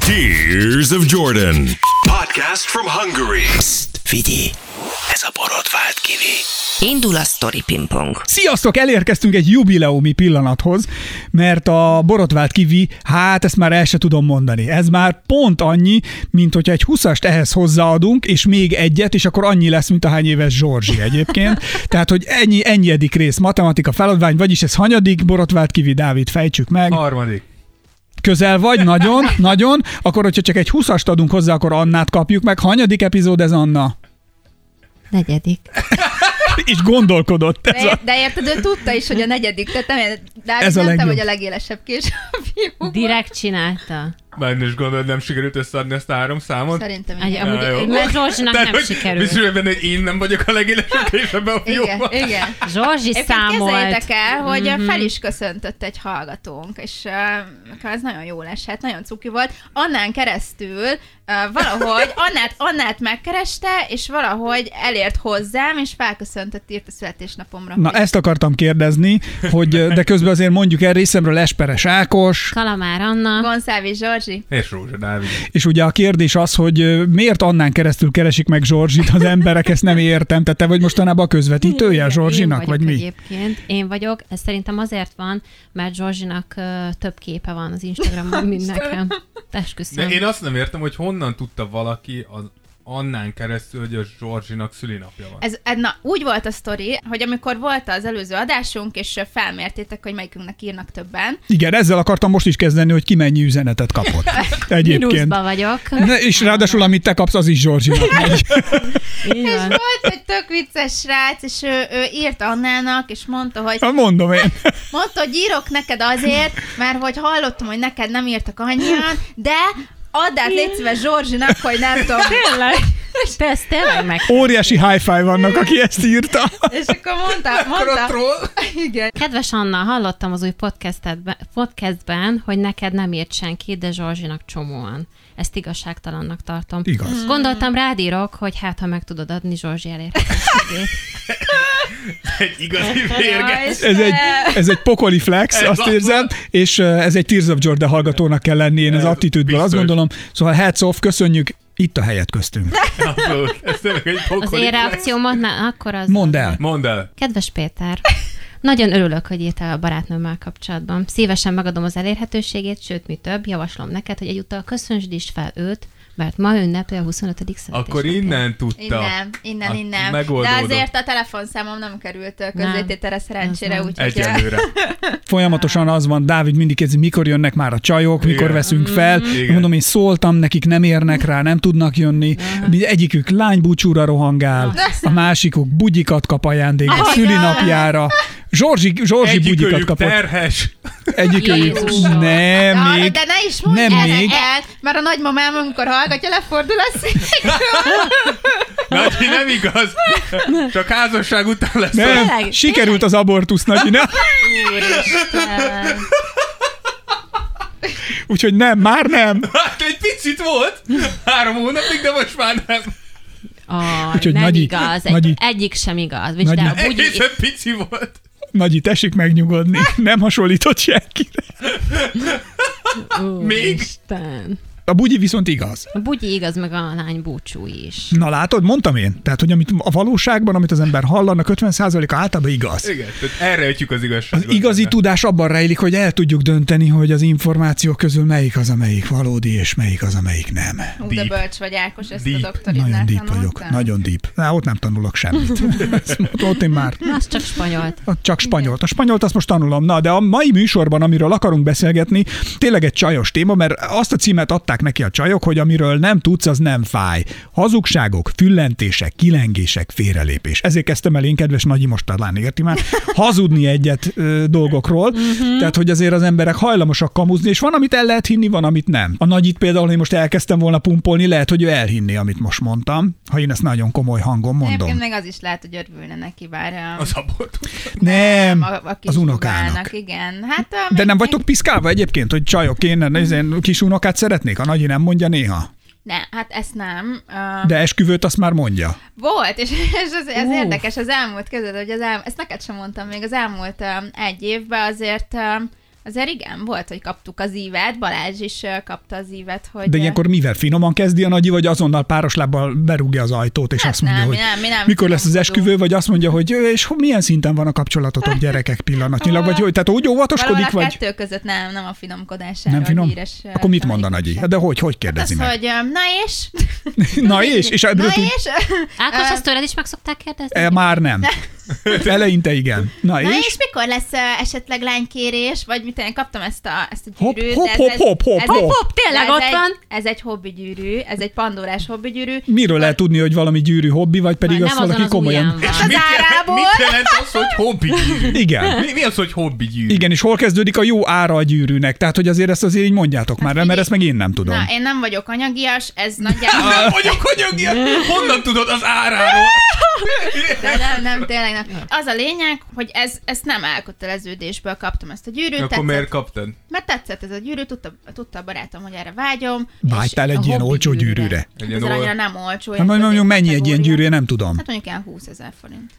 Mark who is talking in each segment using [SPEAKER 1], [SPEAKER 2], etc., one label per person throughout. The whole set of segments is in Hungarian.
[SPEAKER 1] Tears of Jordan.
[SPEAKER 2] Podcast from Hungary.
[SPEAKER 3] Figyelj, ez a borotvált kivi.
[SPEAKER 4] Indul a sztori pingpong.
[SPEAKER 5] Sziasztok! Elérkeztünk egy jubileumi pillanathoz, mert a borotvált kivi, hát ezt már el se tudom mondani. Ez már pont annyi, mint hogyha egy 20-ast ehhez hozzáadunk, és még egyet, és akkor annyi lesz, mint a hány éves Zsorzsi egyébként. Tehát, hogy ennyi, ennyiedik rész matematika feladvány, vagyis ez hanyadik borotvált kivi, Dávid, fejtsük meg.
[SPEAKER 6] Harmadik.
[SPEAKER 5] Közel vagy, nagyon, nagyon. Akkor, hogyha csak egy 20-ast adunk hozzá, akkor Annát kapjuk meg. Hanyadik epizód ez, Anna?
[SPEAKER 7] Negyedik.
[SPEAKER 5] És gondolkodott ez a...
[SPEAKER 8] De, de érted, ő tudta is, hogy a negyedik, tehát nem, de hát
[SPEAKER 5] Ez a
[SPEAKER 8] nem te
[SPEAKER 5] legjobb.
[SPEAKER 8] vagy a legélesebb később fiú.
[SPEAKER 7] Direkt csinálta.
[SPEAKER 6] Már is gondolod, nem sikerült összeadni ezt a három számot?
[SPEAKER 8] Szerintem
[SPEAKER 7] Egy,
[SPEAKER 8] igen.
[SPEAKER 6] Á, jó.
[SPEAKER 7] amúgy, mert Zsorzsinak
[SPEAKER 6] Tehát,
[SPEAKER 7] nem
[SPEAKER 6] hogy
[SPEAKER 7] sikerült.
[SPEAKER 6] Biztos vagy benne, hogy én nem vagyok a legélesebb később a
[SPEAKER 8] Igen,
[SPEAKER 6] fióban.
[SPEAKER 8] igen.
[SPEAKER 7] Zsorzsi
[SPEAKER 8] Egyébként
[SPEAKER 7] számolt. Mhm.
[SPEAKER 8] Képzeljétek el, hogy fel is köszöntött egy hallgatónk, és uh, nekem ez nagyon jól esett, nagyon cuki volt. Annán keresztül uh, valahogy Annát, Annát megkereste, és valahogy elért hozzám, és felköszöntött írt a születésnapomra.
[SPEAKER 5] Na, ezt akartam kérdezni, hogy de közben azért mondjuk el részemről Esperes Ákos,
[SPEAKER 7] Kalamár Anna.
[SPEAKER 8] Gonszávi Zsorzsi.
[SPEAKER 6] És Rózsa Dávid.
[SPEAKER 5] és ugye a kérdés az, hogy ö, miért annán keresztül keresik meg Zsorzsit az emberek, ezt nem értem. Tehát te vagy mostanában a közvetítője a
[SPEAKER 7] Én
[SPEAKER 5] Zsorzsinak,
[SPEAKER 7] vagyok
[SPEAKER 5] vagy mi?
[SPEAKER 7] Egyébként én vagyok, ez szerintem azért van, mert Zsorzsinak ö, több képe van az Instagramon, mint nekem.
[SPEAKER 6] De
[SPEAKER 7] Esküszöm.
[SPEAKER 6] én azt nem értem, hogy honnan tudta valaki az annán keresztül, hogy a Zsorzsinak szülinapja van.
[SPEAKER 8] Ez, ez, na, úgy volt a sztori, hogy amikor volt az előző adásunk, és ö, felmértétek, hogy melyikünknek írnak többen,
[SPEAKER 5] Igen, ezzel akartam most is kezdeni, hogy ki mennyi üzenetet kapott. Egyébként.
[SPEAKER 7] Mínuszba vagyok.
[SPEAKER 5] Ne, és ráadásul, amit te kapsz, az is Zsorzsinak megy.
[SPEAKER 7] Így
[SPEAKER 8] és
[SPEAKER 7] van.
[SPEAKER 8] volt egy tök vicces srác, és ő, ő írt Annának, és mondta, hogy
[SPEAKER 5] Mondom én.
[SPEAKER 8] Mondta, hogy írok neked azért, mert hogy hallottam, hogy neked nem írtak annyian, de add át légy szíves Zsorzsinak, hogy nem tudom.
[SPEAKER 7] Tényleg? Te ezt tényleg meg...
[SPEAKER 5] Óriási high five vannak, aki ezt írta.
[SPEAKER 8] És akkor mondta, mondta. Igen.
[SPEAKER 7] Kedves Anna, hallottam az új podcastedbe- podcastben, hogy neked nem írt senki, de Zsorzsinak csomóan. Ezt igazságtalannak tartom. Hmm.
[SPEAKER 5] Igaz.
[SPEAKER 7] Gondoltam, rád írok, hogy hát, ha meg tudod adni Zsorzsi elérhetőségét.
[SPEAKER 6] Egy igazi vérge.
[SPEAKER 8] És,
[SPEAKER 5] Ez egy,
[SPEAKER 8] eh,
[SPEAKER 5] ez egy pokoli flex,
[SPEAKER 6] Ez
[SPEAKER 5] azt
[SPEAKER 6] az.
[SPEAKER 5] érzem, és ö, ez egy Tears of Jordan hallgatónak kell lenni, én az
[SPEAKER 6] Ez
[SPEAKER 5] attitűdből azt
[SPEAKER 6] biztos.
[SPEAKER 5] gondolom. Szóval hats off, köszönjük, itt a helyet köztünk.
[SPEAKER 6] Abszolút. Ez tényleg egy
[SPEAKER 7] Az
[SPEAKER 6] pokoli.
[SPEAKER 7] én reakciómat, na, akkor az...
[SPEAKER 5] Mondd el.
[SPEAKER 6] Mondd el.
[SPEAKER 7] Kedves Péter, nagyon örülök, hogy írtál a barátnőmmel kapcsolatban. Szívesen megadom az elérhetőségét, sőt, mi több, javaslom neked, hogy egyúttal köszönsd is fel őt, mert ma ünnepli a 25. születésnapját.
[SPEAKER 6] Akkor innen tudta.
[SPEAKER 8] Innen, innen,
[SPEAKER 6] A-
[SPEAKER 8] innen. De
[SPEAKER 6] megoldódott.
[SPEAKER 8] azért a telefonszámom nem került ö, közzététere szerencsére,
[SPEAKER 7] nem.
[SPEAKER 8] úgyhogy... eh,
[SPEAKER 6] Egyelőre.
[SPEAKER 5] Folyamatosan az van, Dávid mindig kérdezi, mikor jönnek már a csajok, mikor
[SPEAKER 6] Igen.
[SPEAKER 5] veszünk fel.
[SPEAKER 6] Igen.
[SPEAKER 5] Mhm. Mondom, én szóltam, nekik nem érnek rá, nem tudnak jönni. Mi- Egyikük lánybúcsúra rohangál, a másikuk bugyikat kap ajándékba, szülinapjára. Zsorzsi, Zsorzsi bugyikat
[SPEAKER 6] Egyikőjük
[SPEAKER 5] kapott.
[SPEAKER 6] terhes.
[SPEAKER 5] Egyikőjük.
[SPEAKER 7] Jézusom.
[SPEAKER 5] Nem,
[SPEAKER 8] de-
[SPEAKER 5] még.
[SPEAKER 8] de ne is mondd
[SPEAKER 5] nem
[SPEAKER 8] el
[SPEAKER 5] még.
[SPEAKER 8] neked, mert a nagymamám, amikor hallgatja, lefordul a szék.
[SPEAKER 6] Nagy, nem igaz. Csak házasság után lesz.
[SPEAKER 5] Nem,
[SPEAKER 7] Tényleg?
[SPEAKER 5] sikerült az abortusz, Nagyi, nem? Úgyhogy nem, már nem.
[SPEAKER 6] Hát egy picit volt. Három hónapig, de most már nem.
[SPEAKER 7] Aj,
[SPEAKER 5] Úgyhogy
[SPEAKER 7] nem
[SPEAKER 5] Nagyi-
[SPEAKER 7] igaz, egy,
[SPEAKER 5] Nagyi-
[SPEAKER 7] egyik sem igaz. Vagy
[SPEAKER 5] Nagyi-
[SPEAKER 7] de a bugyi,
[SPEAKER 6] Egészen pici volt.
[SPEAKER 5] Nagyi, tessék megnyugodni. Nem hasonlított senkire.
[SPEAKER 6] Még?
[SPEAKER 7] Isten.
[SPEAKER 5] A bugyi viszont igaz.
[SPEAKER 7] A bugyi igaz, meg a lány búcsú is.
[SPEAKER 5] Na látod, mondtam én. Tehát, hogy amit a valóságban, amit az ember hallannak, 50%-a általában igaz.
[SPEAKER 6] Igen, tehát erre ütjük az
[SPEAKER 5] Az
[SPEAKER 6] igazságot.
[SPEAKER 5] igazi tudás abban rejlik, hogy el tudjuk dönteni, hogy az információ közül melyik az, amelyik valódi, és melyik az, amelyik nem.
[SPEAKER 8] Hú, de
[SPEAKER 6] Deep.
[SPEAKER 8] bölcs vagy Ákos, ezt
[SPEAKER 6] Deep.
[SPEAKER 8] a doktorit
[SPEAKER 5] Nagyon deep vagyok, nagyon deep. Na, ott nem tanulok semmit. Ezt mondom, Ott én már
[SPEAKER 7] Na, Az csak spanyolt.
[SPEAKER 5] A- Csak spanyolt. A spanyolt azt most tanulom. Na, de a mai műsorban, amiről akarunk beszélgetni, tényleg egy csajos téma, mert azt a címet adták neki a csajok, hogy amiről nem tudsz, az nem fáj. Hazugságok, füllentések, kilengések, félrelépés. Ezért kezdtem el én, kedves Nagyi, most talán érti már, hazudni egyet ö, dolgokról. Tehát, hogy azért az emberek hajlamosak kamuzni, és van, amit el lehet hinni, van, amit nem. A Nagyit például, én most elkezdtem volna pumpolni, lehet, hogy ő elhinni, amit most mondtam, ha én ezt nagyon komoly hangon mondom.
[SPEAKER 8] Egyébként meg az is lehet, hogy örülne neki, bár... eh,
[SPEAKER 6] Az abortus.
[SPEAKER 5] Nem,
[SPEAKER 8] a, a kis
[SPEAKER 5] az unokának.
[SPEAKER 8] hibának, igen. Hát, a-
[SPEAKER 5] De nem vagytok piszkálva egyébként, hogy csajok, én nézzen, kis unokát szeretnék? A nagyi nem mondja néha.
[SPEAKER 8] Ne, hát ezt nem. Uh,
[SPEAKER 5] De esküvőt azt már mondja.
[SPEAKER 8] Volt, és, és ez, ez
[SPEAKER 7] Ú.
[SPEAKER 8] érdekes az elmúlt között, hogy az el, ezt neked sem mondtam még, az elmúlt um, egy évben azért um, Azért igen, volt, hogy kaptuk az ívet, Balázs is ö, kapta az ívet, hogy...
[SPEAKER 5] De
[SPEAKER 8] ö,
[SPEAKER 5] ilyenkor mivel finoman kezdi a nagyi, vagy azonnal páros lábbal berúgja az ajtót, és
[SPEAKER 8] Hát
[SPEAKER 5] azt mondja,
[SPEAKER 8] nem,
[SPEAKER 5] hogy
[SPEAKER 8] nem, mi nem
[SPEAKER 5] mikor lesz az
[SPEAKER 8] finomkodunk.
[SPEAKER 5] esküvő, vagy azt mondja, hogy "Ö, és ho- milyen szinten van a kapcsolatotok gyerekek pillanatnyilag, vagy hogy tehát úgy óvatoskodik,
[SPEAKER 8] Valahol a
[SPEAKER 5] vagy
[SPEAKER 8] kettő között nem, nem a finomkodására.
[SPEAKER 5] nem finom?
[SPEAKER 8] Híres, ö,
[SPEAKER 5] Akkor mit mond a
[SPEAKER 8] tanítás.
[SPEAKER 5] nagyi? Hát De hogy, hogy
[SPEAKER 8] Az,
[SPEAKER 5] kérdezi meg?
[SPEAKER 8] hogy ö, na és?
[SPEAKER 5] Na és? És
[SPEAKER 8] Na
[SPEAKER 5] ebből tud-
[SPEAKER 8] és?
[SPEAKER 7] Ákos,
[SPEAKER 8] Ö,
[SPEAKER 7] ezt tőled is meg szokták kérdezni?
[SPEAKER 5] E, már nem. Eleinte igen. Na
[SPEAKER 8] Na és?
[SPEAKER 5] és?
[SPEAKER 8] mikor lesz ö, esetleg lánykérés, vagy mit én kaptam ezt a, ezt a
[SPEAKER 5] Hopp,
[SPEAKER 8] gyűrűt?
[SPEAKER 5] hopp,
[SPEAKER 8] de ez
[SPEAKER 5] hopp,
[SPEAKER 8] egy-
[SPEAKER 5] hopp, hopp,
[SPEAKER 8] ez
[SPEAKER 5] hopp.
[SPEAKER 8] egy-
[SPEAKER 7] Hopp, tényleg
[SPEAKER 8] ez
[SPEAKER 7] ott
[SPEAKER 8] egy-
[SPEAKER 7] van.
[SPEAKER 8] Ez egy hobbi gyűrű, ez egy pandórás hobbi gyűrű.
[SPEAKER 5] Miről lehet tudni, hogy valami gyűrű hobbi, vagy pedig
[SPEAKER 7] Vagy
[SPEAKER 5] azt
[SPEAKER 7] nem azon
[SPEAKER 5] valaki
[SPEAKER 7] az
[SPEAKER 5] komolyan...
[SPEAKER 7] ujján van.
[SPEAKER 8] Az árából.
[SPEAKER 6] mit jelent az, hogy hobbi gyűrű?
[SPEAKER 5] Igen.
[SPEAKER 6] Mi, mi az, hogy hobbi gyűrű?
[SPEAKER 5] Igen, és hol kezdődik a jó ára a gyűrűnek? Tehát, hogy azért ezt azért így mondjátok már, mert
[SPEAKER 8] Hát figyelj.
[SPEAKER 5] ezt meg én nem tudom.
[SPEAKER 8] Na, én nem vagyok anyagias, ez nagyjából...
[SPEAKER 6] Nem vagyok anyagi, honnan tudod az áráról?
[SPEAKER 8] De nem, nem, tényleg nem. Az a lényeg, hogy ez, ezt nem elköteleződésből kaptam ezt a gyűrűt.
[SPEAKER 6] Akkor
[SPEAKER 8] tetszett-
[SPEAKER 6] miért kaptad?
[SPEAKER 8] Mert tetszett ez a gyűrű, tudta, tudta a barátom, hogy erre vágyom.
[SPEAKER 5] Vágytál
[SPEAKER 8] és
[SPEAKER 5] egy
[SPEAKER 8] a
[SPEAKER 5] ilyen
[SPEAKER 8] hobbi
[SPEAKER 5] olcsó gyűrűre?
[SPEAKER 8] Hát
[SPEAKER 6] Egy
[SPEAKER 8] ez
[SPEAKER 6] ilyen
[SPEAKER 8] annyira
[SPEAKER 6] ol-
[SPEAKER 8] nem olcsó.
[SPEAKER 5] Hát
[SPEAKER 8] ez
[SPEAKER 5] majd mondjuk mennyi egy ilyen
[SPEAKER 8] kategória.
[SPEAKER 5] gyűrűje, nem tudom.
[SPEAKER 8] Hát mondjuk ilyen 20 ezer forint.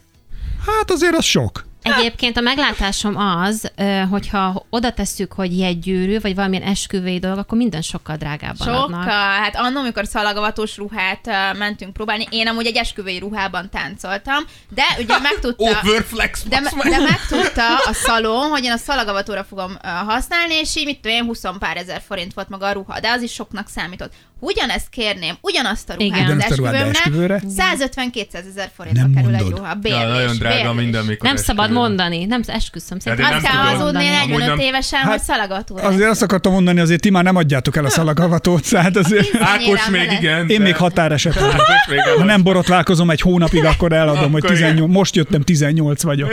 [SPEAKER 5] Hát azért az sok.
[SPEAKER 7] Egyébként a meglátásom az, ö, hogyha oda tesszük, hogy jegygyűrű, vagy valamilyen esküvői dolog, akkor minden sokkal drágábban
[SPEAKER 8] Sokkal.
[SPEAKER 7] adnak.
[SPEAKER 8] Hát annó, amikor szalagavatós ruhát uh, mentünk próbálni, én amúgy egy esküvői ruhában táncoltam, de ugye megtudta...
[SPEAKER 6] Overflex,
[SPEAKER 8] De,
[SPEAKER 6] fasz
[SPEAKER 8] me-
[SPEAKER 6] meg.
[SPEAKER 8] de megtudta a szalon, hogy én a szalagavatóra fogom ö, használni, és így mit tudom én, 20 pár ezer forint volt maga a ruha, de az is soknak számított. Ugyanezt kérném, ugyanazt a ruhát
[SPEAKER 7] Igen.
[SPEAKER 5] Ugyanazt a
[SPEAKER 8] az
[SPEAKER 5] ruhát, de
[SPEAKER 8] esküvőmre,
[SPEAKER 5] esküvőre?
[SPEAKER 8] 150-200 ezer forintba
[SPEAKER 5] Nem
[SPEAKER 8] kerül egy
[SPEAKER 5] mondod.
[SPEAKER 8] ruha. Bérlés,
[SPEAKER 6] Ja, nagyon drága
[SPEAKER 8] bérlés.
[SPEAKER 6] minden, mikor
[SPEAKER 7] Nem szabad
[SPEAKER 6] esküvő.
[SPEAKER 7] mondani, nem esküszöm szépen.
[SPEAKER 6] de
[SPEAKER 8] Azt kell
[SPEAKER 6] tudom.
[SPEAKER 8] hazudni
[SPEAKER 6] Amúgy
[SPEAKER 8] 45
[SPEAKER 6] nem-
[SPEAKER 8] évesen,
[SPEAKER 5] Hát,
[SPEAKER 8] hogy szalagatóra.
[SPEAKER 5] Azért azt akartam mondani, azért ti már nem adjátok el a szalagavatót, tehát
[SPEAKER 8] Hát
[SPEAKER 5] azért...
[SPEAKER 6] Ákos még
[SPEAKER 8] Annyira
[SPEAKER 6] igen.
[SPEAKER 5] Én
[SPEAKER 6] de-
[SPEAKER 5] még határeset
[SPEAKER 8] Hát-
[SPEAKER 5] vagyok.
[SPEAKER 6] Ákos még
[SPEAKER 5] Ha
[SPEAKER 6] az.
[SPEAKER 5] nem borotválkozom egy hónapig, akkor eladom, hogy
[SPEAKER 6] Akkor igen.
[SPEAKER 5] 18, most jöttem, 18 vagyok.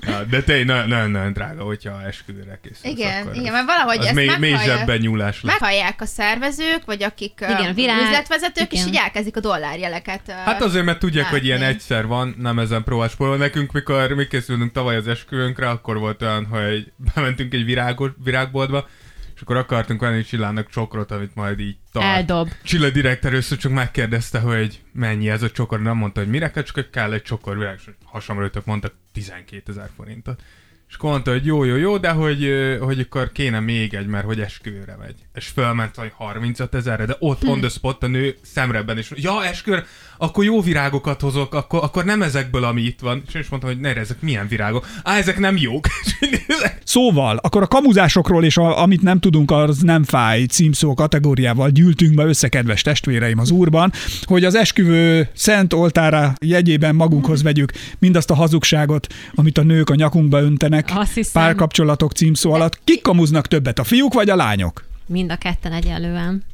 [SPEAKER 6] Ja, De te nagyon-nagyon drága, hogyha esküvőre készülsz.
[SPEAKER 8] Igen,
[SPEAKER 6] akkor
[SPEAKER 8] igen,
[SPEAKER 6] ez-
[SPEAKER 8] mert valahogy
[SPEAKER 6] az
[SPEAKER 8] ezt
[SPEAKER 6] mély, mély
[SPEAKER 8] meghallja.
[SPEAKER 6] zsebben nyúlás lesz.
[SPEAKER 8] Meghallják a szervezők, vagy akik ö,
[SPEAKER 7] Igen, a virág.
[SPEAKER 8] üzletvezetők, és
[SPEAKER 7] Igen.
[SPEAKER 8] így elkezdik a dollárjeleket.
[SPEAKER 6] Hát azért, mert tudják, hogy ilyen
[SPEAKER 8] látni.
[SPEAKER 6] egyszer van, nem ezen próbálspórol. Nekünk, mikor mi készülünk tavaly az esküvőnkre, akkor volt olyan, hogy bementünk egy virágos, virágboltba, és akkor akartunk venni Csillának csokrot, amit majd így tart.
[SPEAKER 7] Eldob.
[SPEAKER 6] Csilla direkt először csak megkérdezte, hogy mennyi ez a csokor, nem mondta, hogy mire kell, csak hogy kell egy csokor virág, és hasamra ütök, mondtak 12 ezer forintot. És akkor mondta, hogy jó, jó, jó, de hogy, ö, hogy akkor kéne még egy, mert hogy esküvőre megy. És fölment vagy 35 ezerre, de
[SPEAKER 5] Hm.
[SPEAKER 6] ott on the spot a nő szemreben is. Ja, esküvőre, akkor jó virágokat hozok, akkor, akkor nem ezekből, ami itt van. És én is mondtam, hogy ne, ezek milyen virágok. Á, ezek nem jók. És így nézek.
[SPEAKER 5] Szóval, akkor a kamuzásokról és a, amit nem tudunk, az nem fáj címszó kategóriával gyűltünk be össze, kedves testvéreim az úrban, hogy az esküvő szent oltára jegyében magunkhoz vegyük mindazt a hazugságot, amit a nők a nyakunkba öntenek
[SPEAKER 7] Azt hiszem.
[SPEAKER 5] párkapcsolatok címszó alatt. Kik kamuznak többet, a fiúk vagy a lányok?
[SPEAKER 7] Mind a ketten egyenlően.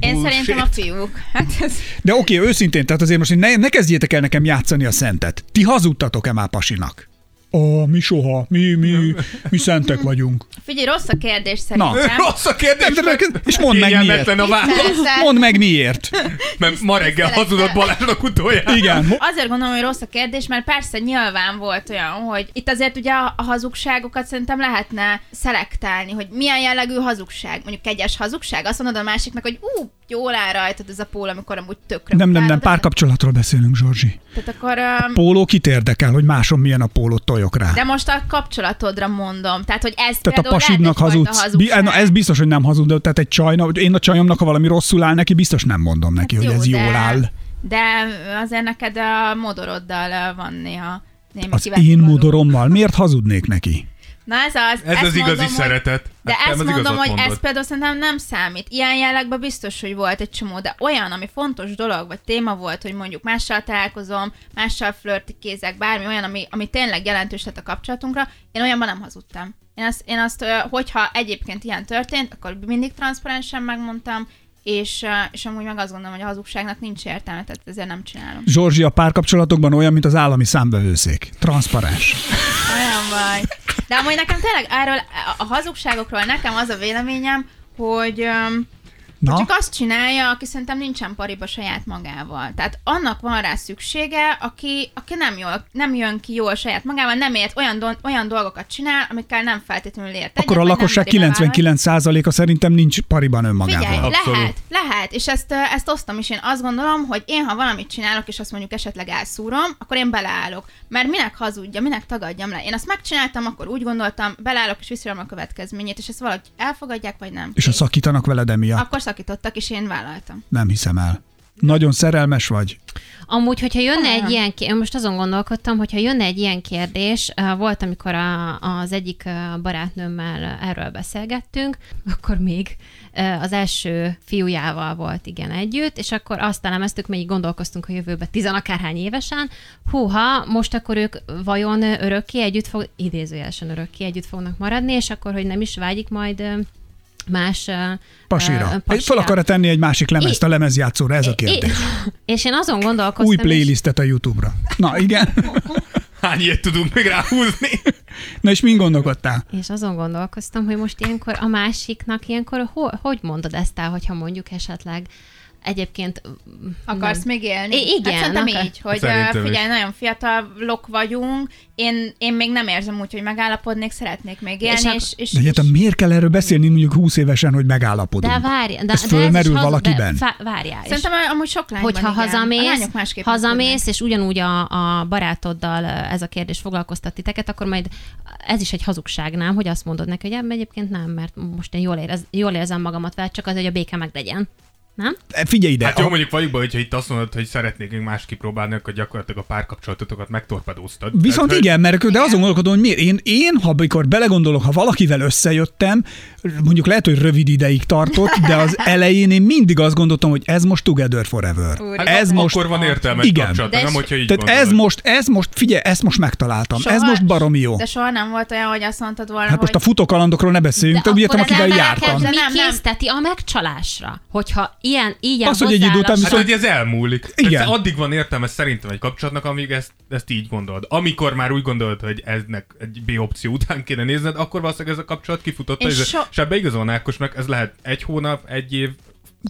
[SPEAKER 8] Én
[SPEAKER 6] Bullshit.
[SPEAKER 8] szerintem a fiúk. Hát ez...
[SPEAKER 5] De oké, okay, őszintén, tehát azért most ne, ne kezdjétek el nekem játszani a szentet. Ti hazudtatok-e már pasinak? Ó, mi soha, mi, mi, mi szentek vagyunk.
[SPEAKER 8] Figyelj, rossz a kérdés
[SPEAKER 5] Na.
[SPEAKER 8] szerintem.
[SPEAKER 6] Rossz a kérdés.
[SPEAKER 5] Nem, de-
[SPEAKER 6] mert
[SPEAKER 5] és mondd meg miért.
[SPEAKER 6] kényelmetlen a válasz,
[SPEAKER 8] Persze.
[SPEAKER 5] Mondd meg miért.
[SPEAKER 6] mert ma reggel
[SPEAKER 8] Tisztelettel.
[SPEAKER 6] hazudott Balázsnak utoljára.
[SPEAKER 5] Igen.
[SPEAKER 8] Azért gondolom, hogy rossz a kérdés, mert persze nyilván volt olyan, hogy itt azért ugye a a hazugságokat szerintem lehetne szelektálni, hogy milyen jellegű hazugság, mondjuk kegyes hazugság, azt mondod a másiknak, hogy ú, jól áll rajtad ez a pól, amikor amúgy tökre
[SPEAKER 5] Nem, nem, nem,
[SPEAKER 8] utálod.
[SPEAKER 5] párkapcsolatról beszélünk, Zsorzsi.
[SPEAKER 8] Tehát akkor... öm,
[SPEAKER 5] Póló kit érdekel, hogy máson milyen a póló tojok rá.
[SPEAKER 8] De most a kapcsolatodra mondom. Tehát, hogy ez
[SPEAKER 5] Tehát a
[SPEAKER 8] például
[SPEAKER 5] pasidnak
[SPEAKER 8] lehet egyfajta
[SPEAKER 5] hazudsz. Bi-
[SPEAKER 8] hazugság.
[SPEAKER 5] na, ez biztos, hogy nem hazudok. Tehát egy csajna, én a csajomnak, ha valami rosszul áll neki, biztos nem mondom neki, hogy ez
[SPEAKER 8] Hát de-
[SPEAKER 5] jól áll.
[SPEAKER 8] De azért neked a modoroddal ö, van néha némi
[SPEAKER 5] Az
[SPEAKER 8] kivetni
[SPEAKER 5] én
[SPEAKER 8] való.
[SPEAKER 5] modorommal. Miért hazudnék neki?
[SPEAKER 8] Na ez az.
[SPEAKER 6] Ez
[SPEAKER 8] ezt
[SPEAKER 6] az igazi
[SPEAKER 8] mondom, hogy-
[SPEAKER 6] szeretet.
[SPEAKER 8] De
[SPEAKER 6] Hát te
[SPEAKER 8] ezt
[SPEAKER 6] az
[SPEAKER 8] mondom,
[SPEAKER 6] igazat
[SPEAKER 8] hogy
[SPEAKER 6] mondod.
[SPEAKER 8] ez például szerintem nem számít. Ilyen jellegben biztos, hogy volt egy csomó, de olyan, ami fontos dolog, vagy téma volt, hogy mondjuk mással találkozom, mással flörtikézek, bármi olyan, ami, ami tényleg jelentős lett a kapcsolatunkra, én olyanban nem hazudtam. Én azt, én azt, ö, hogyha egyébként ilyen történt, akkor mindig transzparensen megmondtam, és, ö, és amúgy meg azt gondolom, hogy a hazugságnak nincs értelme, tehát ezért nem csinálom.
[SPEAKER 5] Zsorzsi a párkapcsolatokban olyan, mint az állami számbevőszék. Transzparens.
[SPEAKER 8] Olyan vagy. De amúgy nekem tényleg erről, a- a hazugságokról nekem az a véleményem, hogy öm,
[SPEAKER 5] Na,
[SPEAKER 8] Csak azt csinálja, aki szerintem nincsen pariba saját magával. Tehát annak van rá szüksége, aki, aki nem, jól, nem jön ki jól saját magával, nem ért olyan, don, olyan dolgokat csinál, amikkel nem feltétlenül ért. egyet,
[SPEAKER 5] akkor a
[SPEAKER 8] vagy nem
[SPEAKER 5] lakosság
[SPEAKER 8] meri bevállalni.
[SPEAKER 5] 99%-a szerintem nincs pariban
[SPEAKER 8] Figyelj,
[SPEAKER 5] önmagával.
[SPEAKER 6] Abszolút.
[SPEAKER 8] lehet, lehet, és ezt, ö, ezt osztom is. Én azt gondolom, hogy én, ha valamit csinálok, és azt mondjuk esetleg elszúrom, akkor én beleállok. Mert minek hazudja, minek tagadjam le. Én azt megcsináltam, akkor úgy gondoltam, beleállok, és viszem a következményét, és ezt valaki elfogadják, vagy nem.
[SPEAKER 5] És a szakítanak veled emiatt?
[SPEAKER 8] Akkor szakítottak, és én vállaltam.
[SPEAKER 5] Nem hiszem el. Nagyon szerelmes vagy?
[SPEAKER 7] Amúgy, hogyha jönne egy ilyen, ké- én most azon gondolkodtam, hogyha jönne egy ilyen kérdés, eh, volt, amikor a, az egyik eh, barátnőmmel erről beszélgettünk, akkor még eh, az első fiújával volt igen együtt, és akkor azt elemeztük, még így gondolkoztunk a jövőbe tizen akárhány évesen, húha, most akkor ők vajon örökké együtt fog, idézőjelesen örökké együtt fognak maradni, és akkor, hogy nem is vágyik majd eh, más eh, eh,
[SPEAKER 5] Pasira. Egy Fel
[SPEAKER 7] pasira.
[SPEAKER 5] akar tenni egy másik lemezt a lemezjátszóra, ez a kérdés.
[SPEAKER 7] É- És én azon gondolkoztam,
[SPEAKER 5] Új
[SPEAKER 7] és-
[SPEAKER 5] playlistet a YouTube-ra. Na igen.
[SPEAKER 6] Hány ilyet tudunk még ráhúzni?
[SPEAKER 5] Na és mind gondolkodtál?
[SPEAKER 7] És azon gondolkoztam, hogy most ilyenkor a másiknak ilyenkor ho, hogy mondod ezt el, hogyha mondjuk esetleg egyébként... mm,
[SPEAKER 8] Akarsz
[SPEAKER 7] nem.
[SPEAKER 8] még élni?
[SPEAKER 7] I- igen,
[SPEAKER 8] Hát szerintem
[SPEAKER 7] akar-
[SPEAKER 8] így, hogy
[SPEAKER 6] Szerintem
[SPEAKER 8] Szerintem
[SPEAKER 6] is.
[SPEAKER 8] figyelj, nagyon fiatalok vagyunk, én, én még nem érzem úgy, hogy megállapodnék, szeretnék még élni, és,
[SPEAKER 7] ak-
[SPEAKER 8] és, és,
[SPEAKER 5] De egyetem miért kell erről beszélni mondjuk 20 évesen, hogy megállapodunk?
[SPEAKER 7] De várj, de,
[SPEAKER 5] Ez
[SPEAKER 7] de
[SPEAKER 5] fölmerül
[SPEAKER 7] is haza-
[SPEAKER 5] valakiben?
[SPEAKER 7] De, fá- várjál, és
[SPEAKER 8] Szerintem amúgy sok lányban
[SPEAKER 7] hogyha
[SPEAKER 8] igen. A
[SPEAKER 7] hazamész,
[SPEAKER 8] lányok másképp
[SPEAKER 7] hazamész, és ugyanúgy a, a barátoddal eh, ez a kérdés foglalkoztat titeket, akkor majd ez is egy hazugság, nem, hogy azt mondod neki, hogy "Em, egyébként nem, mert most én jól, érez, jól érzem magamat vele, csak az, hogy a béke meglegyen. Nem?
[SPEAKER 5] E, Figyelj ide,
[SPEAKER 6] Hát jó,
[SPEAKER 5] a-
[SPEAKER 6] mondjuk vagyok be, hogyha itt azt mondod, hogy szeretnék még más kipróbálni, akkor gyakorlatilag a párkapcsolatokat megtorpedóztad.
[SPEAKER 5] Viszont
[SPEAKER 6] Tehát,
[SPEAKER 5] igen, mert de azon gondolkodom, hogy miért én, én, ha amikor belegondolok, ha valakivel összejöttem, mondjuk lehet, hogy rövid ideig tartott, de az elején én mindig azt gondoltam, hogy ez most together forever.
[SPEAKER 6] Hogy, hát
[SPEAKER 5] ez most,
[SPEAKER 6] akkor van értelme egy
[SPEAKER 5] Igen.
[SPEAKER 6] kapcsolatban,
[SPEAKER 7] De
[SPEAKER 6] nem
[SPEAKER 7] s-
[SPEAKER 6] hogyha így
[SPEAKER 5] tehát ez
[SPEAKER 6] gondolod.
[SPEAKER 5] most, ez most, figyelj, ezt most megtaláltam.
[SPEAKER 8] Soha-
[SPEAKER 5] ez most baromi jó.
[SPEAKER 8] De soha nem volt olyan, hogy azt mondtad volna,
[SPEAKER 5] Hát
[SPEAKER 8] hogy...
[SPEAKER 5] most a futókalandokról ne beszéljünk, de,
[SPEAKER 7] De
[SPEAKER 5] de ugye
[SPEAKER 7] akkor az
[SPEAKER 5] akivel
[SPEAKER 8] embereket
[SPEAKER 5] jártam.
[SPEAKER 8] nem-
[SPEAKER 7] Mi készteti a megcsalásra, hogyha ilyen, ilyen
[SPEAKER 5] Az, hogy egy idő után
[SPEAKER 7] hozzáállás-
[SPEAKER 6] Hát,
[SPEAKER 5] Viszont-
[SPEAKER 6] hogy ez elmúlik.
[SPEAKER 5] Igen.
[SPEAKER 6] Igen. addig van értelme szerintem egy kapcsolatnak, amíg ezt, ezt így gondolod. Amikor már úgy gondolod, hogy eznek egy B opció után kéne nézned, akkor valószínűleg ez a kapcsolat kifutotta,
[SPEAKER 8] És
[SPEAKER 6] és, és so...
[SPEAKER 8] so-
[SPEAKER 6] ebbe igazolna Ákosnak, ez lehet egy hónap, egy év,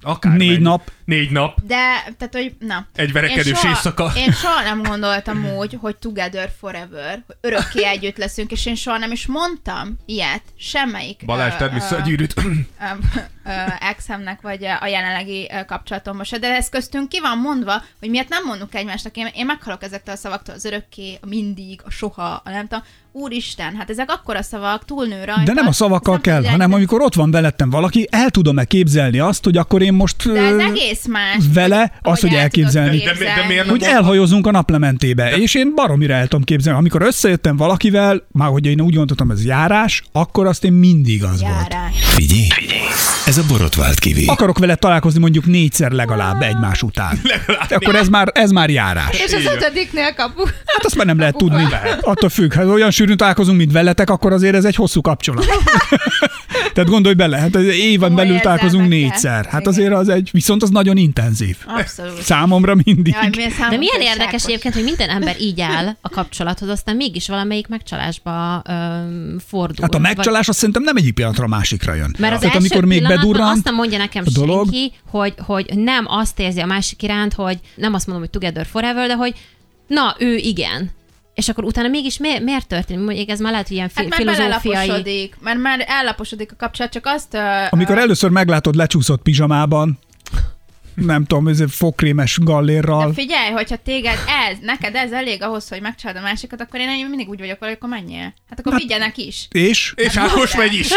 [SPEAKER 6] akár
[SPEAKER 5] Négy nap.
[SPEAKER 6] Négy nap.
[SPEAKER 8] De, tehát, hogy, na.
[SPEAKER 6] Egy verekedős
[SPEAKER 8] Én soha-
[SPEAKER 6] éjszaka.
[SPEAKER 8] Én soha nem gondoltam úgy, hogy together forever, hogy örökké együtt leszünk, és én soha nem is mondtam ilyet, semmelyik.
[SPEAKER 6] Balázs,
[SPEAKER 8] ö,
[SPEAKER 6] tedd
[SPEAKER 8] ö,
[SPEAKER 6] vissza a gyűrűt.
[SPEAKER 8] ö, ö, exemnek, vagy a jelenlegi ö, kapcsolatomban se, de ez köztünk ki van mondva, hogy miért nem mondunk egymásnak, én, én meghalok ezektől a szavaktól, az örökké, a mindig, a soha, a nem tudom, úristen, hát ezek akkora szavak, túlnő rajta.
[SPEAKER 5] De nem a szavakkal
[SPEAKER 8] Ezt nem
[SPEAKER 5] kell,
[SPEAKER 8] tudják-
[SPEAKER 5] hanem amikor ott van velettem valaki, el tudom-e képzelni azt, hogy akkor én most
[SPEAKER 8] De ez
[SPEAKER 5] ö,
[SPEAKER 8] egész más.
[SPEAKER 5] vele azt, hogy
[SPEAKER 8] el tudod
[SPEAKER 5] elképzelni.
[SPEAKER 6] De- de- de miért nem
[SPEAKER 5] hogy elhajózunk a naplementébe, de... és én baromira el tudom képzelni. Amikor összejöttem valakivel, már hogy én úgy gondoltam, ez járás, akkor azt én mindig az volt.
[SPEAKER 8] Járás.
[SPEAKER 3] Figyelj! Figyelj! Ez a borotvált kivé.
[SPEAKER 5] Akarok vele találkozni mondjuk négyszer legalább egymás után. Akkor ez már, ez már járás.
[SPEAKER 8] És az ötödiknél kapu.
[SPEAKER 5] Hát azt már nem lehet tudni. Attól függ. Ha olyan sűrűn találkozunk, mint veletek, akkor azért ez egy hosszú kapcsolat. Tehát gondolj bele, hát az éven
[SPEAKER 8] Komoly
[SPEAKER 5] belül találkozunk
[SPEAKER 8] érzelmekkel.
[SPEAKER 5] négyszer. Hát
[SPEAKER 8] Igen.
[SPEAKER 5] azért az egy, viszont az nagyon intenzív.
[SPEAKER 8] Abszolút.
[SPEAKER 5] Számomra mindig.
[SPEAKER 8] Jaj, milyen
[SPEAKER 7] De
[SPEAKER 8] számomra
[SPEAKER 7] milyen
[SPEAKER 8] is
[SPEAKER 7] érdekes
[SPEAKER 8] Ákos.
[SPEAKER 7] egyébként, hogy minden ember így áll a kapcsolathoz, aztán mégis valamelyik megcsalásba öm, fordul.
[SPEAKER 5] Hát a
[SPEAKER 7] Vagy-
[SPEAKER 5] megcsalás azt szerintem nem egyik pillanatra a másikra jön.
[SPEAKER 7] mert az
[SPEAKER 5] Tehát
[SPEAKER 7] első
[SPEAKER 5] amikor még
[SPEAKER 7] pillanatban
[SPEAKER 5] bedurran,
[SPEAKER 7] azt nem mondja nekem
[SPEAKER 5] a dolog-
[SPEAKER 7] senki, hogy, hogy nem azt érzi a másik iránt, hogy nem azt mondom, hogy together forever, de hogy na, ő igen. És akkor utána mégis mi, miért történik? Mondjuk ez már lehet, hogy ilyen fi,
[SPEAKER 8] Hát már
[SPEAKER 7] filozófiai...
[SPEAKER 8] belelaposodik, mert már ellaposodik a kapcsolat, csak azt... ö,
[SPEAKER 5] Amikor
[SPEAKER 8] ö,
[SPEAKER 5] először meglátod lecsúszott pizsamában, nem tudom, ez egy fokrémes
[SPEAKER 8] De
[SPEAKER 5] gallérral.
[SPEAKER 8] figyelj, hogyha téged ez, neked ez elég ahhoz, hogy megcsáld a másikat, akkor én mindig úgy vagyok, hogy akkor menjél. Hát akkor vigyenek is.
[SPEAKER 5] És?
[SPEAKER 6] És Ákos megy is.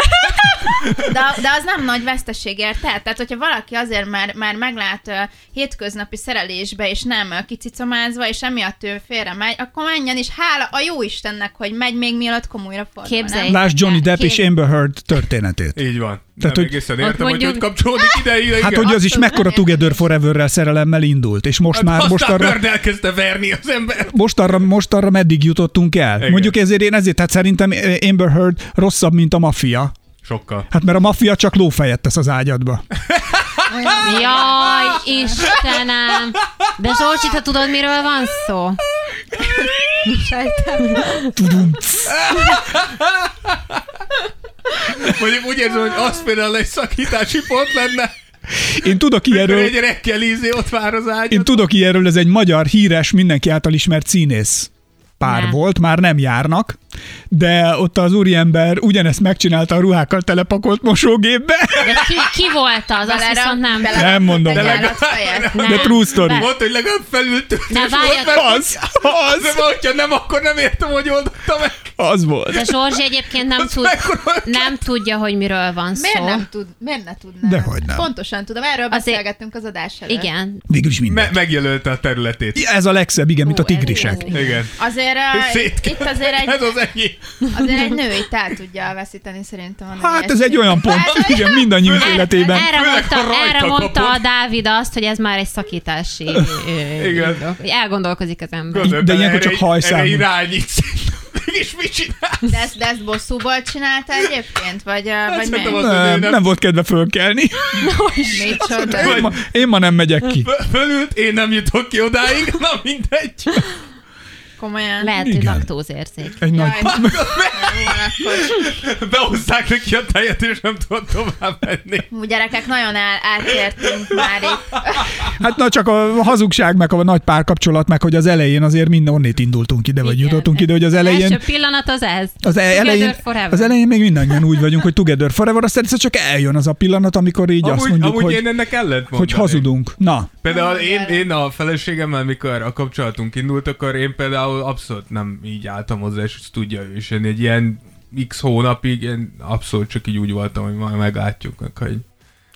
[SPEAKER 8] De, de az nem nagy veszteség érte. Tehát, hogyha valaki azért már, már meglát ö, hétköznapi szerelésbe, és nem ö, kicicomázva, és emiatt ő félre megy, akkor menjen, és hála a jó Istennek, hogy megy még mielőtt komolyra fordul. nem?
[SPEAKER 7] Képzelj.
[SPEAKER 5] Lásd Johnny Depp és
[SPEAKER 7] Kép-
[SPEAKER 5] Amber Heard történetét.
[SPEAKER 6] Így van.
[SPEAKER 5] Tehát,
[SPEAKER 6] Tehát, nem
[SPEAKER 5] hogy-
[SPEAKER 6] egészen
[SPEAKER 7] Ott
[SPEAKER 6] értem, hogy
[SPEAKER 7] mondjuk-
[SPEAKER 6] hogy kapcsolódik ide, ide,
[SPEAKER 5] Hát,
[SPEAKER 6] igen.
[SPEAKER 5] hogy az is
[SPEAKER 8] Abszolút
[SPEAKER 5] mekkora
[SPEAKER 8] nem
[SPEAKER 5] Together forever szerelemmel indult, és most már,
[SPEAKER 6] Aztán
[SPEAKER 5] most arra,
[SPEAKER 6] Bird elkezdte verni az ember.
[SPEAKER 5] most arra, most arra meddig jutottunk el.
[SPEAKER 6] Igen.
[SPEAKER 5] Mondjuk ezért én ezért, hát szerintem Amber Heard rosszabb, mint a maffia.
[SPEAKER 6] Sokkal.
[SPEAKER 5] Hát mert a maffia csak lófejet tesz az ágyadba.
[SPEAKER 7] Jaj, Istenem! De Zsolcsi, ha tudod, miről van szó?
[SPEAKER 6] Mondjuk úgy érzem, hogy az például egy szakítási pont lenne.
[SPEAKER 5] Én tudok
[SPEAKER 6] Mikor
[SPEAKER 5] ilyenről,
[SPEAKER 6] egy rekkel ízé ott vár az ágy.
[SPEAKER 5] én tudok ilyenről, ez egy magyar híres, mindenki által ismert színész. pár
[SPEAKER 7] Ne.
[SPEAKER 5] volt, már nem járnak, de ott az úriember ugyanezt megcsinálta a ruhákkal telepakolt mosógépbe.
[SPEAKER 7] De ki, ki volt az? Azt viszont nem.
[SPEAKER 5] Nem mondom.
[SPEAKER 8] De
[SPEAKER 5] De
[SPEAKER 7] Nem.
[SPEAKER 5] De true story.
[SPEAKER 7] Be-
[SPEAKER 6] Volt, hogy legalább felültünk.
[SPEAKER 7] Ne várjatok.
[SPEAKER 5] Az, az,
[SPEAKER 6] De hogyha nem, akkor nem értem, hogy oldotta meg.
[SPEAKER 5] az volt.
[SPEAKER 7] De Zsorzsi egyébként nem,
[SPEAKER 6] Az
[SPEAKER 7] tud,
[SPEAKER 6] mekkora-
[SPEAKER 7] nem tudja, hogy miről van
[SPEAKER 8] Miért
[SPEAKER 7] szó.
[SPEAKER 8] nem, tud, miért ne tudnám?
[SPEAKER 5] Dehogy nem.
[SPEAKER 8] Pontosan tudom, erről
[SPEAKER 7] Szóval- Azért-
[SPEAKER 8] beszélgettünk az adás előtt.
[SPEAKER 7] Igen.
[SPEAKER 5] Végül is minden.
[SPEAKER 6] Me- megjelölte a területét.
[SPEAKER 5] Ez a legszebb, igen, mint a
[SPEAKER 8] Ó, ez
[SPEAKER 5] tigrisek.
[SPEAKER 8] jó.
[SPEAKER 6] Igen.
[SPEAKER 8] Azért uh,
[SPEAKER 6] Szét-
[SPEAKER 8] itt azért
[SPEAKER 6] Ez
[SPEAKER 8] egy,
[SPEAKER 6] az enyém.
[SPEAKER 8] azért egy nő itt el tudja veszíteni szerintem. a
[SPEAKER 5] Hát ez
[SPEAKER 8] nőiességet.
[SPEAKER 5] egy olyan pont,
[SPEAKER 8] Hát,
[SPEAKER 5] igen, mindannyiunk
[SPEAKER 7] Erre,
[SPEAKER 5] életében.
[SPEAKER 7] erre
[SPEAKER 6] Főleg,
[SPEAKER 7] mondta,
[SPEAKER 6] ha rajta
[SPEAKER 7] erre mondta
[SPEAKER 6] kapod.
[SPEAKER 7] a Dávid azt, hogy ez már egy szakítási ö,
[SPEAKER 6] Igen.
[SPEAKER 7] indok. Elgondolkozik az ember.
[SPEAKER 6] Gondolj
[SPEAKER 5] de
[SPEAKER 6] bele,
[SPEAKER 5] ilyenkor csak
[SPEAKER 6] erre-
[SPEAKER 5] hajszál.
[SPEAKER 6] Erre irányítsz. Mégis mit csinálsz?
[SPEAKER 8] De ezt, de ezt bosszúból csinálta egyébként? Vagy,
[SPEAKER 5] Hát
[SPEAKER 8] uh,
[SPEAKER 7] hát,
[SPEAKER 8] vagy
[SPEAKER 6] szerintem
[SPEAKER 8] mi?
[SPEAKER 6] az- erre-
[SPEAKER 5] Nem, nem volt kedve fölkelni.
[SPEAKER 8] Micsoda?
[SPEAKER 5] Én ma, én ma nem megyek ki.
[SPEAKER 6] Föl- Fölült, én nem jutok ki odáig, na mindegy.
[SPEAKER 8] Komolyan.
[SPEAKER 7] Lehet, hogy
[SPEAKER 5] Igen.
[SPEAKER 7] laktózérzék.
[SPEAKER 5] Egy nagy...
[SPEAKER 8] Jaj, na, akkor
[SPEAKER 6] Behozzák neki a tejet, és nem tudod tovább menni.
[SPEAKER 8] Hú, gyerekek, nagyon el, átértünk már itt.
[SPEAKER 5] Hát na csak a hazugság, meg a nagy párkapcsolat, meg hogy az elején azért mind onnét indultunk ide, vagy
[SPEAKER 7] Igen.
[SPEAKER 5] jutottunk ide, hogy az
[SPEAKER 7] Első
[SPEAKER 5] elején...
[SPEAKER 7] pillanat az ez.
[SPEAKER 5] Az e-
[SPEAKER 7] Together
[SPEAKER 5] elején,
[SPEAKER 7] forever.
[SPEAKER 5] az elején még mindannyian úgy vagyunk, hogy together forever, aztán egyszer csak eljön az a pillanat, amikor így azt
[SPEAKER 6] Amúgy,
[SPEAKER 5] mondjuk,
[SPEAKER 6] amúgy
[SPEAKER 5] hogy,
[SPEAKER 6] én ennek ellent mondanék.
[SPEAKER 5] hogy hazudunk. Na,
[SPEAKER 6] Például én,
[SPEAKER 8] Mondjál.
[SPEAKER 6] én a feleségemmel, mikor a kapcsolatunk indult, akkor én például abszolút nem így álltam hozzá, és ezt tudja ő is. Én egy ilyen x hónapig én abszolút csak így úgy voltam, hogy majd meglátjuk. Meg, hogy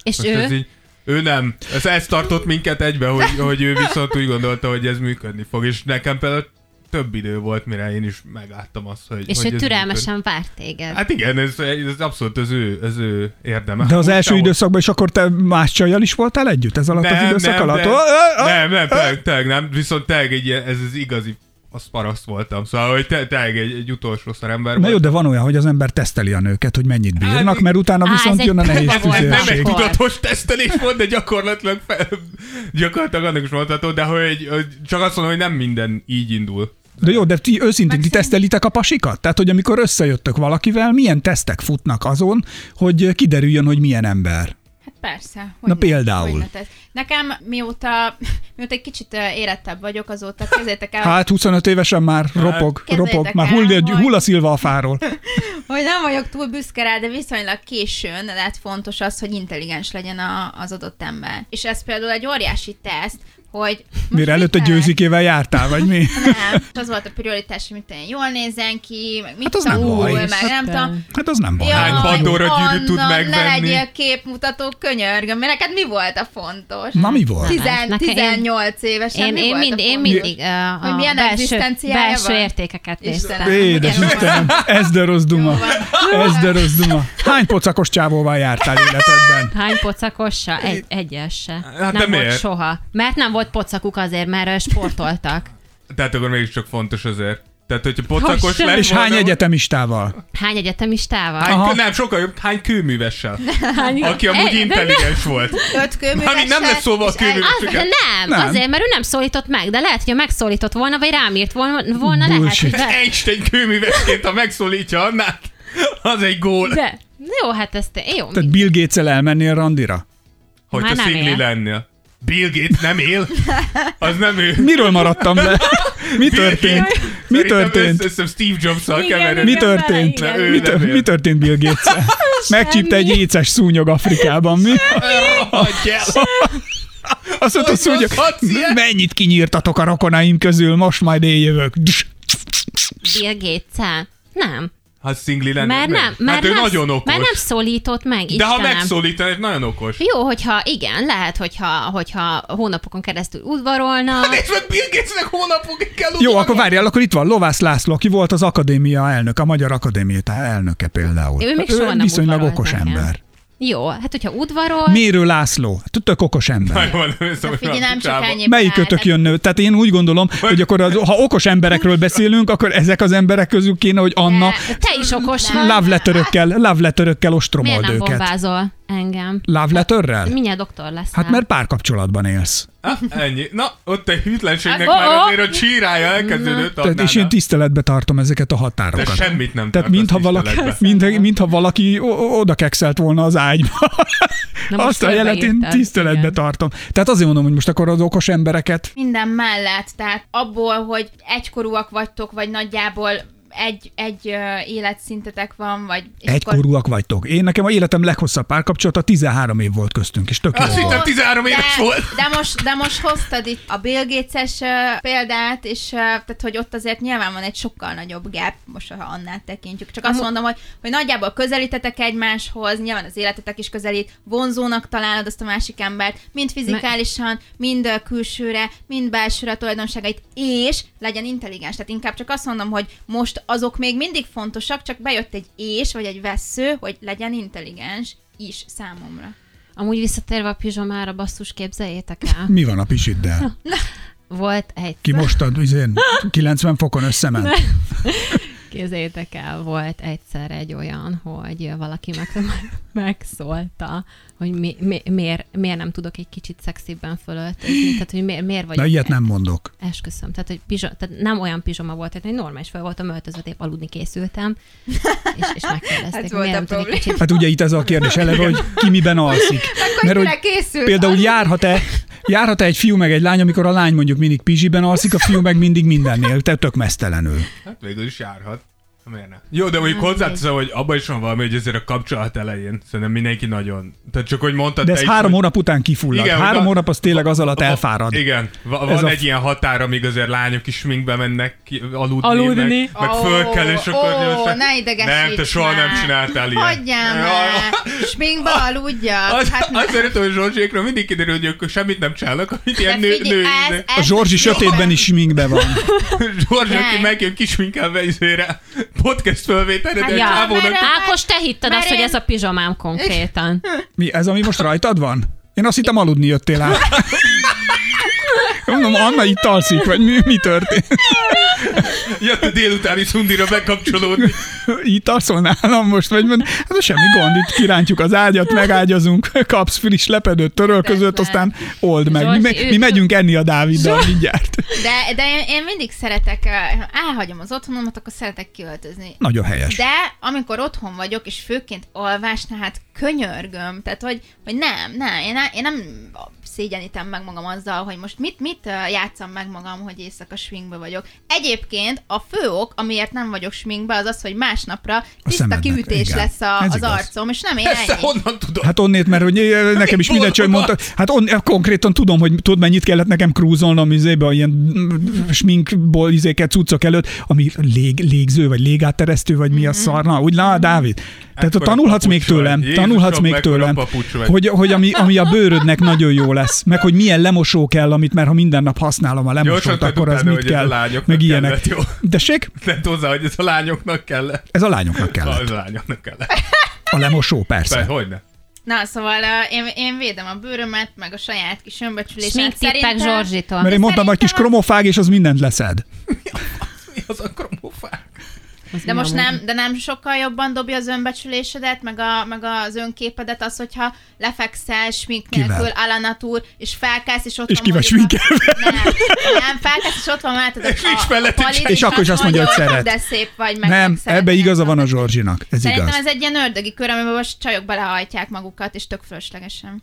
[SPEAKER 7] És
[SPEAKER 6] most ez
[SPEAKER 7] ő?
[SPEAKER 6] így, ő nem. Ez, ez tartott minket egybe, hogy, hogy ő viszont úgy gondolta, hogy ez működni fog. És nekem például több idő volt, mire én is megláttam azt, hogy
[SPEAKER 7] És
[SPEAKER 6] hogy
[SPEAKER 7] ő
[SPEAKER 6] ez működik.
[SPEAKER 7] türelmesen várt téged.
[SPEAKER 6] Hát igen, ez, ez abszolút az ő, az ő érdeme.
[SPEAKER 5] de az első
[SPEAKER 6] Utána-
[SPEAKER 5] időszakban is akkor te más csajjal is voltál együtt ez alatt az időszak
[SPEAKER 6] nem,
[SPEAKER 5] alatt?
[SPEAKER 6] De,
[SPEAKER 5] Ö, ö, ö.
[SPEAKER 6] nem, nem, teg, teg, nem, viszont teg egy ilyen, ez az igazi, az paraszt voltam, szóval, hogy te- teg egy, egy utolsó szarember
[SPEAKER 5] Na jó,
[SPEAKER 6] volt.
[SPEAKER 5] de van olyan, hogy az ember teszteli a nőket, hogy mennyit bírnak,
[SPEAKER 6] Hát,
[SPEAKER 5] mert utána
[SPEAKER 7] Á, ez
[SPEAKER 5] viszont
[SPEAKER 7] egy
[SPEAKER 5] jön a nehéz
[SPEAKER 7] próba volt,
[SPEAKER 6] ez nem egy
[SPEAKER 5] tüzérség.
[SPEAKER 7] Volt.
[SPEAKER 6] tudatos tesztelés volt, de gyakorlatilag fel, gyakorlatilag annak is mondható, de hogy, hogy csak azt mondom, hogy nem minden így indul.
[SPEAKER 5] De jó, de ti őszintén, ti
[SPEAKER 8] Meg
[SPEAKER 5] tesztelitek a pasikat? Tehát, hogy amikor összejöttök valakivel, milyen tesztek futnak azon, hogy kiderüljön, hogy milyen ember?
[SPEAKER 8] Hát persze. Hogy
[SPEAKER 5] Na
[SPEAKER 8] ne-
[SPEAKER 5] például.
[SPEAKER 8] hogy ne tesz. Nekem mióta, mióta egy kicsit ö, érettebb vagyok, azóta kezdjétek el,
[SPEAKER 5] Hát 25 évesen már
[SPEAKER 7] Hát,
[SPEAKER 5] ropog,
[SPEAKER 8] Képzeljétek
[SPEAKER 5] ropog, már
[SPEAKER 8] el,
[SPEAKER 5] hull,
[SPEAKER 8] hogy-
[SPEAKER 5] hull a szilva a fáról.
[SPEAKER 8] hogy nem vagyok túl büszke rá, de viszonylag későn lett fontos az, hogy intelligens legyen a, az adott ember. És ez például egy óriási teszt, hogy... most
[SPEAKER 5] Mire
[SPEAKER 8] mit
[SPEAKER 5] előtt a
[SPEAKER 8] találsz?
[SPEAKER 5] győzikével jártál, vagy mi?
[SPEAKER 8] Nem, és az volt a prioritás, hogy mit tudom én, jól nézzen ki, meg mit
[SPEAKER 5] Hát az nem
[SPEAKER 8] tanul,
[SPEAKER 5] baj.
[SPEAKER 8] meg
[SPEAKER 7] Szuper.
[SPEAKER 8] nem tudom.
[SPEAKER 5] Hát az nem baj.
[SPEAKER 6] Hány
[SPEAKER 8] Jaj,
[SPEAKER 6] Pandora gyűrűt tud
[SPEAKER 8] Anna, Ne
[SPEAKER 6] megvenni?
[SPEAKER 8] legyél képmutató, könyörgöm, mert neked mi volt a fontos?
[SPEAKER 5] Na mi volt?
[SPEAKER 8] Tizen,
[SPEAKER 7] Nekem-
[SPEAKER 8] 18 évesen
[SPEAKER 7] Én,
[SPEAKER 8] mi
[SPEAKER 7] én,
[SPEAKER 8] volt
[SPEAKER 7] mind,
[SPEAKER 8] a
[SPEAKER 7] én
[SPEAKER 8] fontos?
[SPEAKER 7] mindig uh,
[SPEAKER 8] Hogy
[SPEAKER 7] a
[SPEAKER 8] milyen
[SPEAKER 7] belső,
[SPEAKER 8] egzisztenciája
[SPEAKER 7] belső
[SPEAKER 8] van?
[SPEAKER 7] értékeket néztem.
[SPEAKER 8] Istenem,
[SPEAKER 5] Édes
[SPEAKER 8] ugyanúgy.
[SPEAKER 5] Istenem, ez de rossz duma.
[SPEAKER 8] van.
[SPEAKER 5] Ez de rossz duma. Hány pocakos csávóval jártál életedben?
[SPEAKER 7] Hány pocakossa? Egy, egyes se.
[SPEAKER 6] Hát de
[SPEAKER 7] nem volt
[SPEAKER 6] miért?
[SPEAKER 7] soha. Mert nem volt pocakuk azért, mert ö, sportoltak.
[SPEAKER 6] Tehát akkor mégiscsak fontos azért. Tehát, hogyha pocakos
[SPEAKER 7] sem.
[SPEAKER 6] lett
[SPEAKER 5] És hány
[SPEAKER 6] volna-
[SPEAKER 5] egyetemistával?
[SPEAKER 7] Hány egyetemistával?
[SPEAKER 6] Hány,
[SPEAKER 5] Aha.
[SPEAKER 6] kö- nem, sokkal jobb, hány kőművessel,
[SPEAKER 7] Hány... Eh,
[SPEAKER 6] aki amúgy intelligens volt.
[SPEAKER 8] Öt kőművesen,
[SPEAKER 6] Mármint nem lett szóval
[SPEAKER 8] és
[SPEAKER 6] a kőmű-
[SPEAKER 8] egy-
[SPEAKER 7] Az,
[SPEAKER 6] Csak-
[SPEAKER 7] nem,
[SPEAKER 5] Nem.
[SPEAKER 7] nem, azért, mert ő nem szólított meg, de lehet, hogy ha megszólított volna, vagy rám írt volna, volna lehet,
[SPEAKER 5] Bullshit.
[SPEAKER 7] hogy be...
[SPEAKER 6] Einstein kőművesként, ha megszólítja Annát, az egy gól.
[SPEAKER 7] de. Jó, hát ezt jó.
[SPEAKER 5] Tehát Bill Gates-el elmennél randira?
[SPEAKER 6] Hogyha
[SPEAKER 7] Már nem
[SPEAKER 6] szingli
[SPEAKER 7] él.
[SPEAKER 6] lennél. Bill Gates nem él? Az nem ő.
[SPEAKER 5] Miről maradtam le? Mi
[SPEAKER 6] Bill
[SPEAKER 5] történt?
[SPEAKER 6] Gates.
[SPEAKER 5] Mi
[SPEAKER 6] Szerintem össze-
[SPEAKER 5] történt?
[SPEAKER 6] össze Steve Jobs-szal
[SPEAKER 7] Igen,
[SPEAKER 6] kevered.
[SPEAKER 5] Mi történt?
[SPEAKER 6] Na, ő
[SPEAKER 5] Mi,
[SPEAKER 6] nem
[SPEAKER 5] tör-
[SPEAKER 6] él.
[SPEAKER 5] mi történt Bill gates Megcsípte egy éces szúnyog Afrikában, mi?
[SPEAKER 6] Hagyj el.
[SPEAKER 5] Azt mondta,
[SPEAKER 6] Hogy
[SPEAKER 5] szúnyog,
[SPEAKER 6] hozhatsz ilyet?
[SPEAKER 5] mennyit kinyírtatok a rokonaim közül, most majd én jövök.
[SPEAKER 7] Bill gates Nem.
[SPEAKER 6] Ha szingli lennél.
[SPEAKER 7] Mert nem, mert,
[SPEAKER 6] hát ő
[SPEAKER 7] nem,
[SPEAKER 6] nagyon okos.
[SPEAKER 7] mert nem szólított meg,
[SPEAKER 6] De ha
[SPEAKER 7] Istenem.
[SPEAKER 6] megszólítanak, nagyon okos.
[SPEAKER 7] Jó, hogyha igen, lehet, hogyha, hogyha hónapokon keresztül udvarolna.
[SPEAKER 5] Hát
[SPEAKER 6] Nézd meg, Bill Gatesnek hónapokig kell
[SPEAKER 5] Jó,
[SPEAKER 6] utána.
[SPEAKER 5] akkor várjál, akkor itt van Lovász László, aki volt az akadémia elnök, a Magyar Akadémia elnöke például.
[SPEAKER 7] Ő még soha nem
[SPEAKER 5] viszonylag
[SPEAKER 7] udvarolt
[SPEAKER 5] okos
[SPEAKER 7] nekem.
[SPEAKER 5] ember.
[SPEAKER 7] Jó, hát hogyha udvarol,
[SPEAKER 5] Mérő László, hát tök okos
[SPEAKER 6] Na,
[SPEAKER 5] ember.
[SPEAKER 6] jó, nem hiszem,
[SPEAKER 8] De
[SPEAKER 6] hogy
[SPEAKER 8] figyelj, nem csak
[SPEAKER 6] csáva.
[SPEAKER 8] ennyi.
[SPEAKER 5] Melyik kötök jön nő? Tehát én úgy gondolom, hogy akkor az, ha okos emberekről beszélünk, akkor ezek az emberek közül kéne, hogy Anna
[SPEAKER 7] te is okos vagy.
[SPEAKER 5] love letterökkel, love letterökkel
[SPEAKER 7] Miért
[SPEAKER 5] ostromold
[SPEAKER 7] nem Hát
[SPEAKER 5] őket.
[SPEAKER 7] bombázol? engem.
[SPEAKER 5] Love letterrel?
[SPEAKER 7] Mindjárt doktor lesz.
[SPEAKER 5] Hát mert párkapcsolatban élsz.
[SPEAKER 6] Ah, ennyi. Na, ott a hűtlenségnek
[SPEAKER 8] Hát,
[SPEAKER 6] már
[SPEAKER 8] ó, ó.
[SPEAKER 6] azért a csírája elkezdődött
[SPEAKER 5] Tehát,
[SPEAKER 6] annál.
[SPEAKER 5] és én tiszteletbe tartom ezeket a határokat.
[SPEAKER 6] De semmit nem
[SPEAKER 5] Tehát
[SPEAKER 6] tartasz
[SPEAKER 5] mintha valaki,
[SPEAKER 6] tiszteletbe.
[SPEAKER 5] mint, mintha valaki o- o- oda kekszelt volna az ágyba.
[SPEAKER 7] Na most
[SPEAKER 5] Azt a jelet én
[SPEAKER 7] körbeírtad,
[SPEAKER 5] tiszteletbe
[SPEAKER 7] igen.
[SPEAKER 5] tartom. Tehát azért mondom, hogy most akkor az okos embereket
[SPEAKER 8] Minden mellett, tehát abból, hogy egykorúak vagytok, vagy nagyjából egy, egy ö, életszintetek van, vagy... és akkor-
[SPEAKER 5] egykorúak vagytok. Én nekem a életem leghosszabb párkapcsolata 13 év volt köztünk, és tök jó
[SPEAKER 6] Azt hittem
[SPEAKER 5] volt.
[SPEAKER 6] 13 éves
[SPEAKER 8] de,
[SPEAKER 6] volt.
[SPEAKER 8] de, most, de most hoztad itt a Bill Gates-es ö, példát, és ö, tehát, hogy ott azért nyilván van egy sokkal nagyobb gap, most ha annát tekintjük. Csak azt mondom, hogy, hogy nagyjából közelítetek egymáshoz, nyilván az életetek is közelít, vonzónak találod azt a másik embert, mind fizikálisan, mind ö, külsőre, mind belsőre a tulajdonságait, és legyen intelligens. Tehát inkább csak azt mondom, hogy most azok még mindig fontosak, csak bejött egy és, vagy egy vesző, hogy legyen intelligens is számomra.
[SPEAKER 7] Amúgy visszatérve a pizsomára, basszus, képzeljétek el.
[SPEAKER 5] Mi van a pisiddel?
[SPEAKER 7] Volt egy
[SPEAKER 5] Kimostad izén 90 fokon összement.
[SPEAKER 7] Képzeljétek el, volt egyszer egy olyan, hogy valaki meg, megszólta, hogy mi, mi, miért, miért nem tudok egy kicsit szexibben fölöltözni, tehát hogy miért, miért
[SPEAKER 5] Na
[SPEAKER 7] vagyok.
[SPEAKER 5] ilyet nem mondok.
[SPEAKER 7] Esküszöm, tehát, hogy pizsa, tehát nem olyan pizsoma volt, tehát egy normális fel voltam öltözve, épp aludni készültem, és, és megkérdezték,
[SPEAKER 8] Ez
[SPEAKER 7] hogy
[SPEAKER 8] Hát volt
[SPEAKER 7] miért
[SPEAKER 8] a
[SPEAKER 7] nem tudok egy
[SPEAKER 8] probléma.
[SPEAKER 7] kicsit
[SPEAKER 5] Hát ugye itt ez a kérdés eleve, hogy ki miben alszik.
[SPEAKER 8] Akkor mire készült?
[SPEAKER 5] például járhat-e, járhat-e egy fiú meg egy lány, amikor a lány mondjuk mindig pizsiben alszik, a fiú meg mindig mindennél, tehát tök mesztelenül.
[SPEAKER 6] Hát végül is járhat. Miért ne? Jó, de mondjuk hozzáteszem, hogy abban is van valami, hogy ezért a kapcsolat elején szerintem mindenki nagyon. Tehát csak hogy mondtad,
[SPEAKER 5] De
[SPEAKER 6] te
[SPEAKER 5] ez
[SPEAKER 6] is,
[SPEAKER 5] három
[SPEAKER 6] hogy-
[SPEAKER 5] hónap után kifullad.
[SPEAKER 6] Igen,
[SPEAKER 5] Három
[SPEAKER 6] na-
[SPEAKER 5] hónap az tényleg az alatt
[SPEAKER 6] Va-
[SPEAKER 5] elfárad.
[SPEAKER 6] Igen, Va-
[SPEAKER 5] Ez
[SPEAKER 6] van
[SPEAKER 5] a-
[SPEAKER 6] egy ilyen határ, amíg azért lányok is minkbe mennek ki, aludni,
[SPEAKER 7] Aludni.
[SPEAKER 6] meg, meg föl kell, és
[SPEAKER 8] Ó,
[SPEAKER 6] akkor
[SPEAKER 8] ó,
[SPEAKER 6] gyorsan-
[SPEAKER 8] ne idegesíts
[SPEAKER 6] Nem, te soha nem
[SPEAKER 8] már.
[SPEAKER 6] csináltál ilyet.
[SPEAKER 8] Hagyjál
[SPEAKER 6] Jaj.
[SPEAKER 8] már! Sminkba aludjak!
[SPEAKER 6] Az,
[SPEAKER 8] Hát
[SPEAKER 6] azt szeretem, hogy Zsorzsékra mindig kiderül, hogy ők semmit nem csinálnak, amit ilyen nő,
[SPEAKER 8] figyelj,
[SPEAKER 6] női.
[SPEAKER 8] ez-
[SPEAKER 6] de-
[SPEAKER 5] A
[SPEAKER 8] ez
[SPEAKER 5] Zsorzsi
[SPEAKER 8] még-
[SPEAKER 5] sötétben is minkbe van.
[SPEAKER 6] Zsorzs, aki
[SPEAKER 8] Nem.
[SPEAKER 6] megjön kisminkelve izére podcast fölvételre, de
[SPEAKER 7] Hát
[SPEAKER 6] egy
[SPEAKER 7] ja.
[SPEAKER 6] csávónak...
[SPEAKER 8] Mert-
[SPEAKER 7] Ákos, te hitted
[SPEAKER 8] mert
[SPEAKER 7] azt, hogy
[SPEAKER 8] én-
[SPEAKER 7] ez a pizsamám konkrétan.
[SPEAKER 5] Mi ez, ami most rajtad van? Én azt hittem aludni jöttél át. Mondom, Anna itt alszik, vagy mi, mi történt?
[SPEAKER 6] Jött a délutáni szundira bekapcsolódni.
[SPEAKER 5] Itt alszol nálam most, vagy mond, hát semmi gond, itt kirántjuk az ágyat, megágyazunk, kapsz friss lepedőt, törölközött, aztán old meg. Mi, me- mi megyünk enni a Dáviddal mindjárt.
[SPEAKER 8] De, de én, én mindig szeretek, eh, elhagyom az otthonomat, akkor szeretek kiöltözni.
[SPEAKER 5] Nagyon helyes.
[SPEAKER 8] De amikor otthon vagyok, és főként alvásnál, hát könyörgöm. Tehát, hogy, hogy nem, nem, én, én nem szégyenítem meg magam azzal, hogy most mit, mit ö, játszam meg magam, hogy éjszaka swingbe vagyok. Egyébként a fő ok, amiért nem vagyok swingbe, az az, hogy másnapra tiszta
[SPEAKER 5] szemednek,
[SPEAKER 8] kiütés
[SPEAKER 5] igen.
[SPEAKER 8] lesz a,
[SPEAKER 5] Ez
[SPEAKER 8] az
[SPEAKER 5] igaz.
[SPEAKER 8] arcom, és nem én
[SPEAKER 6] Persze,
[SPEAKER 8] ennyi.
[SPEAKER 6] honnan tudod?
[SPEAKER 5] Hát onnét, mert hogy eh, nekem is
[SPEAKER 6] Mi
[SPEAKER 5] mindegy, hogy
[SPEAKER 6] boldogat?
[SPEAKER 5] mondta. Hát on, eh, konkrétan tudom, hogy tudod, mennyit kellett nekem krúzolnom izébe, ilyen mm, sminkból izéket cuccok előtt, ami lég, légző, vagy légátteresztő, vagy mi a szarna. Úgy lá, Dávid. Tehát ott
[SPEAKER 6] Mhm. Ekkora
[SPEAKER 5] tanulhatsz még
[SPEAKER 6] papucs vagy.
[SPEAKER 5] tőlem,
[SPEAKER 6] Jézusom,
[SPEAKER 5] tanulhatsz még
[SPEAKER 6] mekkora
[SPEAKER 5] tőlem,
[SPEAKER 6] papucs vagy.
[SPEAKER 5] hogy, hogy ami, ami a bőrödnek nagyon jó lesz, meg hogy milyen lemosó kell, amit már ha minden nap használom a
[SPEAKER 6] Gyorsan
[SPEAKER 5] lemosót,
[SPEAKER 6] tudd
[SPEAKER 5] akkor az
[SPEAKER 6] utána,
[SPEAKER 5] mit
[SPEAKER 6] hogy ez a
[SPEAKER 5] kell,
[SPEAKER 6] lányoknak
[SPEAKER 5] meg ilyenek.
[SPEAKER 6] kellett, jó?
[SPEAKER 5] Tessék,
[SPEAKER 6] Tett hozzá, hogy ez a lányoknak kellett.
[SPEAKER 5] ez a lányoknak kell.
[SPEAKER 6] Az a lányoknak kellett.
[SPEAKER 5] A lemosó,
[SPEAKER 6] Persze,
[SPEAKER 5] persze.
[SPEAKER 6] hogy ne?
[SPEAKER 8] Na, szóval ö, én, én védem a bőrömet, meg a saját kis önbecsülését.
[SPEAKER 7] Smink tippek Zsorzsitól.
[SPEAKER 5] Mert én mondtam, hogy kis kromofág, és az mindent leszed.
[SPEAKER 6] Mi az a kromofák?
[SPEAKER 7] Az
[SPEAKER 8] De most
[SPEAKER 7] amúgy-
[SPEAKER 8] nem, de nem sokkal jobban dobja az önbecsülésedet, meg, a, meg az önképedet az, hogyha lefekszel smink
[SPEAKER 5] Kivel?
[SPEAKER 8] nélkül, alanatúr, és felkelsz, és ott
[SPEAKER 5] És
[SPEAKER 8] van
[SPEAKER 5] ki vagy
[SPEAKER 8] mondjuk a-
[SPEAKER 5] sminkelve?
[SPEAKER 8] Nem, nem, felkelsz, és ott van mellett
[SPEAKER 6] És nincs mellette
[SPEAKER 8] palid,
[SPEAKER 6] semmi.
[SPEAKER 5] És akkor is azt mondja, hogy szeret.
[SPEAKER 8] De szép vagy, meg
[SPEAKER 5] nem,
[SPEAKER 8] meg szeretnél
[SPEAKER 5] ebbe igaza van a
[SPEAKER 8] magad."
[SPEAKER 5] Zsorzsinak. Ez
[SPEAKER 8] Szerintem
[SPEAKER 5] igaz.
[SPEAKER 8] ez egy ilyen ördögi kör, amiben most csajok belehajtják magukat, és tök fölöslegesen.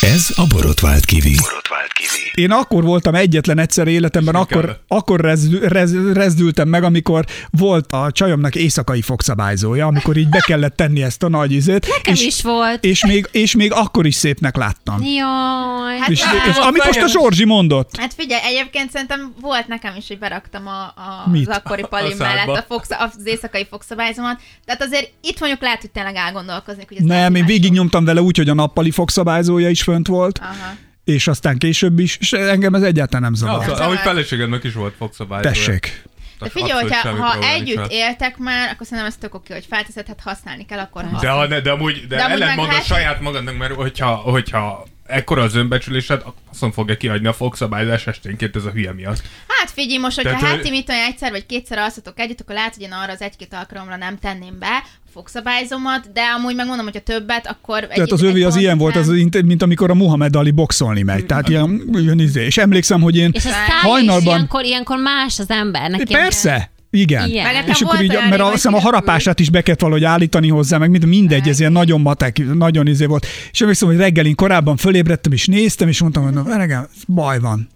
[SPEAKER 3] Ez a borotvált kivi.
[SPEAKER 2] Borotvált kivi.
[SPEAKER 5] Én akkor voltam egyetlen egyszer életemben,
[SPEAKER 6] És mi
[SPEAKER 5] akkor,
[SPEAKER 6] kellett?
[SPEAKER 5] akkor rez, rez, rezdültem meg, amikor volt a csajomnak éjszakai fogszabályzója, amikor így be kellett tenni ezt a nagy izét.
[SPEAKER 7] Nekem
[SPEAKER 5] és,
[SPEAKER 7] is volt.
[SPEAKER 5] És még, és még akkor is szépnek láttam.
[SPEAKER 7] Jaj.
[SPEAKER 8] Hát
[SPEAKER 5] És,
[SPEAKER 8] nem.
[SPEAKER 5] és amit most a Zsorzsi mondott.
[SPEAKER 8] Hát figyelj, egyébként szerintem volt nekem is, hogy beraktam a, a,
[SPEAKER 5] Mit?
[SPEAKER 8] az akkori palim
[SPEAKER 6] szádba.
[SPEAKER 8] mellett a fogsz, az éjszakai fogszabályzomat. Tehát azért itt mondjuk lehet, hogy tényleg elgondolkozni, hogy ez
[SPEAKER 5] Nem,
[SPEAKER 8] lehet, hogy
[SPEAKER 5] én
[SPEAKER 8] más volt.
[SPEAKER 5] végignyomtam vele úgy, hogy a nappali fogszabályzója is fönt volt,
[SPEAKER 8] Aha.
[SPEAKER 5] és aztán később is, és engem ez egyáltalán nem
[SPEAKER 6] Na,
[SPEAKER 5] zavar.
[SPEAKER 6] szóval,
[SPEAKER 8] zavar.
[SPEAKER 6] ahogy feleségednek is volt fogszabály.
[SPEAKER 5] Tessék.
[SPEAKER 8] De
[SPEAKER 6] Tehát
[SPEAKER 8] figyelj,
[SPEAKER 6] abszolút
[SPEAKER 8] hogyha
[SPEAKER 6] semmi
[SPEAKER 8] ha
[SPEAKER 6] probléma nincs
[SPEAKER 8] együtt
[SPEAKER 6] vele.
[SPEAKER 8] éltek már, akkor szerintem ez tök oké, hogy felteszed, hát használni kell, akkor
[SPEAKER 6] De,
[SPEAKER 8] használni.
[SPEAKER 6] ha ne, de amúgy, de,
[SPEAKER 8] De
[SPEAKER 6] de
[SPEAKER 8] amúgy
[SPEAKER 6] ellen
[SPEAKER 8] meg
[SPEAKER 6] mondod
[SPEAKER 8] hát-
[SPEAKER 6] saját magadnak, mert hogyha, hogyha ekkora az önbecsülésed, a- azon fogja kihagyni a fogszabályzás esténként ez a hülye miatt.
[SPEAKER 8] Hát figyelj most, hogyha
[SPEAKER 6] Tehát,
[SPEAKER 8] Tehát,
[SPEAKER 6] hogy-
[SPEAKER 8] heti mit olyan egyszer vagy kétszer alszatok együtt, akkor látod, hogy én arra az egy-két alkalomra nem tenném be a fogszabályzomat, de amúgy megmondom, hogyha többet, akkor... Egy,
[SPEAKER 5] Tehát az övé
[SPEAKER 8] egy
[SPEAKER 5] az
[SPEAKER 8] pont
[SPEAKER 5] ilyen volt,
[SPEAKER 8] után-
[SPEAKER 5] az, mint, mint amikor a Muhammad Ali boxolni megy. Tehát ilyen, ilyen izé. És emlékszem, hogy én
[SPEAKER 7] És a szája is
[SPEAKER 5] Hajnalban-
[SPEAKER 7] ilyenkor, ilyenkor más az embernek. ilyen-
[SPEAKER 5] Persze, igen.
[SPEAKER 7] Ilyen.
[SPEAKER 5] igen.
[SPEAKER 8] Meg nekem
[SPEAKER 5] És akkor
[SPEAKER 8] volt
[SPEAKER 5] így,
[SPEAKER 8] olyan
[SPEAKER 5] mert
[SPEAKER 8] rémlik,
[SPEAKER 5] azt hiszem a
[SPEAKER 8] hogy
[SPEAKER 5] harapását is be kellett valahogy állítani hozzá, meg mind, mindegy, ez ilyen nagyon matek, nagyon izé volt. És emlékszem, hogy reggelin korábban fölébredtem, és néztem, és mondtam, hogy reggelem, baj van.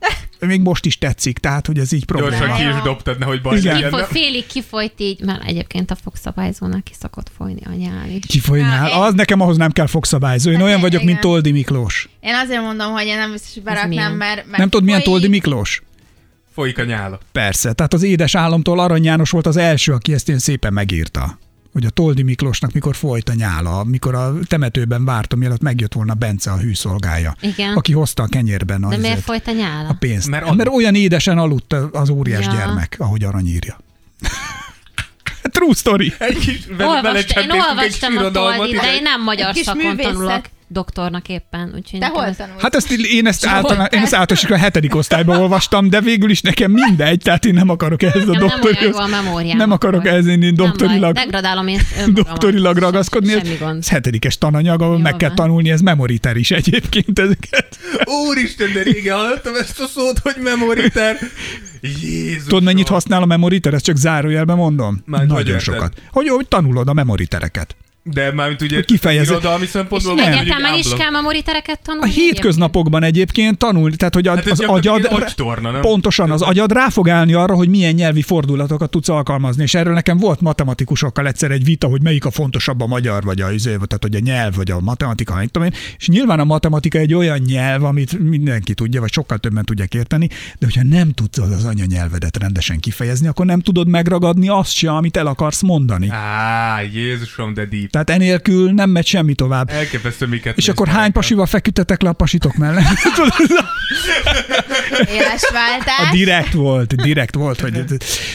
[SPEAKER 5] Még most is tetszik, tehát, hogy ez így probléma.
[SPEAKER 6] Gyorsan ki is dobtad, nehogy baj
[SPEAKER 5] Igen.
[SPEAKER 6] legyen.
[SPEAKER 7] Kifo-
[SPEAKER 6] de-
[SPEAKER 7] félig kifolyt így, mert egyébként a fogszabályzónak ki szokott folyni a nyál is.
[SPEAKER 5] Kifolynál.
[SPEAKER 8] Na, én-
[SPEAKER 5] Az nekem ahhoz nem kell fogszabályzó. Én olyan vagyok, mint
[SPEAKER 8] Igen.
[SPEAKER 5] Toldi Miklós.
[SPEAKER 8] Én azért mondom, hogy én nem biztos, hogy
[SPEAKER 7] milyen?
[SPEAKER 8] beraknám, mert, mert...
[SPEAKER 5] Nem tudod, milyen
[SPEAKER 8] folyik.
[SPEAKER 5] Toldi Miklós?
[SPEAKER 6] Folyik a nyála.
[SPEAKER 5] Persze, tehát az édes államtól Arany János volt az első, aki ezt ilyen szépen megírta hogy a Toldi Miklósnak mikor folyt a nyála, mikor a temetőben vártam, mielőtt megjött volna Bence a hűszolgája,
[SPEAKER 7] Igen.
[SPEAKER 5] aki hozta a kenyérben
[SPEAKER 7] De
[SPEAKER 5] az
[SPEAKER 7] miért folyt a
[SPEAKER 5] a
[SPEAKER 7] nyála?
[SPEAKER 5] pénzt.
[SPEAKER 6] Mert
[SPEAKER 5] Mert,
[SPEAKER 6] ad-
[SPEAKER 5] mert olyan édesen aludt az óriás
[SPEAKER 7] Ja.
[SPEAKER 5] ja. gyermek, ahogy Arany írja. True story.
[SPEAKER 6] Egy kis vele-
[SPEAKER 7] Olvast, én
[SPEAKER 6] belecsempésztünk egy
[SPEAKER 7] olvastam
[SPEAKER 6] kis
[SPEAKER 7] a
[SPEAKER 6] irodalmat,
[SPEAKER 7] Toldi,
[SPEAKER 6] ide-
[SPEAKER 7] de én nem magyar
[SPEAKER 8] Egy kis
[SPEAKER 7] szakon
[SPEAKER 8] művészet.
[SPEAKER 7] tanulok doktornak éppen. Úgyhogy
[SPEAKER 8] Te
[SPEAKER 7] nekem
[SPEAKER 8] hol
[SPEAKER 7] ez-
[SPEAKER 8] tanulsz?
[SPEAKER 5] Hát ezt, én ezt általán, én ezt általánosan a hetedik osztályban olvastam, de végül is nekem mindegy, tehát én nem akarok ehhez a
[SPEAKER 7] Nekem nem olyan jó
[SPEAKER 5] doktorihoz.
[SPEAKER 7] a memóriám.
[SPEAKER 5] Nem akarok
[SPEAKER 7] ez
[SPEAKER 5] ehhez én doktorilag,
[SPEAKER 7] Degradálom én önmagamat.
[SPEAKER 5] doktorilag
[SPEAKER 7] Sem-
[SPEAKER 5] ragaszkodni.
[SPEAKER 7] Semmi gond.
[SPEAKER 5] Ez hetedikes tananyag, ahol
[SPEAKER 7] Jó
[SPEAKER 5] meg kell
[SPEAKER 7] van.
[SPEAKER 5] tanulni, ez memoriter is egyébként ezeket.
[SPEAKER 6] Úristen, de régen hallottam ezt a szót, hogy memoriter. Jézus.
[SPEAKER 5] Tudod, mennyit
[SPEAKER 6] Isten.
[SPEAKER 5] használ a memoriter? Ezt csak zárójelben mondom.
[SPEAKER 6] Már hogy
[SPEAKER 5] Nagyon
[SPEAKER 6] érted?
[SPEAKER 5] sokat. Hogy, hogy tanulod a memoritereket.
[SPEAKER 6] De mármint ugye
[SPEAKER 5] Hogy kifejezed.
[SPEAKER 6] irodalmi szempontból
[SPEAKER 5] És
[SPEAKER 6] vagy, hogy
[SPEAKER 7] Egyáltalán
[SPEAKER 6] egy
[SPEAKER 7] is
[SPEAKER 6] ábla.
[SPEAKER 7] kell memoritereket
[SPEAKER 5] A
[SPEAKER 7] tanulni.
[SPEAKER 5] hétköznapokban egyébként tanulni, tehát hogy a,
[SPEAKER 6] Hát ez
[SPEAKER 5] az
[SPEAKER 6] gyakorlatilag
[SPEAKER 5] agyad...
[SPEAKER 6] egy agytorna, nem?
[SPEAKER 5] Pontosan, az agyad rá fog állni arra, hogy milyen nyelvi fordulatokat tudsz alkalmazni, és erről nekem volt matematikusokkal egyszer egy vita, hogy melyik a fontosabb a magyar, vagy a, izé, tehát hogy a nyelv, vagy a matematika, nem tudom én, és nyilván a matematika egy olyan nyelv, amit mindenki tudja, vagy sokkal többen tudják érteni, de hogyha nem tudsz az anyanyelvedet rendesen kifejezni, akkor nem tudod megragadni azt se, amit el akarsz mondani.
[SPEAKER 6] Hát. Á, Jézusom, de deep.
[SPEAKER 5] Tehát enélkül nem megy semmi tovább.
[SPEAKER 6] Elképesztő, miket
[SPEAKER 5] És akkor
[SPEAKER 6] néztem.
[SPEAKER 5] hány pasival feküdtetek le a pasitok mellett? Tudod,
[SPEAKER 8] Élesváltás.
[SPEAKER 5] A direkt volt, direkt volt. Hogy...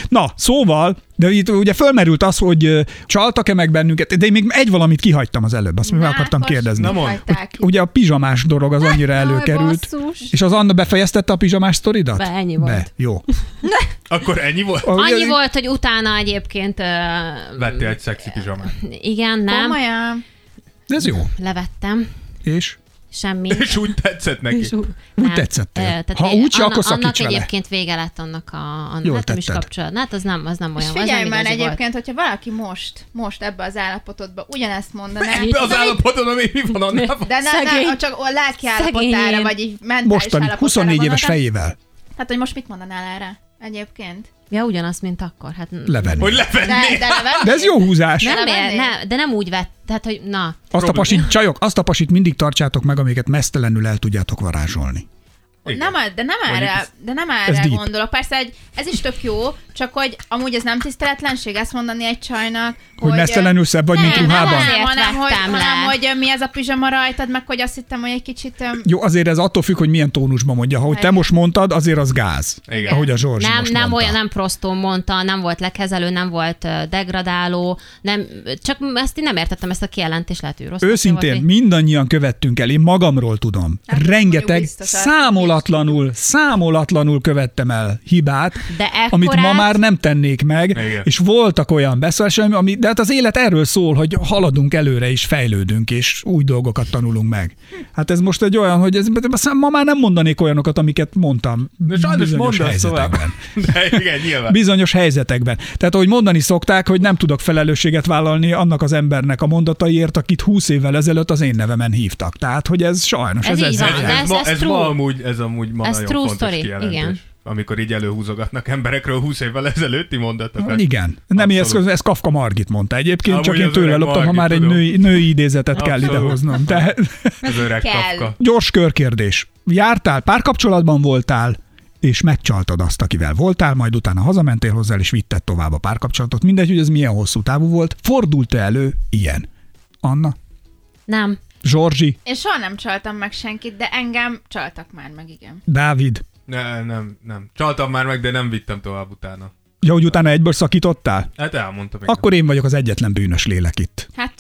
[SPEAKER 5] Na, szóval, de itt ugye fölmerült az, hogy ö, csaltak-e meg bennünket, de én még egy valamit kihagytam az előbb, azt még meg akartam kérdezni.
[SPEAKER 6] Na mondd.
[SPEAKER 5] Ugye a pizsamás dolog az annyira előkerült. És az Anna befejeztette a pizsamás sztoridat?
[SPEAKER 7] Be, ennyi volt.
[SPEAKER 5] Be, jó.
[SPEAKER 6] Akkor ennyi volt?
[SPEAKER 5] A-
[SPEAKER 7] Annyi
[SPEAKER 5] ugye-
[SPEAKER 7] volt, hogy utána egyébként... ö,
[SPEAKER 6] Vettél egy szexi pizsamát.
[SPEAKER 7] Igen, nem.
[SPEAKER 8] Komolyan.
[SPEAKER 5] De ez jó.
[SPEAKER 7] Levettem.
[SPEAKER 5] És?
[SPEAKER 7] Semmi. hát,
[SPEAKER 6] És úgy tetszett neki.
[SPEAKER 5] Úgy tetszett-e?
[SPEAKER 7] Ö, tehát
[SPEAKER 5] Ha
[SPEAKER 7] én-
[SPEAKER 5] úgyse,
[SPEAKER 7] anna-
[SPEAKER 5] akkor szakíts
[SPEAKER 7] Annak
[SPEAKER 5] vele.
[SPEAKER 7] egyébként vége lett annak a... Annak,
[SPEAKER 5] Jól
[SPEAKER 7] hát nem is
[SPEAKER 5] tetted.
[SPEAKER 7] kapcsolat. Hát az nem, az nem
[SPEAKER 8] És
[SPEAKER 7] olyan. az
[SPEAKER 8] figyelj
[SPEAKER 7] nem
[SPEAKER 8] már
[SPEAKER 7] igazi volt.
[SPEAKER 8] egyébként, hogyha valaki most, most ebbe az állapotodba ugyanezt mondaná,
[SPEAKER 6] Ebbe az állapotban, ami mi van annál?
[SPEAKER 8] de nem,
[SPEAKER 7] Szegény.
[SPEAKER 8] nem, csak a lelki
[SPEAKER 7] Szegény én.
[SPEAKER 8] állapotára, vagy így mentális
[SPEAKER 5] Mostani,
[SPEAKER 8] állapotára
[SPEAKER 5] 24 éves
[SPEAKER 8] gondoltam.
[SPEAKER 5] fejével
[SPEAKER 8] Hát, hogy most mit mondanál erre egyébként?
[SPEAKER 7] Ja, ugyanaz, mint akkor. Hát
[SPEAKER 5] levenni.
[SPEAKER 6] Hogy levenné.
[SPEAKER 8] De, de, levenni?
[SPEAKER 5] De ez jó húzás.
[SPEAKER 7] Nem,
[SPEAKER 8] Levenni?
[SPEAKER 7] ér, nem, de nem úgy vett, tehát, hogy na,
[SPEAKER 5] Azt a pasit, csajok, azt a pasit mindig tartsátok meg, amiket mesztelenül el tudjátok varázsolni.
[SPEAKER 8] Nem, a- de nem erre,
[SPEAKER 6] ezt-
[SPEAKER 8] de nem erre
[SPEAKER 5] deep.
[SPEAKER 8] gondolok. Persze egy, ez is tök jó, csak hogy amúgy ez nem tiszteletlenség ezt mondani egy csajnak,
[SPEAKER 5] Hogy, hogy mesztelenül szebb vagy, mint
[SPEAKER 8] nem, nem,
[SPEAKER 5] ruhában.
[SPEAKER 8] hanem, hanem,
[SPEAKER 7] Ezért
[SPEAKER 8] hogy,
[SPEAKER 7] vettem le.
[SPEAKER 8] hanem, hogy ö, mi ez a pizsama rajtad, meg hogy azt hittem, hogy egy kicsit... öm,
[SPEAKER 5] Jó, azért ez attól függ, hogy milyen tónusban mondja. Ha hogy te
[SPEAKER 8] Igen.
[SPEAKER 5] most mondtad, azért az gáz.
[SPEAKER 6] Igen.
[SPEAKER 5] Ahogy a Zsorzsi
[SPEAKER 7] nem,
[SPEAKER 5] most
[SPEAKER 7] nem
[SPEAKER 5] mondta.
[SPEAKER 7] olyan, nem prostón mondta, nem volt lekezelő, nem volt ö, degradáló, nem, csak ezt én nem értettem, ezt a kijelentést lehet, hogy rossz.
[SPEAKER 5] Őszintén, mindannyian követtünk el, én magamról tudom.
[SPEAKER 8] Hát,
[SPEAKER 5] Rengeteg,
[SPEAKER 8] mondjuk biztos, hát.
[SPEAKER 5] számolatlanul, számolatlanul követtem el hibát,
[SPEAKER 7] De ekkorát,
[SPEAKER 5] amit ma már nem tennék meg,
[SPEAKER 6] Igen.
[SPEAKER 5] és voltak olyan beszélések, ami, de hát az élet erről szól, hogy haladunk előre, és fejlődünk, és új dolgokat tanulunk meg. Hát ez most egy olyan, hogy ez, ma már nem mondanék olyanokat, amiket mondtam.
[SPEAKER 6] De sajnos
[SPEAKER 5] bizonyos
[SPEAKER 6] mondasz tovább.
[SPEAKER 5] helyzetekben.
[SPEAKER 6] De igen, nyilván.
[SPEAKER 5] bizonyos helyzetekben. Tehát, ahogy mondani szokták, hogy nem tudok felelősséget vállalni annak az embernek a mondataiért, akit 20 évvel ezelőtt az én nevemen hívtak. Tehát, hogy ez sajnos,
[SPEAKER 7] Ez
[SPEAKER 5] ez, ez,
[SPEAKER 7] így van.
[SPEAKER 5] ez,
[SPEAKER 6] ez,
[SPEAKER 7] ez-
[SPEAKER 6] ez, ma,
[SPEAKER 7] ez
[SPEAKER 6] ez
[SPEAKER 7] true.
[SPEAKER 6] ma amúgy, ez amúgy ma
[SPEAKER 7] Ez
[SPEAKER 6] nagyon
[SPEAKER 7] true
[SPEAKER 6] fontos
[SPEAKER 7] story,
[SPEAKER 6] kijelentés.
[SPEAKER 7] igen.
[SPEAKER 6] Amikor így előhúzogatnak emberekről 20 évvel ezelőtti mondatokat.
[SPEAKER 5] Igen. Nem
[SPEAKER 6] Abszolút.
[SPEAKER 5] ez, ez Kafka Margit mondta egyébként,
[SPEAKER 6] Amúgy
[SPEAKER 5] csak én
[SPEAKER 6] az
[SPEAKER 5] tőle
[SPEAKER 6] öreg
[SPEAKER 5] loptam, ha
[SPEAKER 6] Margit,
[SPEAKER 5] már egy
[SPEAKER 6] tudom.
[SPEAKER 5] női, női idézetet kell
[SPEAKER 6] Abszolút.
[SPEAKER 5] idehoznom. De
[SPEAKER 6] Az öreg
[SPEAKER 8] Kell.
[SPEAKER 6] kafka.
[SPEAKER 5] gyors körkérdés. Jártál, párkapcsolatban voltál, és megcsaltad azt, akivel voltál, majd utána hazamentél hozzá, és vitted tovább a párkapcsolatot. Mindegy, hogy ez milyen hosszú távú volt. Fordult elő ilyen? Anna?
[SPEAKER 7] Nem.
[SPEAKER 5] Zsorzsi?
[SPEAKER 8] Én soha nem csaltam meg senkit, de engem csaltak már meg, igen.
[SPEAKER 5] Dávid?
[SPEAKER 6] Ne, nem, nem. Csaltam már meg, de nem vittem tovább utána.
[SPEAKER 5] Ja, hogy utána egyből szakítottál?
[SPEAKER 6] Hát elmondtam. igen.
[SPEAKER 5] Akkor én vagyok az egyetlen bűnös lélek itt.
[SPEAKER 8] Hát,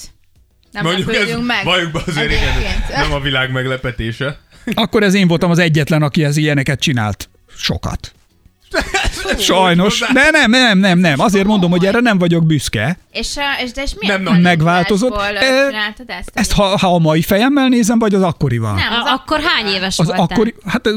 [SPEAKER 8] Nem
[SPEAKER 6] Mondjuk ez
[SPEAKER 8] lepődjünk meg.
[SPEAKER 6] valljuk be azért, igen,
[SPEAKER 8] Egyébként.
[SPEAKER 6] nem a világ meglepetése.
[SPEAKER 5] Akkor ez én voltam az egyetlen, aki ez ilyeneket csinált. Sokat.
[SPEAKER 6] Szóval
[SPEAKER 5] Sajnos. De nem, nem, nem, nem. Azért mondom, hogy erre nem vagyok büszke.
[SPEAKER 8] És, ö, és de és miért
[SPEAKER 6] Nem nagyon.
[SPEAKER 5] Megváltozott.
[SPEAKER 8] tanulásból,
[SPEAKER 5] Ö,
[SPEAKER 8] ö, csináltad ezt?
[SPEAKER 5] Ezt ha, ha a mai fejemmel nézem, vagy az akkorival?
[SPEAKER 8] Nem, az
[SPEAKER 7] A- Akkor hány éves
[SPEAKER 5] Az
[SPEAKER 7] voltál?
[SPEAKER 5] akkori, hát ö,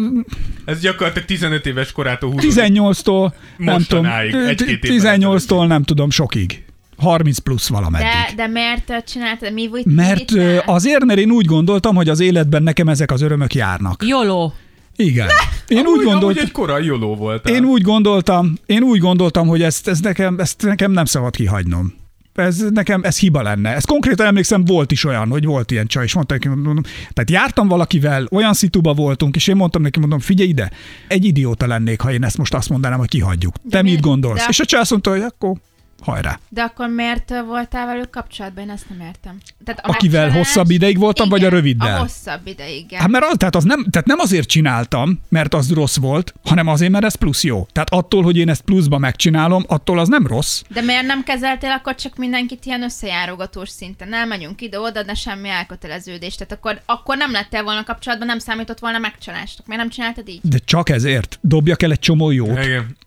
[SPEAKER 6] Ez gyakorlatilag 15 éves korától 20.
[SPEAKER 5] 18-tól, nem tudom,
[SPEAKER 6] Mostanáig, egy-két évvel
[SPEAKER 5] 18-tól nem tudom, sokig. 30 plusz valameddig.
[SPEAKER 8] De, de miért ö, csináltad? Mi volt?
[SPEAKER 5] Mert ö, azért, mert én úgy gondoltam, hogy az életben nekem ezek az örömök járnak.
[SPEAKER 7] Joló.
[SPEAKER 5] Igen. Én úgy
[SPEAKER 6] Amúgy
[SPEAKER 5] gondoltam,
[SPEAKER 6] egy korai jóló volt.
[SPEAKER 5] én úgy gondoltam, én úgy gondoltam, hogy ezt, ezt, nekem, ezt nekem nem szabad kihagynom. Ez nekem, ez hiba lenne. Ez konkrétan emlékszem, volt is olyan, hogy volt ilyen csaj, és mondta neki, mondom, tehát jártam valakivel, olyan szituba voltunk, és én mondtam neki, mondom, figyelj ide, egy idióta lennék, ha én ezt most azt mondanám, hogy kihagyjuk. Te mit
[SPEAKER 8] miért?
[SPEAKER 5] gondolsz?
[SPEAKER 8] De-
[SPEAKER 5] És a csaj azt mondta, hogy akkor hajrá.
[SPEAKER 8] De akkor miért ö, voltál velük kapcsolatban? Én ezt nem értem. Tehát a
[SPEAKER 5] Akivel
[SPEAKER 8] megcsinálás-
[SPEAKER 5] hosszabb ideig voltam, vagy a röviddel?
[SPEAKER 8] A hosszabb ideig.
[SPEAKER 5] Hát mert, az, tehát az nem, tehát nem azért csináltam, mert az rossz volt, hanem azért, mert ez plusz jó. Tehát attól, hogy én ezt pluszba megcsinálom, attól az nem rossz.
[SPEAKER 8] De miért nem kezeltél akkor csak mindenkit ilyen összejárogatós szinten? Elmegyünk ide-oda, de semmi elköteleződés. Tehát akkor, akkor nem lettél volna kapcsolatban, nem számított volna megcsalásnak. Miért nem csináltad így?
[SPEAKER 5] De csak ezért dobjak el egy csomó jót.
[SPEAKER 6] Igen.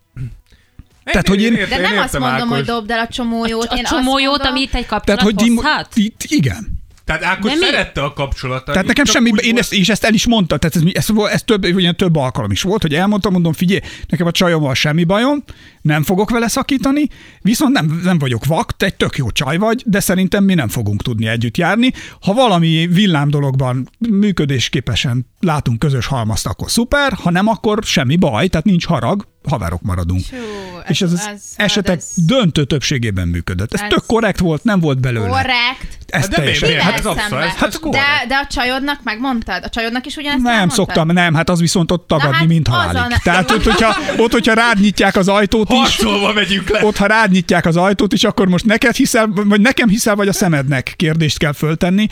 [SPEAKER 5] Tehát, hogy én-
[SPEAKER 8] De nem azt mondom, hogy dobd el a csomó jót.
[SPEAKER 7] A
[SPEAKER 8] én
[SPEAKER 7] csomó
[SPEAKER 8] azt
[SPEAKER 7] jót,
[SPEAKER 8] mondom,
[SPEAKER 7] amit egy kapcsolat
[SPEAKER 5] Tehát, hogy Dimo-
[SPEAKER 7] hozhat?
[SPEAKER 5] itt, igen.
[SPEAKER 6] Tehát Ákos
[SPEAKER 7] De mi?
[SPEAKER 6] szerette a kapcsolatot.
[SPEAKER 5] Tehát nekem
[SPEAKER 6] Csak
[SPEAKER 5] semmi,
[SPEAKER 6] úgy
[SPEAKER 5] én
[SPEAKER 6] volt-
[SPEAKER 5] ezt, és ezt el is mondtam, tehát ez, mi- ez, ez több, ugyan több alkalom is volt, hogy elmondtam, mondom, figyelj, nekem a csajommal semmi bajom, nem fogok vele szakítani, viszont nem, nem vagyok vak, te egy tök jó csaj vagy, de szerintem mi nem fogunk tudni együtt járni. Ha valami villám dologban működésképesen látunk közös halmazt, akkor szuper, ha nem, akkor semmi baj, tehát nincs harag, haverok maradunk.
[SPEAKER 8] Hú,
[SPEAKER 5] és ez az esetek
[SPEAKER 8] ez
[SPEAKER 5] döntő többségében működött. Ez,
[SPEAKER 8] Ez-
[SPEAKER 5] tök korrekt volt, nem volt belőle.
[SPEAKER 8] Korrekt.
[SPEAKER 5] Ez
[SPEAKER 6] De miért?
[SPEAKER 5] teljesen.
[SPEAKER 6] Miért?
[SPEAKER 5] Hát
[SPEAKER 6] ez
[SPEAKER 8] Ezzel
[SPEAKER 6] abszolút,
[SPEAKER 8] szemben.
[SPEAKER 6] ez- ez
[SPEAKER 8] de,
[SPEAKER 6] korrekt.
[SPEAKER 8] de a csajodnak megmondtad? A csajodnak is ugyanezt
[SPEAKER 5] Nem
[SPEAKER 8] elmondtad?
[SPEAKER 5] szoktam, nem, hát az viszont ott tagadni,
[SPEAKER 8] hát
[SPEAKER 5] mint
[SPEAKER 8] az
[SPEAKER 5] halik.
[SPEAKER 8] a ne-
[SPEAKER 5] Tehát ott hogyha, ott, hogyha rád nyitják az ajtót is,
[SPEAKER 6] Harcolva megyünk le.
[SPEAKER 5] ott, ha rád nyitják az ajtót is, akkor most neked hiszel, vagy nekem hiszel, vagy a szemednek kérdést kell föltenni.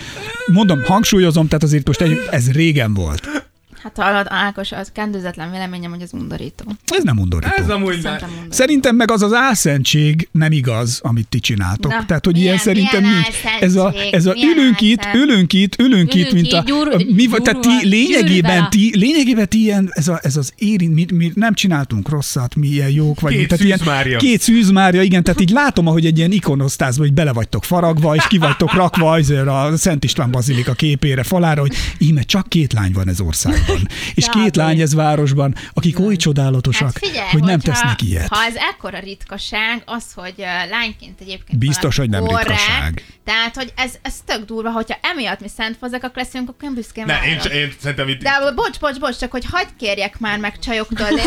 [SPEAKER 5] Mondom, hangsúlyozom, tehát azért most egy, ez régen volt.
[SPEAKER 8] Hát hallod, Ákos, az kendőzetlen véleményem, hogy az undorító.
[SPEAKER 5] Ez nem undorító.
[SPEAKER 6] Ez amúgy
[SPEAKER 8] Szerintem
[SPEAKER 6] nem.
[SPEAKER 8] undorító.
[SPEAKER 5] Szerintem meg az az álszentség nem igaz, amit ti csináltok.
[SPEAKER 8] Na,
[SPEAKER 5] Tehát, hogy ilyen
[SPEAKER 8] milyen-
[SPEAKER 5] szerintem
[SPEAKER 8] milyen
[SPEAKER 5] nincs. Ez a,
[SPEAKER 8] álszentség,
[SPEAKER 5] ez a
[SPEAKER 8] milyen
[SPEAKER 5] ülünk itt,
[SPEAKER 8] álszent.
[SPEAKER 5] ülünk itt, ülünk itt,
[SPEAKER 7] Ülünk
[SPEAKER 5] mint
[SPEAKER 7] így,
[SPEAKER 5] a...
[SPEAKER 7] gyúr-
[SPEAKER 5] a mi, vagy- tehát ti
[SPEAKER 7] gyúrva,
[SPEAKER 5] lényegében,
[SPEAKER 7] gyűrve.
[SPEAKER 5] ti, lényegében ti ilyen, ez a, ez az érint, mi, mi, nem csináltunk rosszat, mi ilyen jók vagyunk.
[SPEAKER 6] Két
[SPEAKER 5] tehát ilyen,
[SPEAKER 6] szűzmárja.
[SPEAKER 5] Két szűzmárja, igen, tehát így látom, ahogy egy ilyen ikonosztázba, hogy bele vagytok faragva, és ki vagytok rakva azért a Szent István Bazilika képére, falára, hogy íme csak két lány van ez országban. És két lány ez városban, akik oly csodálatosak,
[SPEAKER 8] Hát figyelj,
[SPEAKER 5] hogy nem
[SPEAKER 8] hogyha-
[SPEAKER 5] tesznek ilyet.
[SPEAKER 8] Ha ez ekkora ritkaság, az, hogy ö, lányként egyébként
[SPEAKER 5] Biztos,
[SPEAKER 8] valaki
[SPEAKER 5] hogy nem
[SPEAKER 8] korrekt,
[SPEAKER 5] ritkaság.
[SPEAKER 8] Tehát, hogy ez, ez tök durva, hogyha emiatt mi szent akkor leszünk, akkor én büszkén
[SPEAKER 6] Ne, én,
[SPEAKER 8] válok.
[SPEAKER 6] c- én szerintem itt...
[SPEAKER 8] De bocs, bocs, bocs, csak hogy hagyd kérjek már meg csajoktól. de-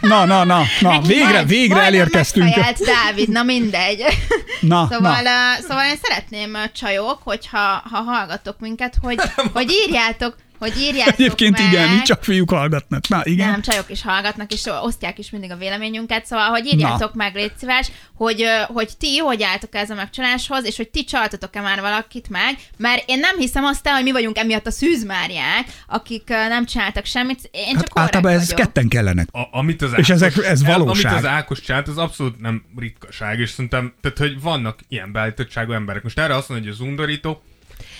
[SPEAKER 5] Na, na, na, na,
[SPEAKER 8] Neki
[SPEAKER 5] végre,
[SPEAKER 8] majd-
[SPEAKER 5] végre
[SPEAKER 8] majdnem
[SPEAKER 5] elérkeztünk.
[SPEAKER 8] megfejelt Dávid, na mindegy.
[SPEAKER 5] Na, na.
[SPEAKER 8] Szóval, na. szóval én szeretném ö, csajok, hogyha ha hallgatok minket, hogy, hogy írjátok, hogy írjátok
[SPEAKER 5] Egyébként
[SPEAKER 8] meg.
[SPEAKER 5] igen, mi csak fiúk hallgatnak. Na, igen.
[SPEAKER 8] Nem, csajok is hallgatnak, és szóval osztják is mindig a véleményünket, szóval, hogy írjátok meg, légy szíves, hogy, ö, hogy ti hogy álltok ez a megcsaláshoz, és hogy ti csaltatok-e már valakit meg, mert én nem hiszem azt el, hogy mi vagyunk emiatt a szűzmárják, akik ö, nem csináltak semmit, én csak
[SPEAKER 5] Hát
[SPEAKER 8] hát,
[SPEAKER 5] általában ez
[SPEAKER 8] vagyok.
[SPEAKER 5] ketten kellenek.
[SPEAKER 6] A, amit az
[SPEAKER 5] És ezek- ez
[SPEAKER 6] el-
[SPEAKER 5] valóság.
[SPEAKER 6] Amit az Ákos csinált, az abszolút nem ritkaság, és szerintem, tehát, hogy vannak ilyen beállítottságú emberek. Most erre azt mondod, hogy az undorító,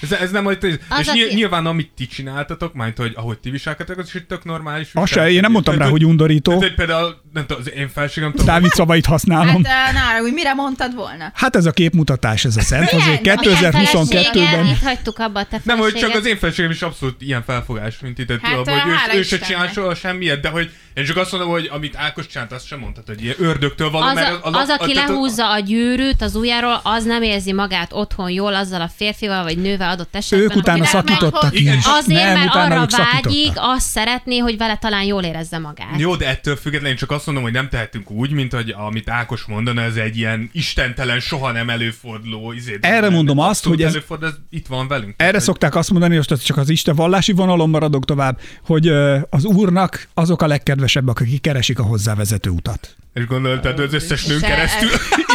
[SPEAKER 6] ez, ez nem, hogy és
[SPEAKER 7] Az,
[SPEAKER 6] ny-
[SPEAKER 7] aki-
[SPEAKER 6] nyilván amit ti csináltatok, majd hogy ahogy ti viselkedtek, az is egy tök normális.
[SPEAKER 5] Azt se,
[SPEAKER 6] viselkedés.
[SPEAKER 5] én nem mondtam
[SPEAKER 6] Tehát,
[SPEAKER 5] rá, hogy
[SPEAKER 6] Tehát,
[SPEAKER 5] undorító.
[SPEAKER 6] hogy például, nem tudom, az én felségem, tudom,
[SPEAKER 5] Dávid szavait használom.
[SPEAKER 8] Hát, ö, na, úgy mire mondtad volna?
[SPEAKER 5] Hát ez a képmutatás, ez a Szent Hozé
[SPEAKER 8] Milyen?
[SPEAKER 7] Igen,
[SPEAKER 5] 2022-ben.
[SPEAKER 7] itt hagytuk abba a te
[SPEAKER 6] Nem, hogy csak
[SPEAKER 7] feleséged.
[SPEAKER 6] az én feleségem is abszolút ilyen felfogás, mint itt,
[SPEAKER 8] Hát,
[SPEAKER 6] hát, tudom,
[SPEAKER 8] eh,
[SPEAKER 6] hogy
[SPEAKER 8] hála
[SPEAKER 6] ő, ő se
[SPEAKER 8] Istennek.
[SPEAKER 6] csinál soha semmilyet, de hogy én csak azt mondom, hogy amit Ákos csinált, azt sem mondhat, hogy ilyen ördögtől való,
[SPEAKER 7] az,
[SPEAKER 6] mert
[SPEAKER 7] a, az, aki
[SPEAKER 6] tehát
[SPEAKER 7] lehúzza a gyűrűt az ujjáról, az nem érzi magát otthon jól azzal a férfival vagy nővel adott esetben.
[SPEAKER 5] Ők utána
[SPEAKER 7] akivel meg-
[SPEAKER 5] szakítottak
[SPEAKER 6] Igen.
[SPEAKER 5] is.
[SPEAKER 7] Azért,
[SPEAKER 5] Nem,
[SPEAKER 7] mert
[SPEAKER 5] utána
[SPEAKER 7] arra
[SPEAKER 5] ők
[SPEAKER 7] vágyik,
[SPEAKER 5] szakítottak.
[SPEAKER 7] azt szeretné, hogy vele talán jól érezze magát.
[SPEAKER 6] Jó, de ettől függetlenül én csak azt mondom, hogy nem tehetünk úgy, mint hogy amit Ákos mondana, ez egy ilyen istentelen, soha nem előforduló izé. de
[SPEAKER 5] Erre
[SPEAKER 6] nem,
[SPEAKER 5] mondom azt,
[SPEAKER 6] abszolút
[SPEAKER 5] hogy ez-
[SPEAKER 6] Előfordul, ez itt van velünk.
[SPEAKER 5] Erre
[SPEAKER 6] Tehát,
[SPEAKER 5] szokták azt mondani, hogy most csak az Isten vallási vonalon maradok tovább, hogy ö, az úrnak azok a legkedvesebbek, akik keresik a hozzávezető utat.
[SPEAKER 6] hogy- És gondoltad, hogy az összes nőn
[SPEAKER 8] Se-
[SPEAKER 6] keresztül.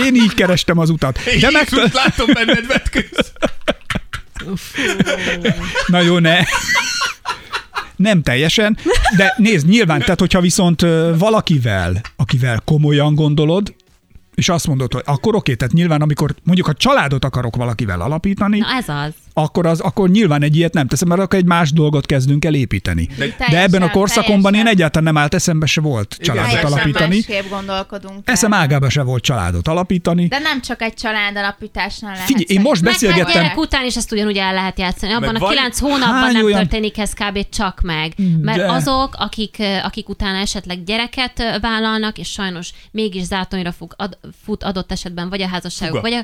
[SPEAKER 5] Én így kerestem az utat.
[SPEAKER 6] De
[SPEAKER 5] De
[SPEAKER 6] meg...
[SPEAKER 5] meg...
[SPEAKER 6] látom benned vetkőz.
[SPEAKER 5] Na jó, ne. Nem teljesen, de nézd, nyilván, tehát hogyha viszont ö, valakivel, akivel komolyan gondolod, és azt mondod, hogy akkor oké, tehát nyilván amikor mondjuk a családot akarok valakivel alapítani,
[SPEAKER 7] Na ez az.
[SPEAKER 5] akkor, az, akkor nyilván egy ilyet nem teszem, mert akkor egy más dolgot kezdünk el építeni. De, de
[SPEAKER 8] Teljesen,
[SPEAKER 5] ebben a korszakomban én
[SPEAKER 8] teljesen.
[SPEAKER 5] egyáltalán nem állt eszembe se volt családot
[SPEAKER 8] Teljesen
[SPEAKER 5] alapítani.
[SPEAKER 8] másképp gondolkodunk.
[SPEAKER 5] Eszem
[SPEAKER 8] el.
[SPEAKER 5] ágába se volt családot alapítani.
[SPEAKER 8] De nem csak egy család alapításnál lehet.
[SPEAKER 5] Figyelj, én most
[SPEAKER 7] Meg
[SPEAKER 8] szerintem.
[SPEAKER 7] hát
[SPEAKER 5] beszélgettem-
[SPEAKER 7] gyerek után is ezt ugyanúgy el lehet játszani. Abban
[SPEAKER 6] Meg
[SPEAKER 7] a
[SPEAKER 6] van-
[SPEAKER 7] kilenc hónapban
[SPEAKER 5] Hány
[SPEAKER 7] nem
[SPEAKER 5] olyan-
[SPEAKER 7] történik ez kb. csak meg. Mert
[SPEAKER 5] De.
[SPEAKER 7] azok, akik, eh, akik utána esetleg gyereket eh, vállalnak, és sajnos mégis zátonyra fog, ad, fut adott esetben vagy a házasságuk,
[SPEAKER 6] Fuga.
[SPEAKER 7] vagy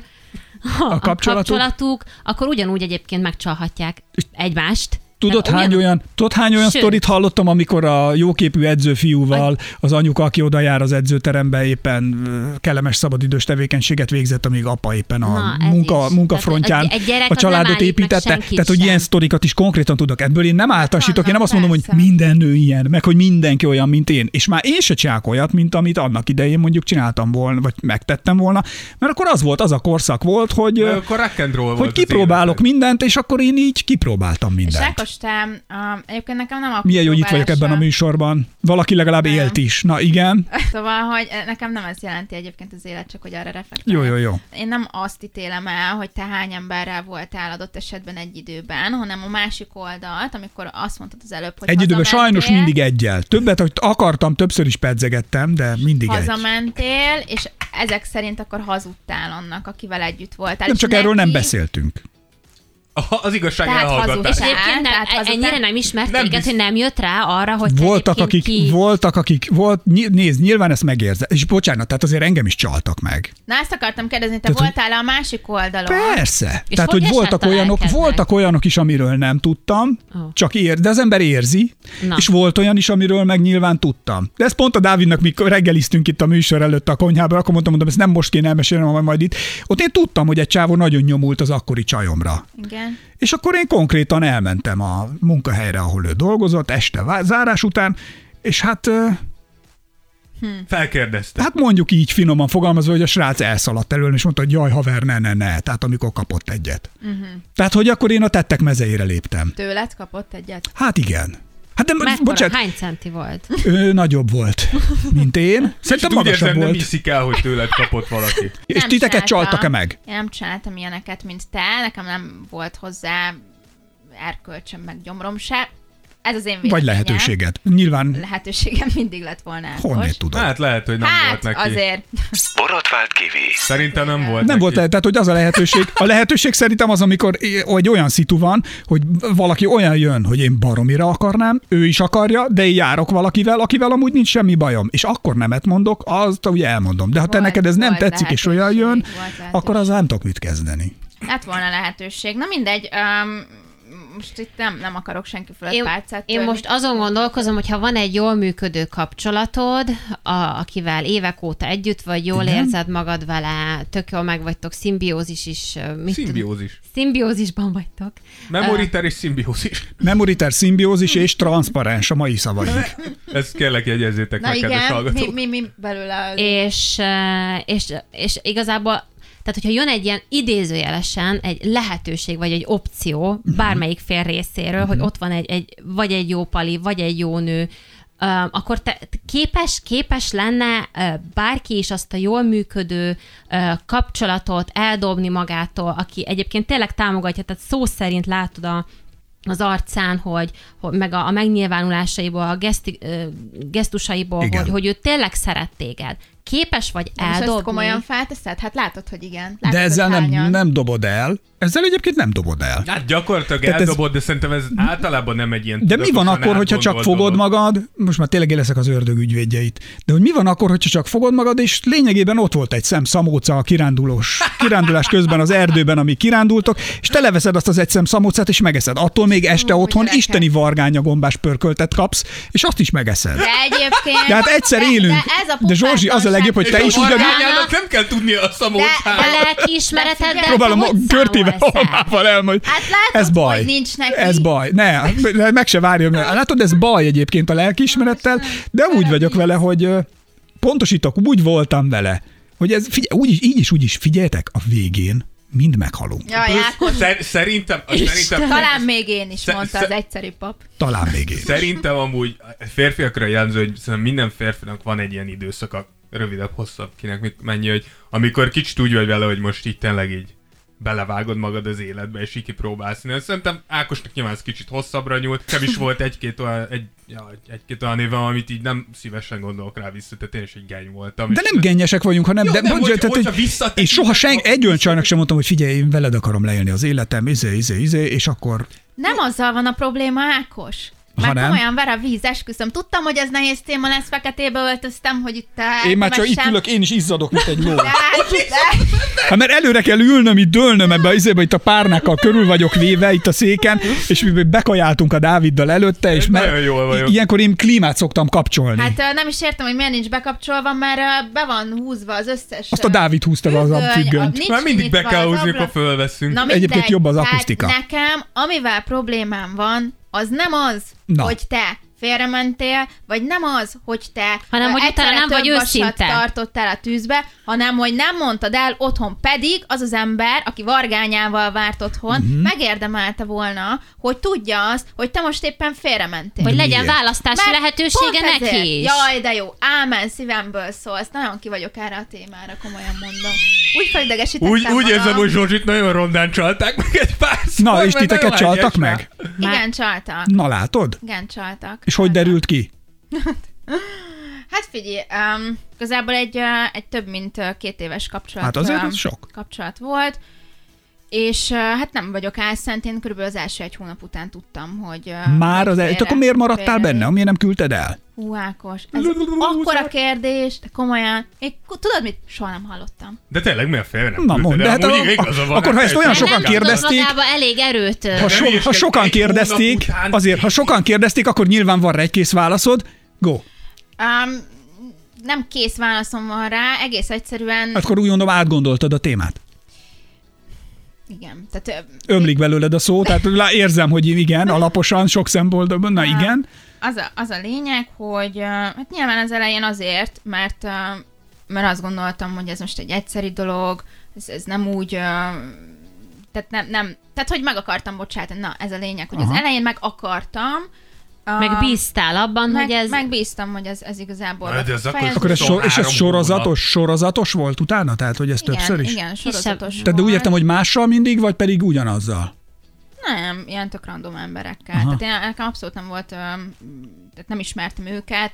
[SPEAKER 7] a,
[SPEAKER 5] A kapcsolatuk?
[SPEAKER 7] kapcsolatuk, akkor ugyanúgy egyébként megcsalhatják egymást.
[SPEAKER 5] Tudod
[SPEAKER 7] Mert
[SPEAKER 5] hány,
[SPEAKER 7] ugyan-
[SPEAKER 5] olyan, tudod, hány olyan
[SPEAKER 7] Sőt.
[SPEAKER 5] sztorit hallottam, amikor a jóképű edzőfiúval az anyuka, aki oda jár az edzőterembe, éppen ö, kellemes szabadidős tevékenységet végzett, amíg apa éppen a
[SPEAKER 7] Na, ez
[SPEAKER 5] Na, munka,
[SPEAKER 7] is.
[SPEAKER 5] munkafrontján
[SPEAKER 7] Tehát egy- egy gyerek
[SPEAKER 5] a
[SPEAKER 7] az nem
[SPEAKER 5] családot
[SPEAKER 7] állít meg
[SPEAKER 5] építette.
[SPEAKER 7] senkit
[SPEAKER 5] Tehát, hogy
[SPEAKER 7] sem.
[SPEAKER 5] ilyen sztorikat is konkrétan tudok. Ebből én nem általánosítok, én nem azt mondom, hogy
[SPEAKER 8] persze.
[SPEAKER 5] minden nő ilyen, meg hogy mindenki olyan, mint én. És már én se csinálok olyat, mint amit annak idején mondjuk csináltam volna, vagy megtettem volna. Mert akkor az volt, az a korszak volt, hogy, ö,
[SPEAKER 6] Akkor rock and roll volt
[SPEAKER 5] hogy
[SPEAKER 6] az
[SPEAKER 5] kipróbálok
[SPEAKER 6] életed.
[SPEAKER 5] mindent, és akkor én így kipróbáltam
[SPEAKER 8] És
[SPEAKER 5] mindent.
[SPEAKER 8] Ákos, te, um, egyébként nekem nem a
[SPEAKER 5] Milyen jó, hogy itt vagyok ebben a
[SPEAKER 8] próbálással-
[SPEAKER 5] műsorban. Valaki legalább
[SPEAKER 8] Nem.
[SPEAKER 5] élt is. Na igen.
[SPEAKER 8] Szóval, hogy eh, nekem nem ez jelenti egyébként az élet, csak hogy arra reflektálok.
[SPEAKER 5] Jó, jó, jó.
[SPEAKER 8] Én nem azt ítélem el, hogy te hány emberrel voltál adott esetben egy időben, hanem a másik oldalt, amikor azt mondtad az előbb, hogy
[SPEAKER 5] Egy időben
[SPEAKER 8] hazamentél,
[SPEAKER 5] sajnos mindig egyel. Többet, hogy akartam, többször is pedzegettem, de mindig egy.
[SPEAKER 8] hazamentél, és ezek szerint akkor hazudtál annak, akivel együtt voltál.
[SPEAKER 5] Nem
[SPEAKER 8] És
[SPEAKER 5] csak erről nem
[SPEAKER 8] neki-
[SPEAKER 5] beszéltünk.
[SPEAKER 6] Aha, Az igazság
[SPEAKER 8] Tehát
[SPEAKER 6] elhallgatás.
[SPEAKER 7] És
[SPEAKER 8] hazudtál.
[SPEAKER 7] egyébként nem,
[SPEAKER 8] Tehát azután-
[SPEAKER 7] ennyire nem ismert
[SPEAKER 6] Nem
[SPEAKER 7] nem téged,
[SPEAKER 6] biztos.
[SPEAKER 7] hogy nem jött rá arra, hogy te
[SPEAKER 5] Voltak
[SPEAKER 7] egyébként
[SPEAKER 5] akik,
[SPEAKER 7] ki...
[SPEAKER 5] voltak, akik, volt, ny- nézd, nyilván ezt megérzem. És bocsánat, tehát azért engem is csaltak meg.
[SPEAKER 8] Na ezt akartam kérdezni, te
[SPEAKER 5] Tehát, hogy-
[SPEAKER 8] voltál a másik oldalon?
[SPEAKER 5] Persze.
[SPEAKER 7] És
[SPEAKER 5] tehát,
[SPEAKER 7] hogy
[SPEAKER 5] hogy
[SPEAKER 7] esett
[SPEAKER 5] voltak
[SPEAKER 7] a
[SPEAKER 5] olyanok,
[SPEAKER 7] lelkednek?
[SPEAKER 5] voltak olyanok is, amiről nem tudtam,
[SPEAKER 7] Ó.
[SPEAKER 5] csak ér, de az ember érzi,
[SPEAKER 7] Na.
[SPEAKER 5] és volt olyan is, amiről meg nyilván tudtam. De ez pont a Dávidnak, mikor reggeliztünk itt a műsor előtt a konyhában, akkor mondtam, mondom, ezt nem most kéne elmesélnem, hanem majd itt. Ott én tudtam, hogy egy csávó nagyon nyomult az akkori csajomra.
[SPEAKER 8] Igen.
[SPEAKER 5] És akkor én konkrétan elmentem a munkahelyre, ahol ő dolgozott, este vá- zárás után, és hát, ö,
[SPEAKER 6] Felkérdezte.
[SPEAKER 5] hát mondjuk így finoman fogalmazva, hogy a srác elszaladt előlem, és mondta, hogy jaj, haver, ne, ne, ne. Tehát amikor kapott egyet.
[SPEAKER 7] Mhm.
[SPEAKER 5] Uh-huh. Tehát, hogy akkor én a tettek mezeire léptem.
[SPEAKER 8] Tőled kapott egyet?
[SPEAKER 5] Hát igen. Hát de,
[SPEAKER 7] Mekkora,
[SPEAKER 5] bocsánat,
[SPEAKER 7] hány centi volt?
[SPEAKER 5] ő nagyobb volt, mint én.
[SPEAKER 6] És
[SPEAKER 5] Szerintem
[SPEAKER 6] úgy
[SPEAKER 5] magasabb
[SPEAKER 6] érzem, nem
[SPEAKER 5] volt.
[SPEAKER 6] hiszik el, hogy tőled kapott valaki.
[SPEAKER 5] És
[SPEAKER 8] Nem
[SPEAKER 5] titeket
[SPEAKER 8] csináltam.
[SPEAKER 5] csaltak-e meg?
[SPEAKER 8] Én nem csináltam ilyeneket, mint te, nekem nem volt hozzá erkölcsöm, meg gyomrom se. Ez az én
[SPEAKER 5] Vagy
[SPEAKER 8] véleményem.
[SPEAKER 5] lehetőséged? Nyilván
[SPEAKER 8] Lehetőségem mindig lett volna.
[SPEAKER 5] honnan
[SPEAKER 8] Ákos.
[SPEAKER 5] tudod?
[SPEAKER 6] Hát lehet, hogy nem volt
[SPEAKER 8] Hát,
[SPEAKER 6] neki.
[SPEAKER 8] azért.
[SPEAKER 2] Borotvált Kivi.
[SPEAKER 6] Szerintem nem volt
[SPEAKER 5] Nem
[SPEAKER 6] Hát neki.
[SPEAKER 5] volt lehet, tehát hogy az a lehetőség. A lehetőség szerintem az, amikor é- egy olyan szitu van, hogy valaki olyan jön, hogy én baromira akarnám, ő is akarja, de én járok valakivel, akivel amúgy nincs semmi bajom. És akkor nemet mondok, azt ugye elmondom. De ha te
[SPEAKER 8] Volt-
[SPEAKER 5] neked ez nem
[SPEAKER 8] volt
[SPEAKER 5] tetszik és olyan
[SPEAKER 8] lehetőség,
[SPEAKER 5] jön,
[SPEAKER 8] volt lehetőség.
[SPEAKER 5] akkor az nem tudok mit kezdeni.
[SPEAKER 8] Lett volna lehetőség. Na mindegy, um, most itt nem, nem akarok senki fölött pálcát
[SPEAKER 7] én
[SPEAKER 8] törni.
[SPEAKER 7] most azon gondolkozom, hogy ha van egy jól működő kapcsolatod, a, akivel évek óta együtt vagy, jól Igen? érzed magad vele, tök jól meg vagytok, szimbiózis is. ö, Mit Tudom,
[SPEAKER 6] Szimbiózis.
[SPEAKER 7] szimbiózisban vagytok.
[SPEAKER 6] Memoriter és szimbiózis.
[SPEAKER 5] Memoriter szimbiózis és transzparens a mai szavaink.
[SPEAKER 6] Ezt kérlek jegyezzétek
[SPEAKER 8] Na
[SPEAKER 6] meg, kedves
[SPEAKER 8] igen, mi,
[SPEAKER 6] hallgatók.
[SPEAKER 8] mi, mi belőle az...
[SPEAKER 7] és, eh, és, és igazából tehát, hogyha jön egy ilyen idézőjelesen egy lehetőség, vagy egy opció bármelyik fél részéről, hogy ott van egy, egy vagy egy jó pali, vagy egy jó nő, ö, akkor te te képes, képes lenne ö, bárki is azt a jól működő ö, kapcsolatot eldobni magától, aki egyébként tényleg támogatja, tehát szó szerint látod a, az arcán, hogy, hogy meg a, a megnyilvánulásaiból, a geszti, ö, gesztusaiból,
[SPEAKER 5] Igen.
[SPEAKER 7] hogy, hogy ő tényleg szeret téged. Képes vagy
[SPEAKER 8] És ezt
[SPEAKER 7] eldobni.
[SPEAKER 8] komolyan felteszed? Hát látod, hogy igen. Látod,
[SPEAKER 5] De ezzel
[SPEAKER 8] hogy
[SPEAKER 5] nem,
[SPEAKER 8] hányan.
[SPEAKER 5] nem dobod el. Ezzel egyébként nem dobod el.
[SPEAKER 6] Hát gyakorlatilag
[SPEAKER 5] Tehát ez-
[SPEAKER 6] eldobod, de szerintem ez általában nem egy ilyen
[SPEAKER 5] De mi van
[SPEAKER 6] tudatosan
[SPEAKER 5] akkor, hogyha csak
[SPEAKER 6] átgondolt
[SPEAKER 5] fogod
[SPEAKER 6] dolog.
[SPEAKER 5] magad, most már tényleg én leszek az ördög ügyvédjeit, de hogy mi van akkor, hogyha csak fogod magad, és lényegében ott volt egy szem szamóca a kirándulós, kirándulás közben az erdőben, ami kirándultok, és te leveszed azt az egy szem szamócát, és megeszed. Attól még este
[SPEAKER 8] Ú,
[SPEAKER 5] otthon
[SPEAKER 8] gyerekek.
[SPEAKER 5] isteni vargánya gombás pörköltet kapsz, és azt is megeszed.
[SPEAKER 8] De egyébként...
[SPEAKER 5] De hát egyszer élünk.
[SPEAKER 8] De, ez a
[SPEAKER 5] De Zsorzsi, az a legjobb, hogy
[SPEAKER 6] És
[SPEAKER 5] te
[SPEAKER 6] a
[SPEAKER 5] is ugyanúgy-
[SPEAKER 6] vargányának nem kell tudnia a szamócát.
[SPEAKER 7] A lelkiismereteddel te
[SPEAKER 5] Próbálom
[SPEAKER 7] hogy
[SPEAKER 5] körtével
[SPEAKER 7] számolsz el?
[SPEAKER 5] holmával elmondani.
[SPEAKER 8] Hát látod,
[SPEAKER 5] ez baj.
[SPEAKER 8] hogy nincs neki.
[SPEAKER 5] Ez baj. Ne, ne, meg se várjam. Látod, ez baj egyébként a lelkiismerettel, de úgy vagyok vele, hogy ö, pontosítok, úgy voltam vele, hogy ez figyelj, úgy is, így is, úgy is, figyeljetek, a végén mind meghalunk.
[SPEAKER 8] Jaj, Ákos,
[SPEAKER 6] Szer- Szerintem, szerintem,
[SPEAKER 8] talán még én is
[SPEAKER 6] Sze-
[SPEAKER 8] mondta
[SPEAKER 6] sze-
[SPEAKER 8] az egyszerű pap.
[SPEAKER 5] Talán még én.
[SPEAKER 6] Szerintem amúgy férfiakra jellemző, hogy szerintem minden férfinak van egy ilyen időszaka rövidebb, hosszabb, kinek mit, mennyi, hogy amikor kicsit úgy vagy vele, hogy most így tényleg így belevágod magad az életbe, és így kipróbálsz. Én szerintem Ákosnak nyilván ez kicsit hosszabbra nyúlt. Nekem is volt egy-két olyan, egy, ja, egy-két olyan évem, amit így nem szívesen gondolok rá vissza, tehát én is egy geny voltam.
[SPEAKER 5] De
[SPEAKER 6] és-
[SPEAKER 5] nem gennyesek vagyunk, hanem...
[SPEAKER 6] Jó,
[SPEAKER 5] de,
[SPEAKER 6] nem,
[SPEAKER 5] nem,
[SPEAKER 6] hogyha-
[SPEAKER 5] tehát,
[SPEAKER 6] hogyha
[SPEAKER 5] hogy-
[SPEAKER 6] visszatekintünk,
[SPEAKER 5] és soha sen,
[SPEAKER 6] akkor
[SPEAKER 5] egy olyan csajnak sem mondtam, hogy figyelj, én veled akarom leélni az életem, izé, izé, izé, és akkor...
[SPEAKER 8] Nem azzal van a probléma, Ákos.
[SPEAKER 5] Ha
[SPEAKER 8] Már
[SPEAKER 5] nem?
[SPEAKER 8] komolyan ver a víz, esküszöm. Tudtam, hogy ez nehéz téma lesz, feketébe öltöztem, hogy itt Hát, te
[SPEAKER 5] én is izzadok, mint egy ló.
[SPEAKER 8] De,
[SPEAKER 5] Hát mert előre kell ülnöm, itt dőlnöm ebbe az izébe, itt a párnákkal körül vagyok véve itt a széken, és mi bekajáltunk a Dáviddal előtte, és
[SPEAKER 6] Nagyon jól vagyok.
[SPEAKER 5] ilyenkor én klímát szoktam kapcsolni. Hát,
[SPEAKER 8] Hát ö, nem is értem, hogy miért nincs bekapcsolva, mert ö, be van húzva az összes...
[SPEAKER 5] Azt a Dávid húzta be az a függönyt.
[SPEAKER 6] Már mindig be kell húzni, akkor fölveszünk.
[SPEAKER 8] Na,
[SPEAKER 5] Egyébként
[SPEAKER 8] mindegy.
[SPEAKER 5] jobb az
[SPEAKER 8] Tehát
[SPEAKER 5] akusztika.
[SPEAKER 8] nekem, amivel problémám van, az nem az,
[SPEAKER 5] Na.
[SPEAKER 8] Na. hogy te félrementél, vagy nem az, hogy te
[SPEAKER 7] Hanem,
[SPEAKER 8] ö,
[SPEAKER 7] hogy
[SPEAKER 8] egyszerre
[SPEAKER 7] utána nem
[SPEAKER 8] több
[SPEAKER 7] vagy
[SPEAKER 8] vasat
[SPEAKER 7] őszinte.
[SPEAKER 8] tartottál a tűzbe, hanem, hogy nem mondtad el otthon. Pedig az az ember, aki vargányával várt otthon, uh-huh. megérdemelte volna, hogy tudja azt, hogy te most éppen félrementél.
[SPEAKER 7] Hogy legyen
[SPEAKER 5] Miért?
[SPEAKER 7] választási
[SPEAKER 8] Mert
[SPEAKER 7] lehetősége
[SPEAKER 8] pont ezért.
[SPEAKER 7] neki is.
[SPEAKER 8] Jaj, de jó. Ámen, szívemből szólsz. Nagyon ki vagyok erre a témára, komolyan mondom. Úgy felidegesítettem
[SPEAKER 6] Úgy, úgy
[SPEAKER 8] magam.
[SPEAKER 6] érzem, hogy Zsorzsit nagyon rondán csalták meg egy pár
[SPEAKER 5] Na, és titeket csaltak meg?
[SPEAKER 8] Igen, csaltak.
[SPEAKER 5] Na látod?
[SPEAKER 8] Igen, csaltak.
[SPEAKER 5] És hogy
[SPEAKER 8] Csaltak.
[SPEAKER 5] derült ki?
[SPEAKER 8] Hát figyelj, um, igazából egy, uh, egy több mint uh, két éves kapcsolat,
[SPEAKER 5] Hát azért
[SPEAKER 8] ö,
[SPEAKER 5] az sok.
[SPEAKER 8] kapcsolat volt, és uh, hát nem vagyok álszent, én körülbelül az első egy hónap után tudtam, hogy... Uh,
[SPEAKER 5] Már az el... Te akkor miért maradtál benne, amiért nem küldted el?
[SPEAKER 8] Hú, Ákos, ez akkora kérdés, de komolyan, én, tudod mit? Soha nem hallottam.
[SPEAKER 6] De tényleg miért félre nem
[SPEAKER 5] Na,
[SPEAKER 6] küldted
[SPEAKER 5] mondd,
[SPEAKER 6] el?
[SPEAKER 5] de hát
[SPEAKER 6] Amúgy
[SPEAKER 5] a-
[SPEAKER 6] igen, igaza van,
[SPEAKER 5] akkor, ha ezt olyan
[SPEAKER 6] teljesen
[SPEAKER 7] Mert
[SPEAKER 5] sokan
[SPEAKER 7] Hát nem
[SPEAKER 6] igazad van.
[SPEAKER 5] kérdez- kérdezték.
[SPEAKER 7] tudod magába elég erőt. ö,
[SPEAKER 5] Ha, so, ha
[SPEAKER 6] ügyeskedj,
[SPEAKER 5] sokan
[SPEAKER 6] egy
[SPEAKER 5] kérdezték,
[SPEAKER 6] hónap után-
[SPEAKER 5] azért ha sokan kérdezték, akkor nyilván van rá egy-kész válaszod. Go.
[SPEAKER 8] Um, nem kész válaszom van rá, egész egyszerűen,
[SPEAKER 5] Hát Akkor úgy mondom, átgondoltad a témát.
[SPEAKER 8] igen, tehát ö,
[SPEAKER 5] Ömlik belőled a szó, tehát lá- érzem, hogy igen, alaposan, sok szempontból, na igen.
[SPEAKER 8] az a, az a lényeg, hogy ö, hát nyilván az elején azért, mert, ö, mert azt gondoltam, hogy ez most egy egyszeri dolog, ez, ez nem úgy, ö, tehát nem, nem, tehát hogy meg akartam bocsátani, na ez a lényeg, hogy Aha.
[SPEAKER 5] Aha.
[SPEAKER 8] az elején meg akartam, ö,
[SPEAKER 7] Meg bíztál abban,
[SPEAKER 8] meg,
[SPEAKER 7] hogy ez...
[SPEAKER 8] megbíztam, hogy ez, ez igazából...
[SPEAKER 6] Na, de ez akkor-
[SPEAKER 8] fejező-
[SPEAKER 5] Akkor ez, so, és ez
[SPEAKER 6] Három
[SPEAKER 5] sorozatos, sorozatos volt utána? Tehát, hogy ez
[SPEAKER 8] igen,
[SPEAKER 5] többször is?
[SPEAKER 8] Igen,
[SPEAKER 7] Kisebb-
[SPEAKER 8] sorozatos
[SPEAKER 5] Tehát de úgy
[SPEAKER 8] volt.
[SPEAKER 5] értem, hogy mással mindig, vagy pedig ugyanazzal?
[SPEAKER 8] Hát, Nem, ilyen tök random emberekkel.
[SPEAKER 5] Aha.
[SPEAKER 8] Tehát én, nekem abszolút nem volt, öm, tehát nem ismertem őket.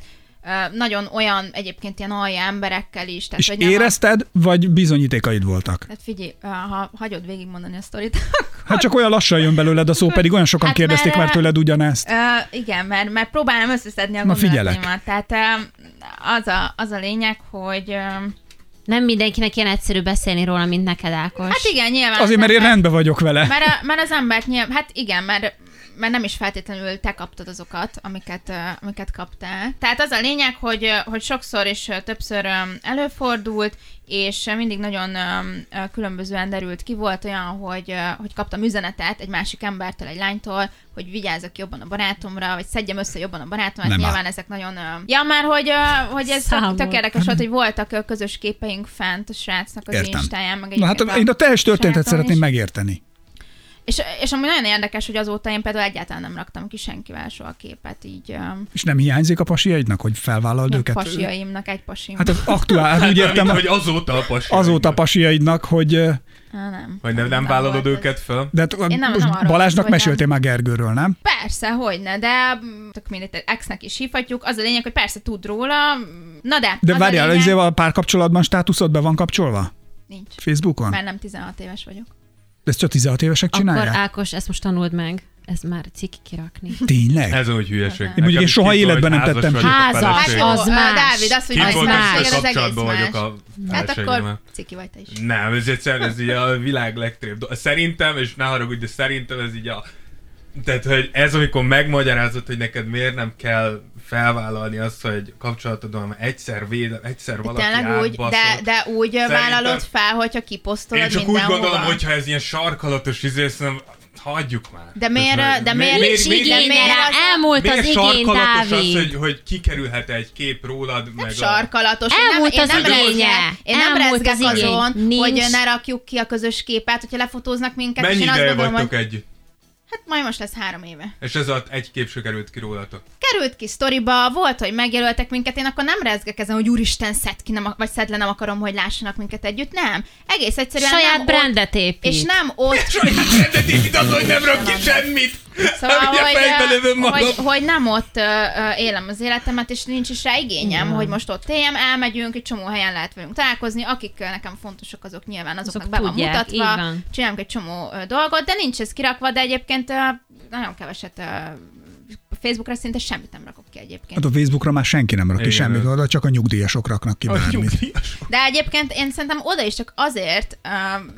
[SPEAKER 8] Ö, Nagyon olyan egyébként ilyen alja emberekkel is. Tehát,
[SPEAKER 5] És
[SPEAKER 8] hogy nem az-
[SPEAKER 5] érezted, vagy bizonyítékaid voltak?
[SPEAKER 8] Tehát Hát figyelj, ö, ha hagyod végigmondani a sztorit, akkor...
[SPEAKER 5] Hát csak olyan lassan jön belőled a szó, pedig olyan sokan
[SPEAKER 8] Hát
[SPEAKER 5] kérdezték
[SPEAKER 8] mert-
[SPEAKER 5] már tőled ugyanezt.
[SPEAKER 8] Ö, igen, mert, mert próbálom összeszedni a
[SPEAKER 5] Na, figyelek.
[SPEAKER 8] gondolataimat. Tehát ö, az a, az a lényeg, hogy... ö,
[SPEAKER 7] Nem mindenkinek ilyen egyszerű beszélni róla, mint neked, Ákos.
[SPEAKER 8] Hát igen, nyilván...
[SPEAKER 5] Azért, mert én
[SPEAKER 8] ember-
[SPEAKER 5] rendben vagyok vele.
[SPEAKER 8] Mert, a, mert az embert nyilván... Hát igen, mert, mert nem is feltétlenül te kaptad azokat, amiket, ö, amiket kaptál. Tehát az a lényeg, hogy, ö, hogy sokszor és ö, többször ö, előfordult, és ö, mindig nagyon ö, ö, különbözően derült ki. Volt olyan, hogy, ö, hogy kaptam üzenetet egy másik embertől, egy lánytól, hogy vigyázzak jobban a barátomra, vagy szedjem össze jobban a barátomat.
[SPEAKER 5] Nem áll.
[SPEAKER 8] nyilván ezek nagyon... ö, Ja, mert hogy, ö, hogy ez tök,
[SPEAKER 7] Számol.
[SPEAKER 8] tök érdekes volt, hogy voltak ö, közös képeink fent a srácnak az
[SPEAKER 5] Értem.
[SPEAKER 8] instáján, meg
[SPEAKER 5] Na hát
[SPEAKER 8] egyébként
[SPEAKER 5] én a teljes történetet
[SPEAKER 8] sajátom
[SPEAKER 5] szeretném
[SPEAKER 8] is.
[SPEAKER 5] megérteni.
[SPEAKER 8] És, és amúgy nagyon érdekes, hogy azóta én például egyáltalán nem raktam ki senkivel soha képet, így öm,
[SPEAKER 5] És nem hiányzik a pasiaidnak, hogy felvállald
[SPEAKER 8] nem
[SPEAKER 5] Hát őket?
[SPEAKER 8] pasiaimnak, egy pasim.
[SPEAKER 5] Hát az aktuál, hát úgy értem,
[SPEAKER 6] Mármint, hogy azóta a pasi.
[SPEAKER 5] azóta a pasiaidnak, hogy... ö,
[SPEAKER 8] Á, nem.
[SPEAKER 6] Hogy nem, nem vállalod őket fel?
[SPEAKER 5] De hát,
[SPEAKER 8] nem- nem
[SPEAKER 5] most
[SPEAKER 8] arról
[SPEAKER 5] Balázsnak
[SPEAKER 8] vagyok,
[SPEAKER 5] meséltél már Gergőről, nem?
[SPEAKER 8] Persze, hogy ne, de mm, tök mindegy, exnek is hívhatjuk. Az a lényeg, hogy persze tud róla, mm, na de.
[SPEAKER 5] De
[SPEAKER 8] az
[SPEAKER 5] várjál,
[SPEAKER 8] a lényeg,
[SPEAKER 5] ezzel a párkapcsolatban státuszod be van kapcsolva?
[SPEAKER 8] Nincs,
[SPEAKER 5] Facebookon?
[SPEAKER 8] mert nem 16 éves vagyok.
[SPEAKER 5] De ezt csak 16 évesek
[SPEAKER 7] Akkor
[SPEAKER 5] csinálják?
[SPEAKER 7] Ákos, ezt most tanuld meg. Ez már cikk kirakni.
[SPEAKER 5] Tényleg?
[SPEAKER 6] Ez olyan hülyeség.
[SPEAKER 5] Én mondjuk én soha életben nem tettem
[SPEAKER 7] Házas, az
[SPEAKER 8] Hát ö,
[SPEAKER 7] más.
[SPEAKER 8] Dávid, az, hogy
[SPEAKER 7] Kint
[SPEAKER 6] Kint
[SPEAKER 8] az
[SPEAKER 7] voltam,
[SPEAKER 8] más,
[SPEAKER 7] és
[SPEAKER 8] igen,
[SPEAKER 6] voltam,
[SPEAKER 8] az egész
[SPEAKER 6] kapcsolatban vagyok
[SPEAKER 8] más.
[SPEAKER 6] a
[SPEAKER 8] Hát akkor
[SPEAKER 6] feleségemmel.
[SPEAKER 8] ciki vagy te is.
[SPEAKER 6] Nem, ez egyszerűen ez így a világ legtrébb do- Szerintem, és ne haragudj, de szerintem ez így a... Tehát, hogy ez amikor megmagyarázod, hogy neked miért nem kell felvállalni azt, hogy kapcsolatodon hanem egyszer védem, egyszer valaki
[SPEAKER 8] Tényleg úgy, de,
[SPEAKER 6] átbaszott.
[SPEAKER 8] de úgy ö, vállalod
[SPEAKER 6] Szerintem-
[SPEAKER 8] fel, hogyha kiposztolod
[SPEAKER 6] Én csak úgy
[SPEAKER 8] mindenhova.
[SPEAKER 6] gondolom, hogyha ez ilyen sarkalatos izé, szerintem hagyjuk már.
[SPEAKER 8] De miért,
[SPEAKER 6] Tehát,
[SPEAKER 8] ö,
[SPEAKER 6] hogy
[SPEAKER 8] de miért,
[SPEAKER 7] Nincs
[SPEAKER 8] miért- de
[SPEAKER 7] igénye
[SPEAKER 8] miért
[SPEAKER 7] rá,
[SPEAKER 8] az-
[SPEAKER 7] elmúlt az
[SPEAKER 6] Miért
[SPEAKER 7] igény,
[SPEAKER 6] sarkalatos az, hogy,
[SPEAKER 7] Dávid.
[SPEAKER 6] hogy kikerülhet egy kép rólad, meg
[SPEAKER 8] Hát sarkalatos. Én
[SPEAKER 7] Elmúlt
[SPEAKER 8] nem,
[SPEAKER 7] az
[SPEAKER 8] én nem
[SPEAKER 7] igénye.
[SPEAKER 8] rezgek- Én nem
[SPEAKER 7] Elmúlt az
[SPEAKER 8] rezgek
[SPEAKER 7] igény.
[SPEAKER 8] azon,
[SPEAKER 7] Nincs.
[SPEAKER 8] hogy ne rakjuk ki a közös képet, hogyha lefotóznak
[SPEAKER 6] a...
[SPEAKER 8] minket,
[SPEAKER 6] Mennyi
[SPEAKER 8] és én azt
[SPEAKER 6] ideje
[SPEAKER 8] gondolom,
[SPEAKER 6] vagytok
[SPEAKER 8] hogy
[SPEAKER 6] együtt?
[SPEAKER 8] Hát majd most lesz három éve.
[SPEAKER 6] És ez alatt egy kép se került ki rólatok.
[SPEAKER 8] Került ki sztoriba, volt, hogy megjelöltek minket, én akkor nem rezgek ezen, hogy úristen, szed ki, nem, ak- vagy szed le, nem akarom, hogy lássanak minket együtt. Nem. Egész egyszerűen
[SPEAKER 7] Saját
[SPEAKER 8] nem
[SPEAKER 7] brandet
[SPEAKER 8] Ott,
[SPEAKER 7] épít.
[SPEAKER 8] és nem ott
[SPEAKER 6] Saját rendet Hát, az, hogy nem rak ki semmit! Hát,
[SPEAKER 8] Szóval,
[SPEAKER 6] Ugye
[SPEAKER 8] hogy,
[SPEAKER 6] fejbe
[SPEAKER 8] ö,
[SPEAKER 6] lövöm magam.
[SPEAKER 8] hogy, hogy nem ott ö, ö, élem az életemet, és nincs is rá igényem, hogy most ott éljem, elmegyünk, egy csomó helyen lehet velünk találkozni, akik ö, nekem fontosak, azok nyilván azoknak
[SPEAKER 7] Azok
[SPEAKER 8] be van
[SPEAKER 7] tudják, így
[SPEAKER 8] mutatva,
[SPEAKER 7] van.
[SPEAKER 8] csinálunk egy csomó ö, dolgot, de nincs ez kirakva, de egyébként ö, nagyon keveset ö, Facebookra szinte semmit nem rakok ki
[SPEAKER 5] Hát
[SPEAKER 8] egyébként.
[SPEAKER 5] a Facebookra már senki nem rak ki
[SPEAKER 6] Igen.
[SPEAKER 5] semmit, oda csak a nyugdíjasok raknak ki
[SPEAKER 6] A
[SPEAKER 5] bármit.
[SPEAKER 6] nyugdíjas.
[SPEAKER 8] De egyébként én szerintem oda is csak azért ö,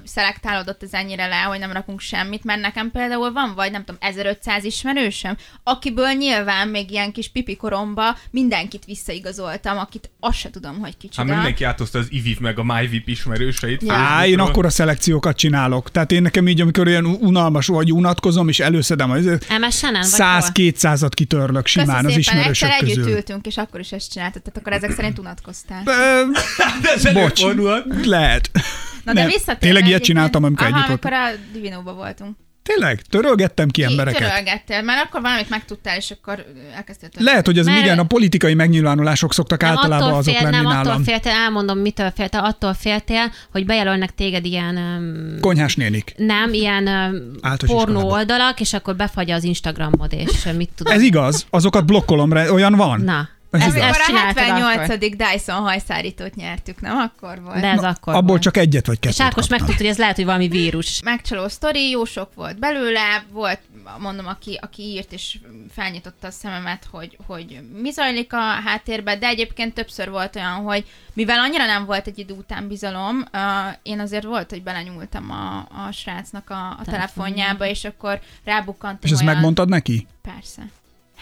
[SPEAKER 8] szelektálódott ez ennyire le, hogy nem rakunk semmit, mert nekem például van, vagy nem tudom, 1500 ismerősöm, akiből nyilván még ilyen kis pipi koromba mindenkit visszaigazoltam, akit azt se tudom, hogy
[SPEAKER 6] Hát
[SPEAKER 8] kicsoda.
[SPEAKER 6] mindenki áthozta az IVIV meg a MyVip ismerőseit.
[SPEAKER 5] Á, én
[SPEAKER 6] Facebookról.
[SPEAKER 5] akkor a szelekciókat csinálok. Tehát én nekem így, amikor ilyen unalmas vagy unatkozom, és előszedem az
[SPEAKER 7] MSN-en? vagy hol?
[SPEAKER 5] 100-200-at kitörlök
[SPEAKER 8] Köszi
[SPEAKER 5] simán az
[SPEAKER 8] szépen,
[SPEAKER 5] ismerősök
[SPEAKER 8] Ektor,
[SPEAKER 5] közül.
[SPEAKER 8] együtt ültünk, és akkor is ezt csináltad, tehát akkor ezek szerint unatkoztál.
[SPEAKER 6] De ez
[SPEAKER 5] Bocs,
[SPEAKER 6] előfordulhat.
[SPEAKER 5] lehet.
[SPEAKER 8] Na de
[SPEAKER 5] nem.
[SPEAKER 8] visszatérve
[SPEAKER 5] Tényleg ilyet
[SPEAKER 8] egyébként-
[SPEAKER 5] csináltam, amikor
[SPEAKER 8] Aha,
[SPEAKER 5] együtt
[SPEAKER 8] amikor a Divinóba voltunk.
[SPEAKER 5] Tényleg, törölgettem ki embereket.
[SPEAKER 8] Törölgettél, mert akkor valamit megtudtál, és akkor elkezdtél törölgetni.
[SPEAKER 5] Lehet, hogy ez
[SPEAKER 7] Mert-
[SPEAKER 5] igen, a politikai megnyilvánulások szoktak
[SPEAKER 7] Nem,
[SPEAKER 5] általában
[SPEAKER 7] attól
[SPEAKER 5] azok
[SPEAKER 7] fél,
[SPEAKER 5] lenni
[SPEAKER 7] nem, attól
[SPEAKER 5] nálam.
[SPEAKER 7] féltél, elmondom, mitől féltél, attól féltél, hogy bejelölnek téged ilyen öm,
[SPEAKER 5] Konyhás nénik.
[SPEAKER 7] nem, ilyen öm,
[SPEAKER 5] Általános
[SPEAKER 7] pornó
[SPEAKER 5] iskolába.
[SPEAKER 7] oldalak, és akkor befagy az Instagramod, és ö, mit tudom.
[SPEAKER 5] Ez igaz, azokat blokkolom, re- olyan van.
[SPEAKER 7] Na,
[SPEAKER 5] Ez
[SPEAKER 7] ez,
[SPEAKER 5] igaz.
[SPEAKER 7] ezt
[SPEAKER 8] Amikor a
[SPEAKER 7] csináltad
[SPEAKER 8] 78.
[SPEAKER 7] akkor.
[SPEAKER 8] Dyson hajszárítót nyertük, nem? Akkor volt.
[SPEAKER 7] De ez akkor
[SPEAKER 5] Abból
[SPEAKER 7] volt.
[SPEAKER 5] csak egyet vagy kettőt
[SPEAKER 7] És Ákos
[SPEAKER 5] kaptam.
[SPEAKER 7] megtudta, hogy ez lehet, hogy valami vírus.
[SPEAKER 8] Megcsaló sztori, jó sok volt belőle, volt, mondom, aki, aki írt és felnyitotta a szememet, hogy, hogy mi zajlik a háttérben, de egyébként többször volt olyan, hogy mivel annyira nem volt egy idő után bizalom, uh, én azért volt, hogy belenyúltam a, a srácnak a, a telefonjába, és akkor rábukkantam
[SPEAKER 5] És ezt
[SPEAKER 8] olyan...
[SPEAKER 5] megmondtad neki?
[SPEAKER 8] Persze.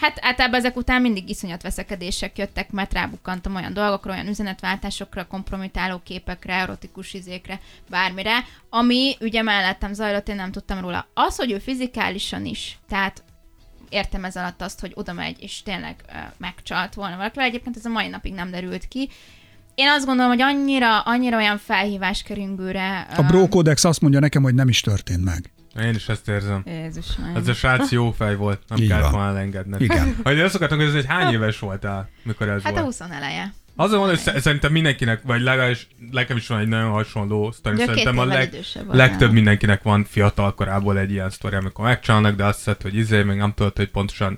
[SPEAKER 8] Hát általában ezek után mindig iszonyat veszekedések jöttek, mert rábukkantam olyan dolgokra, olyan üzenetváltásokra, kompromitáló képekre, erotikus izékre, bármire, ami ugye mellettem zajlott, én nem tudtam róla. Az, hogy ő fizikálisan is, tehát értem ez alatt azt, hogy oda megy, és tényleg uh, megcsalt volna valaki, egyébként ez a mai napig nem derült ki. Én azt gondolom, hogy annyira, annyira olyan felhívás keringőre...
[SPEAKER 5] A brókódex azt mondja nekem, hogy nem is történt meg.
[SPEAKER 6] Én is ezt érzem.
[SPEAKER 8] Jézus,
[SPEAKER 6] Ez a srác jó fej volt, nem
[SPEAKER 5] Így
[SPEAKER 6] kellett
[SPEAKER 5] van.
[SPEAKER 6] volna elengedned.
[SPEAKER 5] Igen.
[SPEAKER 6] Hogy azt akartam, hogy ez egy hány éves voltál, mikor ez
[SPEAKER 8] Hát a
[SPEAKER 6] volt?
[SPEAKER 8] 20 eleje.
[SPEAKER 6] Azon van, hogy sze- szerintem mindenkinek, vagy legalábbis nekem is van egy nagyon hasonló sztori.
[SPEAKER 8] De két
[SPEAKER 6] Szerintem a
[SPEAKER 8] évvel
[SPEAKER 6] leg,
[SPEAKER 8] idősebb vagy
[SPEAKER 6] legtöbb
[SPEAKER 8] nálam.
[SPEAKER 6] mindenkinek van fiatal korából egy ilyen sztori, amikor megcsalnak, de azt hiszed, hogy izé, még nem tudod, hogy pontosan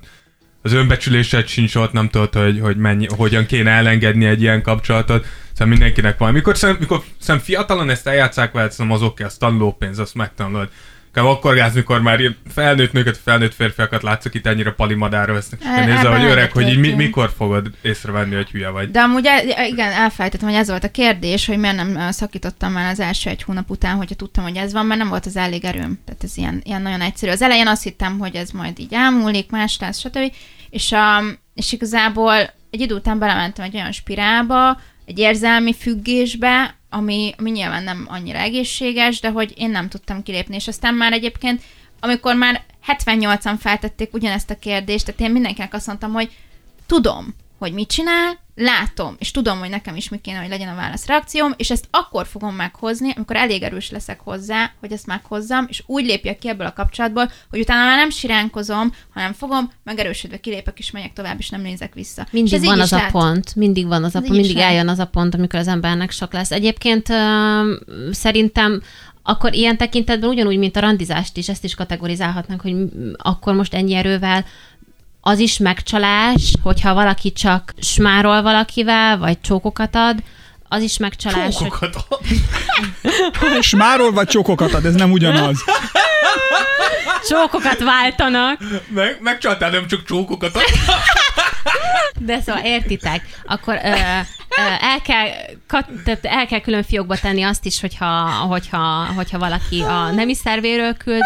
[SPEAKER 6] az önbecsülésed sincs ott, nem tudod, hogy, hogy mennyi, hogyan kéne elengedni egy ilyen kapcsolatot. Szóval mindenkinek van. Mikor, szem, mikor szem fiatalon ezt eljátszák veled, szerintem az oké, az tanulópénz, azt megtanulod. Kell akkor gáz, mikor már ilyen felnőtt nőket, felnőtt férfiakat látszok itt ennyire palimadárra vesznek.
[SPEAKER 8] E-
[SPEAKER 6] E, nézze,
[SPEAKER 8] ebben
[SPEAKER 6] hogy öreg, hogy így mi,
[SPEAKER 8] egyetértünk.
[SPEAKER 6] mikor fogod észrevenni, hogy hülye vagy.
[SPEAKER 8] De amúgy el, e, igen, elfelejtettem, hogy ez volt a kérdés, hogy miért nem ö, szakítottam el az első egy hónap után, hogyha tudtam, hogy ez van, mert nem volt az elég erőm. Tehát ez ilyen, ilyen nagyon egyszerű. Az elején azt hittem, hogy ez majd így elmúlik, más lesz, stb. És, a, és igazából egy idő után belementem egy olyan spirálba, egy érzelmi függésbe, ami, ami nyilván nem annyira egészséges, de hogy én nem tudtam kilépni, és aztán már egyébként, amikor már 78-an feltették ugyanezt a kérdést, tehát én mindenkinek azt mondtam, hogy tudom, hogy mit csinál, látom, és tudom, hogy nekem is mi kéne, hogy legyen a válaszreakcióm, és ezt akkor fogom meghozni, amikor elég erős leszek hozzá, hogy ezt meghozzam, és úgy lépjek ki ebből a kapcsolatból, hogy utána már nem siránkozom, hanem fogom, megerősödve kilépek, és megyek tovább, és nem nézek vissza. és
[SPEAKER 7] Mindig
[SPEAKER 8] ez így
[SPEAKER 7] van
[SPEAKER 8] is
[SPEAKER 7] az a
[SPEAKER 8] lett.
[SPEAKER 7] pont, mindig van az a
[SPEAKER 8] Ez
[SPEAKER 7] pont,
[SPEAKER 8] így is
[SPEAKER 7] mindig
[SPEAKER 8] lehet.
[SPEAKER 7] eljön az a pont, amikor az embernek sok lesz. Egyébként öm, szerintem akkor ilyen tekintetben ugyanúgy, mint a randizást is, ezt is kategorizálhatnánk, hogy m- akkor most ennyi erővel az is megcsalás, hogyha valaki csak smárol valakivel, vagy csókokat ad, az is megcsalás. hogy-
[SPEAKER 6] Csókokat ad.
[SPEAKER 5] Smárol vagy csókokat ad, ez nem ugyanaz.
[SPEAKER 7] Csókokat váltanak.
[SPEAKER 6] Meg, megcsaltál nem csak csókokat.
[SPEAKER 7] De szóval értitek, akkor ö, ö, el, kell, kat, tehát el kell külön fiókba tenni azt is, hogyha, hogyha, hogyha valaki a nemi szervéről küld.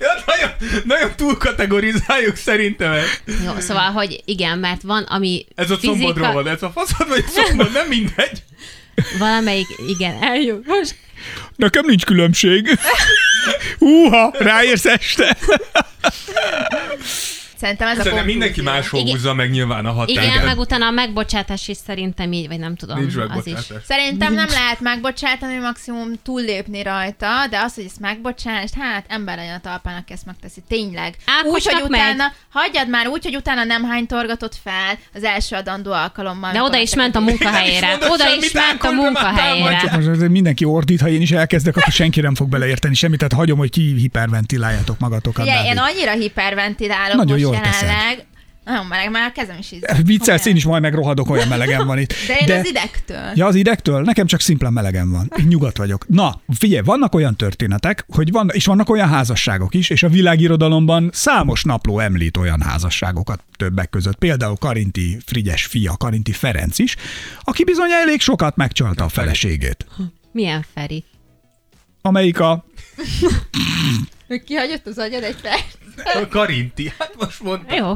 [SPEAKER 6] Ja, nagyon, nagyon túl kategorizáljuk szerintem. ezt.
[SPEAKER 7] Jó, szóval, hogy igen, mert van, ami
[SPEAKER 6] Ez a combodról van, ez a faszod vagy a combod, nem mindegy.
[SPEAKER 7] valamelyik, igen, eljön. Most
[SPEAKER 5] Nekem nincs különbség. Húha, ráérsz este.
[SPEAKER 8] Szerintem ez a
[SPEAKER 6] Szerintem
[SPEAKER 8] konklúzió.
[SPEAKER 6] mindenki máshol
[SPEAKER 7] Igen.
[SPEAKER 6] húzza meg nyilván a határt.
[SPEAKER 7] Igen, meg utána a megbocsátás is szerintem így, vagy nem tudom,
[SPEAKER 6] Nincs
[SPEAKER 7] az is.
[SPEAKER 6] megbocsátás.
[SPEAKER 8] Szerintem nem lehet megbocsátani, maximum túllépni rajta, de az, hogy ezt megbocsást, hát ember legyen a talpán, aki ezt megteszi. Tényleg. Úgy,
[SPEAKER 7] Ákosnak
[SPEAKER 8] hogy
[SPEAKER 7] meg.
[SPEAKER 8] utána, hagyjad már úgy, hogy utána nem hány torgatott fel az első adandó alkalommal.
[SPEAKER 7] De
[SPEAKER 8] amikor
[SPEAKER 7] oda is
[SPEAKER 8] vettek
[SPEAKER 7] ment a munkahelyére.
[SPEAKER 6] mondott
[SPEAKER 7] Oda is
[SPEAKER 6] semmit, Ákos,
[SPEAKER 7] ment a
[SPEAKER 6] de már
[SPEAKER 7] munkahelyére.
[SPEAKER 5] Most azért mindenki ordít, ha én is elkezdek, akkor senki nem fog beleérteni semmit, tehát hagyom, hogy ki hiperventiláljátok magatokat.
[SPEAKER 8] Figyelj,
[SPEAKER 5] Dávid.
[SPEAKER 8] én annyira hiperventilálok
[SPEAKER 5] Nagyon
[SPEAKER 8] Nagyon most
[SPEAKER 5] jól
[SPEAKER 8] jelenleg. Nagyon meleg, már a kezem is izzik.
[SPEAKER 5] Viccelsz,
[SPEAKER 8] Komolyan.
[SPEAKER 5] én is majd megrohadok, olyan melegem van itt.
[SPEAKER 8] De én De... az idegtől.
[SPEAKER 5] Ja, az idegtől? Nekem csak szimplán melegem van. Én nyugat vagyok. Na, figyelj, vannak olyan történetek, hogy van, és vannak olyan házasságok is, és a világirodalomban számos napló említ olyan házasságokat többek között. Például Karinti Frigyes fia, Karinti Ferenc is, aki bizony elég sokat megcsalta a feleségét.
[SPEAKER 7] Milyen Feri?
[SPEAKER 5] Amelyik a...
[SPEAKER 8] Kihagyott az agyad egy perc.
[SPEAKER 6] A Karinti, hát most mondta.
[SPEAKER 7] Jó.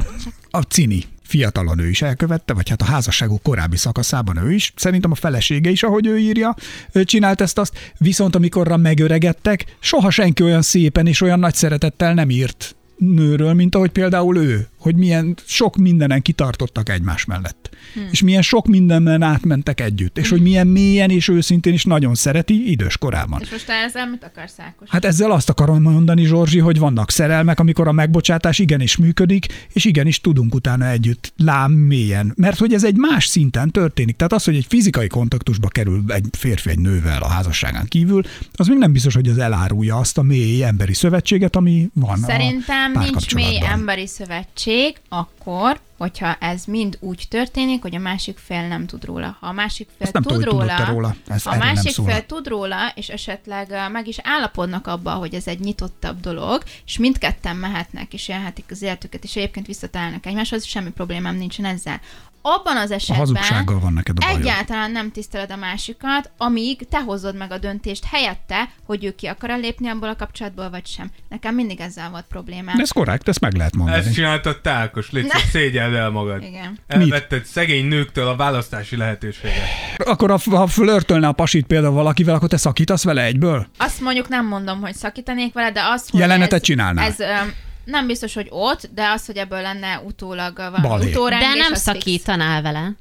[SPEAKER 5] a Cini fiatalon ő is elkövette, vagy hát a házasságuk korábbi szakaszában ő is, szerintem a felesége is, ahogy ő írja, ő csinált ezt azt, viszont amikorra megöregedtek, soha senki olyan szépen és olyan nagy szeretettel nem írt nőről, mint ahogy például ő, hogy milyen sok mindenen kitartottak egymás mellett, hmm. és milyen sok mindenen átmentek együtt, és hogy milyen mélyen és őszintén is nagyon szereti idős korában.
[SPEAKER 8] És most ezzel mit akarsz, Ákos?
[SPEAKER 5] Hát ezzel azt akarom mondani, Zsorzsi, hogy vannak szerelmek, amikor a megbocsátás igenis működik, és igenis tudunk utána együtt lám mélyen. Mert hogy ez egy más szinten történik. Tehát az, hogy egy fizikai kontaktusba kerül egy férfi egy nővel a házasságán kívül, az még nem biztos, hogy az elárulja azt a mély emberi szövetséget, ami van.
[SPEAKER 8] Szerintem
[SPEAKER 5] a
[SPEAKER 8] nincs mély
[SPEAKER 5] párkapcsolatban.
[SPEAKER 8] emberi szövetség akkor, hogyha ez mind úgy történik, hogy a másik fél nem tud róla. Ha a másik fél
[SPEAKER 5] Ezt nem
[SPEAKER 8] tud
[SPEAKER 5] tudom, hogy
[SPEAKER 8] róla,
[SPEAKER 5] tudott-e róla. Ez
[SPEAKER 8] ha a
[SPEAKER 5] erről nem
[SPEAKER 8] másik
[SPEAKER 5] szól.
[SPEAKER 8] fél tud róla, és esetleg uh, meg is állapodnak abba, hogy ez egy nyitottabb dolog, és mindketten mehetnek, és élhetik az életüket, és egyébként visszatállnak egymáshoz, semmi problémám nincsen ezzel. Abban az
[SPEAKER 5] A
[SPEAKER 8] esetben...
[SPEAKER 5] hazugsággal van neked a bajod.
[SPEAKER 8] Egyáltalán Hát nem tiszteled a másikat, amíg te hozod meg a döntést helyette, hogy ő ki akar lépni abból a kapcsolatból, vagy sem. Nekem mindig ezzel volt problémám.
[SPEAKER 5] De ez korrekt, ezt meg lehet mondani.
[SPEAKER 6] Ezt csináltad te, Ákos, légy szíves, szégyeld el magad.
[SPEAKER 8] Igen.
[SPEAKER 6] Elvetted szegény nőktől a választási lehetőséget.
[SPEAKER 5] Akkor ha, ha flörtölne a pasit például valakivel, akkor te szakítasz vele egyből?
[SPEAKER 8] Azt mondjuk nem mondom, hogy szakítanék vele, de az, hogy
[SPEAKER 5] Jelenetet
[SPEAKER 8] ez,
[SPEAKER 5] csinálnál.
[SPEAKER 8] Ez, öm, nem biztos, hogy ott, de az, hogy ebből lenne utólag ö, valami
[SPEAKER 5] Balhé.
[SPEAKER 7] De
[SPEAKER 8] utórengés,
[SPEAKER 7] nem
[SPEAKER 8] az fix.
[SPEAKER 7] szakítanál vele.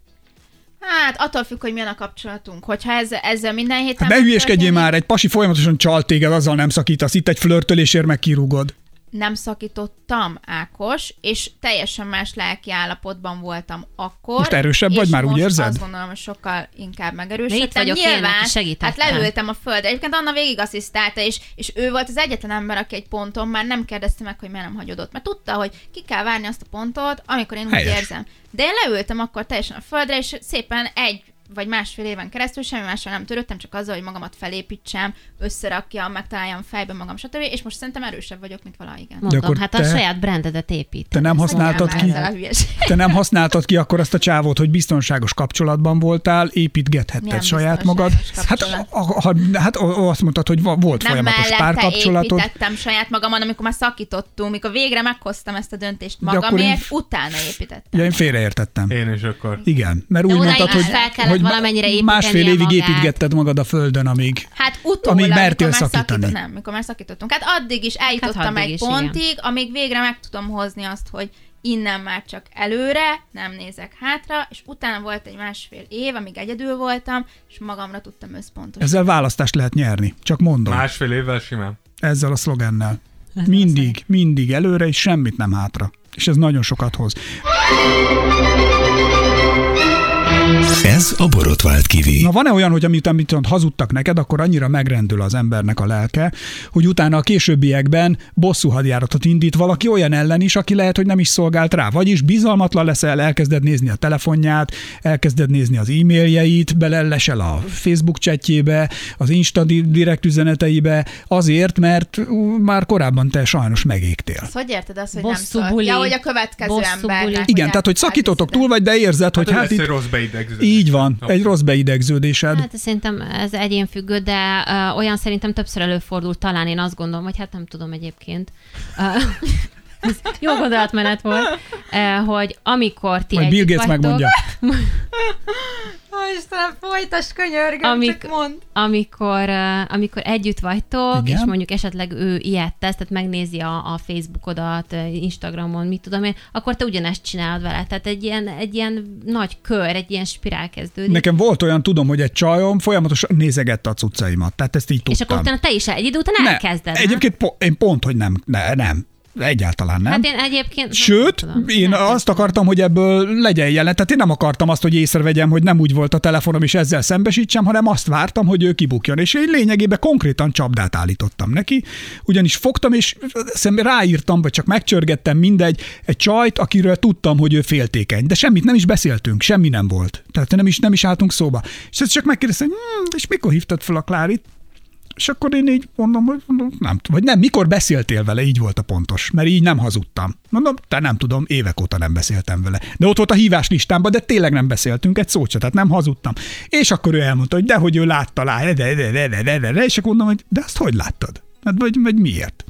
[SPEAKER 8] Hát attól függ, hogy milyen a kapcsolatunk. Hogyha ez, ezzel minden héten...
[SPEAKER 5] Hát ne hülyeskedjél
[SPEAKER 8] megtörténik,
[SPEAKER 5] már, egy pasi folyamatosan csal téged, azzal nem szakítasz, itt egy flörtölésért meg kirúgod.
[SPEAKER 8] nem szakítottam, Ákos, és teljesen más lelki állapotban voltam akkor.
[SPEAKER 5] Most erősebb
[SPEAKER 8] és
[SPEAKER 5] vagy már, úgy
[SPEAKER 8] most
[SPEAKER 5] érzed?
[SPEAKER 8] azt gondolom, hogy sokkal inkább megerősödtem.
[SPEAKER 7] De itt vagyok én,
[SPEAKER 8] Nyilván,
[SPEAKER 7] aki segítettem.
[SPEAKER 8] hát leültem a földre. Egyébként Anna végig asszisztálta, és, és ő volt az egyetlen ember, aki egy ponton már nem kérdezte meg, hogy miért nem hagyod ott. Mert tudta, hogy ki kell várni azt a pontot, amikor én úgy
[SPEAKER 5] Helyes.
[SPEAKER 8] érzem. De én leültem akkor teljesen a földre, és szépen egy vagy másfél éven keresztül semmi mással nem törődtem, csak azzal, hogy magamat felépítsem, összerakjam, megtaláljam fejben magam, stb. És most szerintem erősebb vagyok, mint valaha, igen.
[SPEAKER 7] Mondom,
[SPEAKER 5] akkor
[SPEAKER 7] hát a
[SPEAKER 5] te-
[SPEAKER 7] saját brandedet épít.
[SPEAKER 5] Te nem használtad
[SPEAKER 8] Nem,
[SPEAKER 5] ki,
[SPEAKER 8] ezzel a hülyeség.
[SPEAKER 5] te nem használtad ki akkor azt a csávót, hogy biztonságos kapcsolatban voltál, építgethetted
[SPEAKER 8] Milyen
[SPEAKER 5] saját magad.
[SPEAKER 8] biztonságos
[SPEAKER 5] Hát,
[SPEAKER 8] kapcsolat?
[SPEAKER 5] a, a, a, hát a- azt mondtad, hogy va- volt
[SPEAKER 8] Nem
[SPEAKER 5] folyamatos
[SPEAKER 8] mellette
[SPEAKER 5] párkapcsolatod.
[SPEAKER 8] építettem saját magamon, amikor már szakítottunk, mikor végre meghoztam ezt a döntést
[SPEAKER 5] akkor
[SPEAKER 8] magamért,
[SPEAKER 5] én-
[SPEAKER 8] utána építettem.
[SPEAKER 5] Ja, én félreértettem.
[SPEAKER 6] Én is akkor.
[SPEAKER 5] Igen, mert úgy
[SPEAKER 7] oda
[SPEAKER 5] mondtad,
[SPEAKER 7] is
[SPEAKER 5] hogy,
[SPEAKER 7] fel kellett
[SPEAKER 5] hogy ma-
[SPEAKER 7] valamennyire építenie
[SPEAKER 5] másfél évig
[SPEAKER 7] magát.
[SPEAKER 5] építgetted magad a földön, amíg
[SPEAKER 8] Hát utólag,
[SPEAKER 5] Amíg mertél
[SPEAKER 8] mikor már
[SPEAKER 5] szakítani.
[SPEAKER 8] szakítottunk, nem, mikor már szakítottunk. Hát addig is eljutottam
[SPEAKER 7] addig
[SPEAKER 8] egy
[SPEAKER 7] is,
[SPEAKER 8] pontig, amíg végre meg tudom hozni azt, hogy innen már csak előre, nem nézek hátra, és utána volt egy másfél év, amíg egyedül voltam, és magamra tudtam összpontosítani.
[SPEAKER 5] ezzel választást lehet nyerni. Csak mondom,
[SPEAKER 6] Másfél évvel simán.
[SPEAKER 5] ezzel a szlogennel. Mindig, mindig előre, és semmit nem hátra. És ez nagyon sokat hoz.
[SPEAKER 3] Ez a borotvált kivi.
[SPEAKER 5] Na van-e olyan, hogy amit viszont hazudtak neked, akkor annyira megrendül az embernek a lelke, hogy utána a későbbiekben bosszú hadjáratot indít valaki olyan ellen is, aki lehet, hogy nem is szolgált rá. Vagyis bizalmatlan leszel, elkezded nézni a telefonját, elkezded nézni az e-mailjeit, belelesel a Facebook csetjébe, az Insta di- direkt üzeneteibe, azért, mert ú, már korábban te sajnos megégtél.
[SPEAKER 8] Ezt hogy érted azt, hogy
[SPEAKER 7] Bosszú
[SPEAKER 8] nem szólt?
[SPEAKER 7] buli.
[SPEAKER 8] Ja, hogy a következő
[SPEAKER 7] Bosszú
[SPEAKER 8] embernek.
[SPEAKER 7] buli.
[SPEAKER 8] hogy hát
[SPEAKER 5] Igen, tehát hogy
[SPEAKER 8] elviszi,
[SPEAKER 5] szakítotok
[SPEAKER 8] de-
[SPEAKER 5] túl vagy, de érzed, hogy
[SPEAKER 6] Hát,
[SPEAKER 5] hát
[SPEAKER 6] hát egy
[SPEAKER 5] itt...
[SPEAKER 6] rossz beidegződés.
[SPEAKER 5] Így van,
[SPEAKER 6] Abszolút.
[SPEAKER 5] egy rossz beidegződésed.
[SPEAKER 7] Hát szerintem ez egyénfüggő, de uh, olyan szerintem többször előfordul, talán én azt gondolom, vagy hát nem tudom egyébként. Uh, ez jó gondolatmenet volt, uh, hogy amikor ti
[SPEAKER 5] Majd Bill
[SPEAKER 7] együtt
[SPEAKER 5] Gates
[SPEAKER 7] vagytok,
[SPEAKER 5] megmondja.
[SPEAKER 9] Istenem, folytas könyörgöm, Amik...
[SPEAKER 7] Amik-
[SPEAKER 9] csak mond.
[SPEAKER 7] amikor, eh, amikor együtt vagytok,
[SPEAKER 5] Igen.
[SPEAKER 7] Igen? és mondjuk esetleg ő ilyet tesz, tehát megnézi a, a Facebookodat, eh, Instagramon, mit tudom én, akkor te ugyanezt csinálod vele. Tehát egy ilyen, egy ilyen nagy kör, egy ilyen spirál kezdődik.
[SPEAKER 5] Nekem volt olyan, tudom, hogy egy csajom folyamatosan nézegette a cuccaimat. Tehát ezt így
[SPEAKER 7] és
[SPEAKER 5] tudtam.
[SPEAKER 7] akkor utána te is egy idő után
[SPEAKER 5] Ne,
[SPEAKER 7] elkezded. nem?
[SPEAKER 5] Egyébként po- én pont, hogy nem. Ne, nem. Egyáltalán nem.
[SPEAKER 7] Hát én egyébként...
[SPEAKER 5] Sőt,
[SPEAKER 7] nem tudom.
[SPEAKER 5] én
[SPEAKER 7] Nem
[SPEAKER 5] azt akartam, hogy ebből legyen jelen. Tehát én nem akartam azt, hogy észrevegyem, hogy nem úgy volt a telefonom, és ezzel szembesítsem, hanem azt vártam, hogy ő kibukjon. És én lényegében konkrétan csapdát állítottam neki, ugyanis fogtam, és szem- ráírtam, vagy csak megcsörgettem mindegy, egy csajt, akiről tudtam, hogy ő féltékeny. De semmit nem is beszéltünk, semmi nem volt. Tehát nem is, nem is álltunk szóba. És ez csak megkérdeztem, hogy hm, és mikor hívtad fel a Klárit? És akkor én így mondom, hogy mondom, nem tudom, vagy nem, mikor beszéltél vele, így volt a pontos, mert így nem hazudtam. Mondom, te nem tudom, évek óta nem beszéltem vele. De ott volt a hívás listámban, de tényleg nem beszéltünk egy szót se, tehát nem hazudtam. És akkor ő elmondta, hogy dehogy ő látta, lá, de, de, de, de, de, de, de, és akkor mondom, hogy de azt hogy láttad? Hát vagy, vagy miért?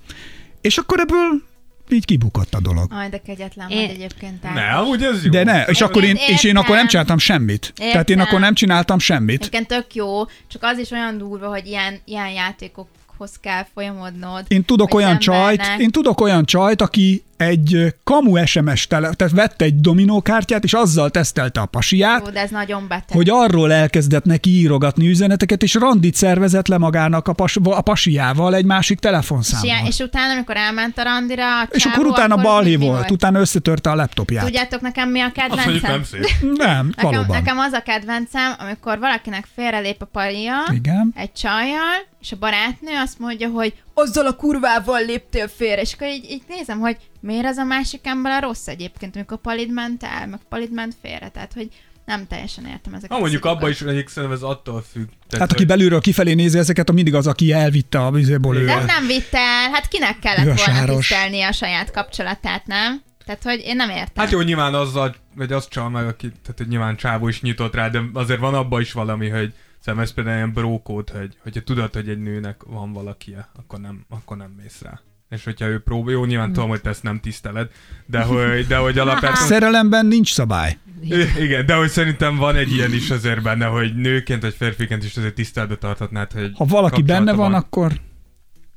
[SPEAKER 5] És akkor ebből így kibukott a dolog.
[SPEAKER 8] Aj, de kegyetlen
[SPEAKER 7] Én-
[SPEAKER 8] vagy egyébként. Ági.
[SPEAKER 6] Ne, amúgy ez jó.
[SPEAKER 5] De ne, és akkor én, és én akkor nem
[SPEAKER 8] Értem.
[SPEAKER 5] csináltam semmit. Tehát én
[SPEAKER 8] Értem.
[SPEAKER 5] akkor nem csináltam semmit.
[SPEAKER 8] Egyébként tök jó, csak az is olyan durva, hogy ilyen, ilyen játékokhoz kell folyamodnod.
[SPEAKER 5] Én tudok
[SPEAKER 8] hogy
[SPEAKER 5] olyan
[SPEAKER 8] az
[SPEAKER 5] csajt,
[SPEAKER 8] embernek-
[SPEAKER 5] én tudok olyan csajt, aki egy ö, kamu SMS tele, tehát vette egy dominókártyát, és azzal tesztelte a pasiát,
[SPEAKER 8] Jó, de ez nagyon beteg.
[SPEAKER 5] hogy arról elkezdett neki írogatni üzeneteket, és randit szervezett le magának a, pas, a pasiával egy másik
[SPEAKER 8] és, ilyen,
[SPEAKER 5] telefonszámmal.
[SPEAKER 8] és utána, amikor elment a randira, a
[SPEAKER 5] És
[SPEAKER 8] csávó,
[SPEAKER 5] akkor utána balhé
[SPEAKER 8] mi
[SPEAKER 5] volt, utána összetörte a laptopját.
[SPEAKER 8] Tudjátok nekem mi a
[SPEAKER 6] Azt mondjuk nem
[SPEAKER 8] kedvencem?
[SPEAKER 6] szép.
[SPEAKER 5] Nem,
[SPEAKER 8] Nekem,
[SPEAKER 5] valóban.
[SPEAKER 8] nekem az a kedvencem, amikor valakinek félrelép a paria,
[SPEAKER 5] Igen.
[SPEAKER 8] egy csajjal, és a barátnő azt mondja, hogy azzal a kurvával léptél félre, és akkor így, így nézem, hogy miért az a másik ember a rossz egyébként, amikor palid ment el, meg palid ment félre, tehát hogy nem teljesen értem ezeket.
[SPEAKER 6] Ha
[SPEAKER 8] a
[SPEAKER 6] mondjuk
[SPEAKER 8] szitukat.
[SPEAKER 6] abban is egyik szerintem ez attól függ. Tehát,
[SPEAKER 5] Hát aki
[SPEAKER 6] hogy-
[SPEAKER 5] belülről kifelé nézi ezeket, a mindig az, aki elvitte a vizéból
[SPEAKER 8] De
[SPEAKER 5] ő.
[SPEAKER 8] hát nem vitt el, hát kinek kellett
[SPEAKER 5] Hűvös
[SPEAKER 8] volna
[SPEAKER 5] áros.
[SPEAKER 8] tisztelni a saját kapcsolatát, nem? Tehát, hogy én nem értem.
[SPEAKER 6] Hát jó, nyilván azzal, vagy azt csal meg, aki, tehát hogy nyilván csávó is nyitott rá, de azért van abban is valami, hogy szerintem ez például ilyen brókód, hogy, hogyha tudod, hogy egy nőnek van valakie, akkor nem, akkor nem mész rá. És hogyha ő prób, jó, nyilván tudom, hogy te ezt nem tiszteled, de hogy, de hogy alapvetően...
[SPEAKER 7] hát,
[SPEAKER 5] Szerelemben nincs szabály.
[SPEAKER 6] I- Igen, de hogy szerintem van egy ilyen is azért benne, hogy nőként vagy férfiként is azért tiszteletbe tartatnád, hogy
[SPEAKER 5] Ha valaki
[SPEAKER 6] kapcsolata
[SPEAKER 5] benne van, akkor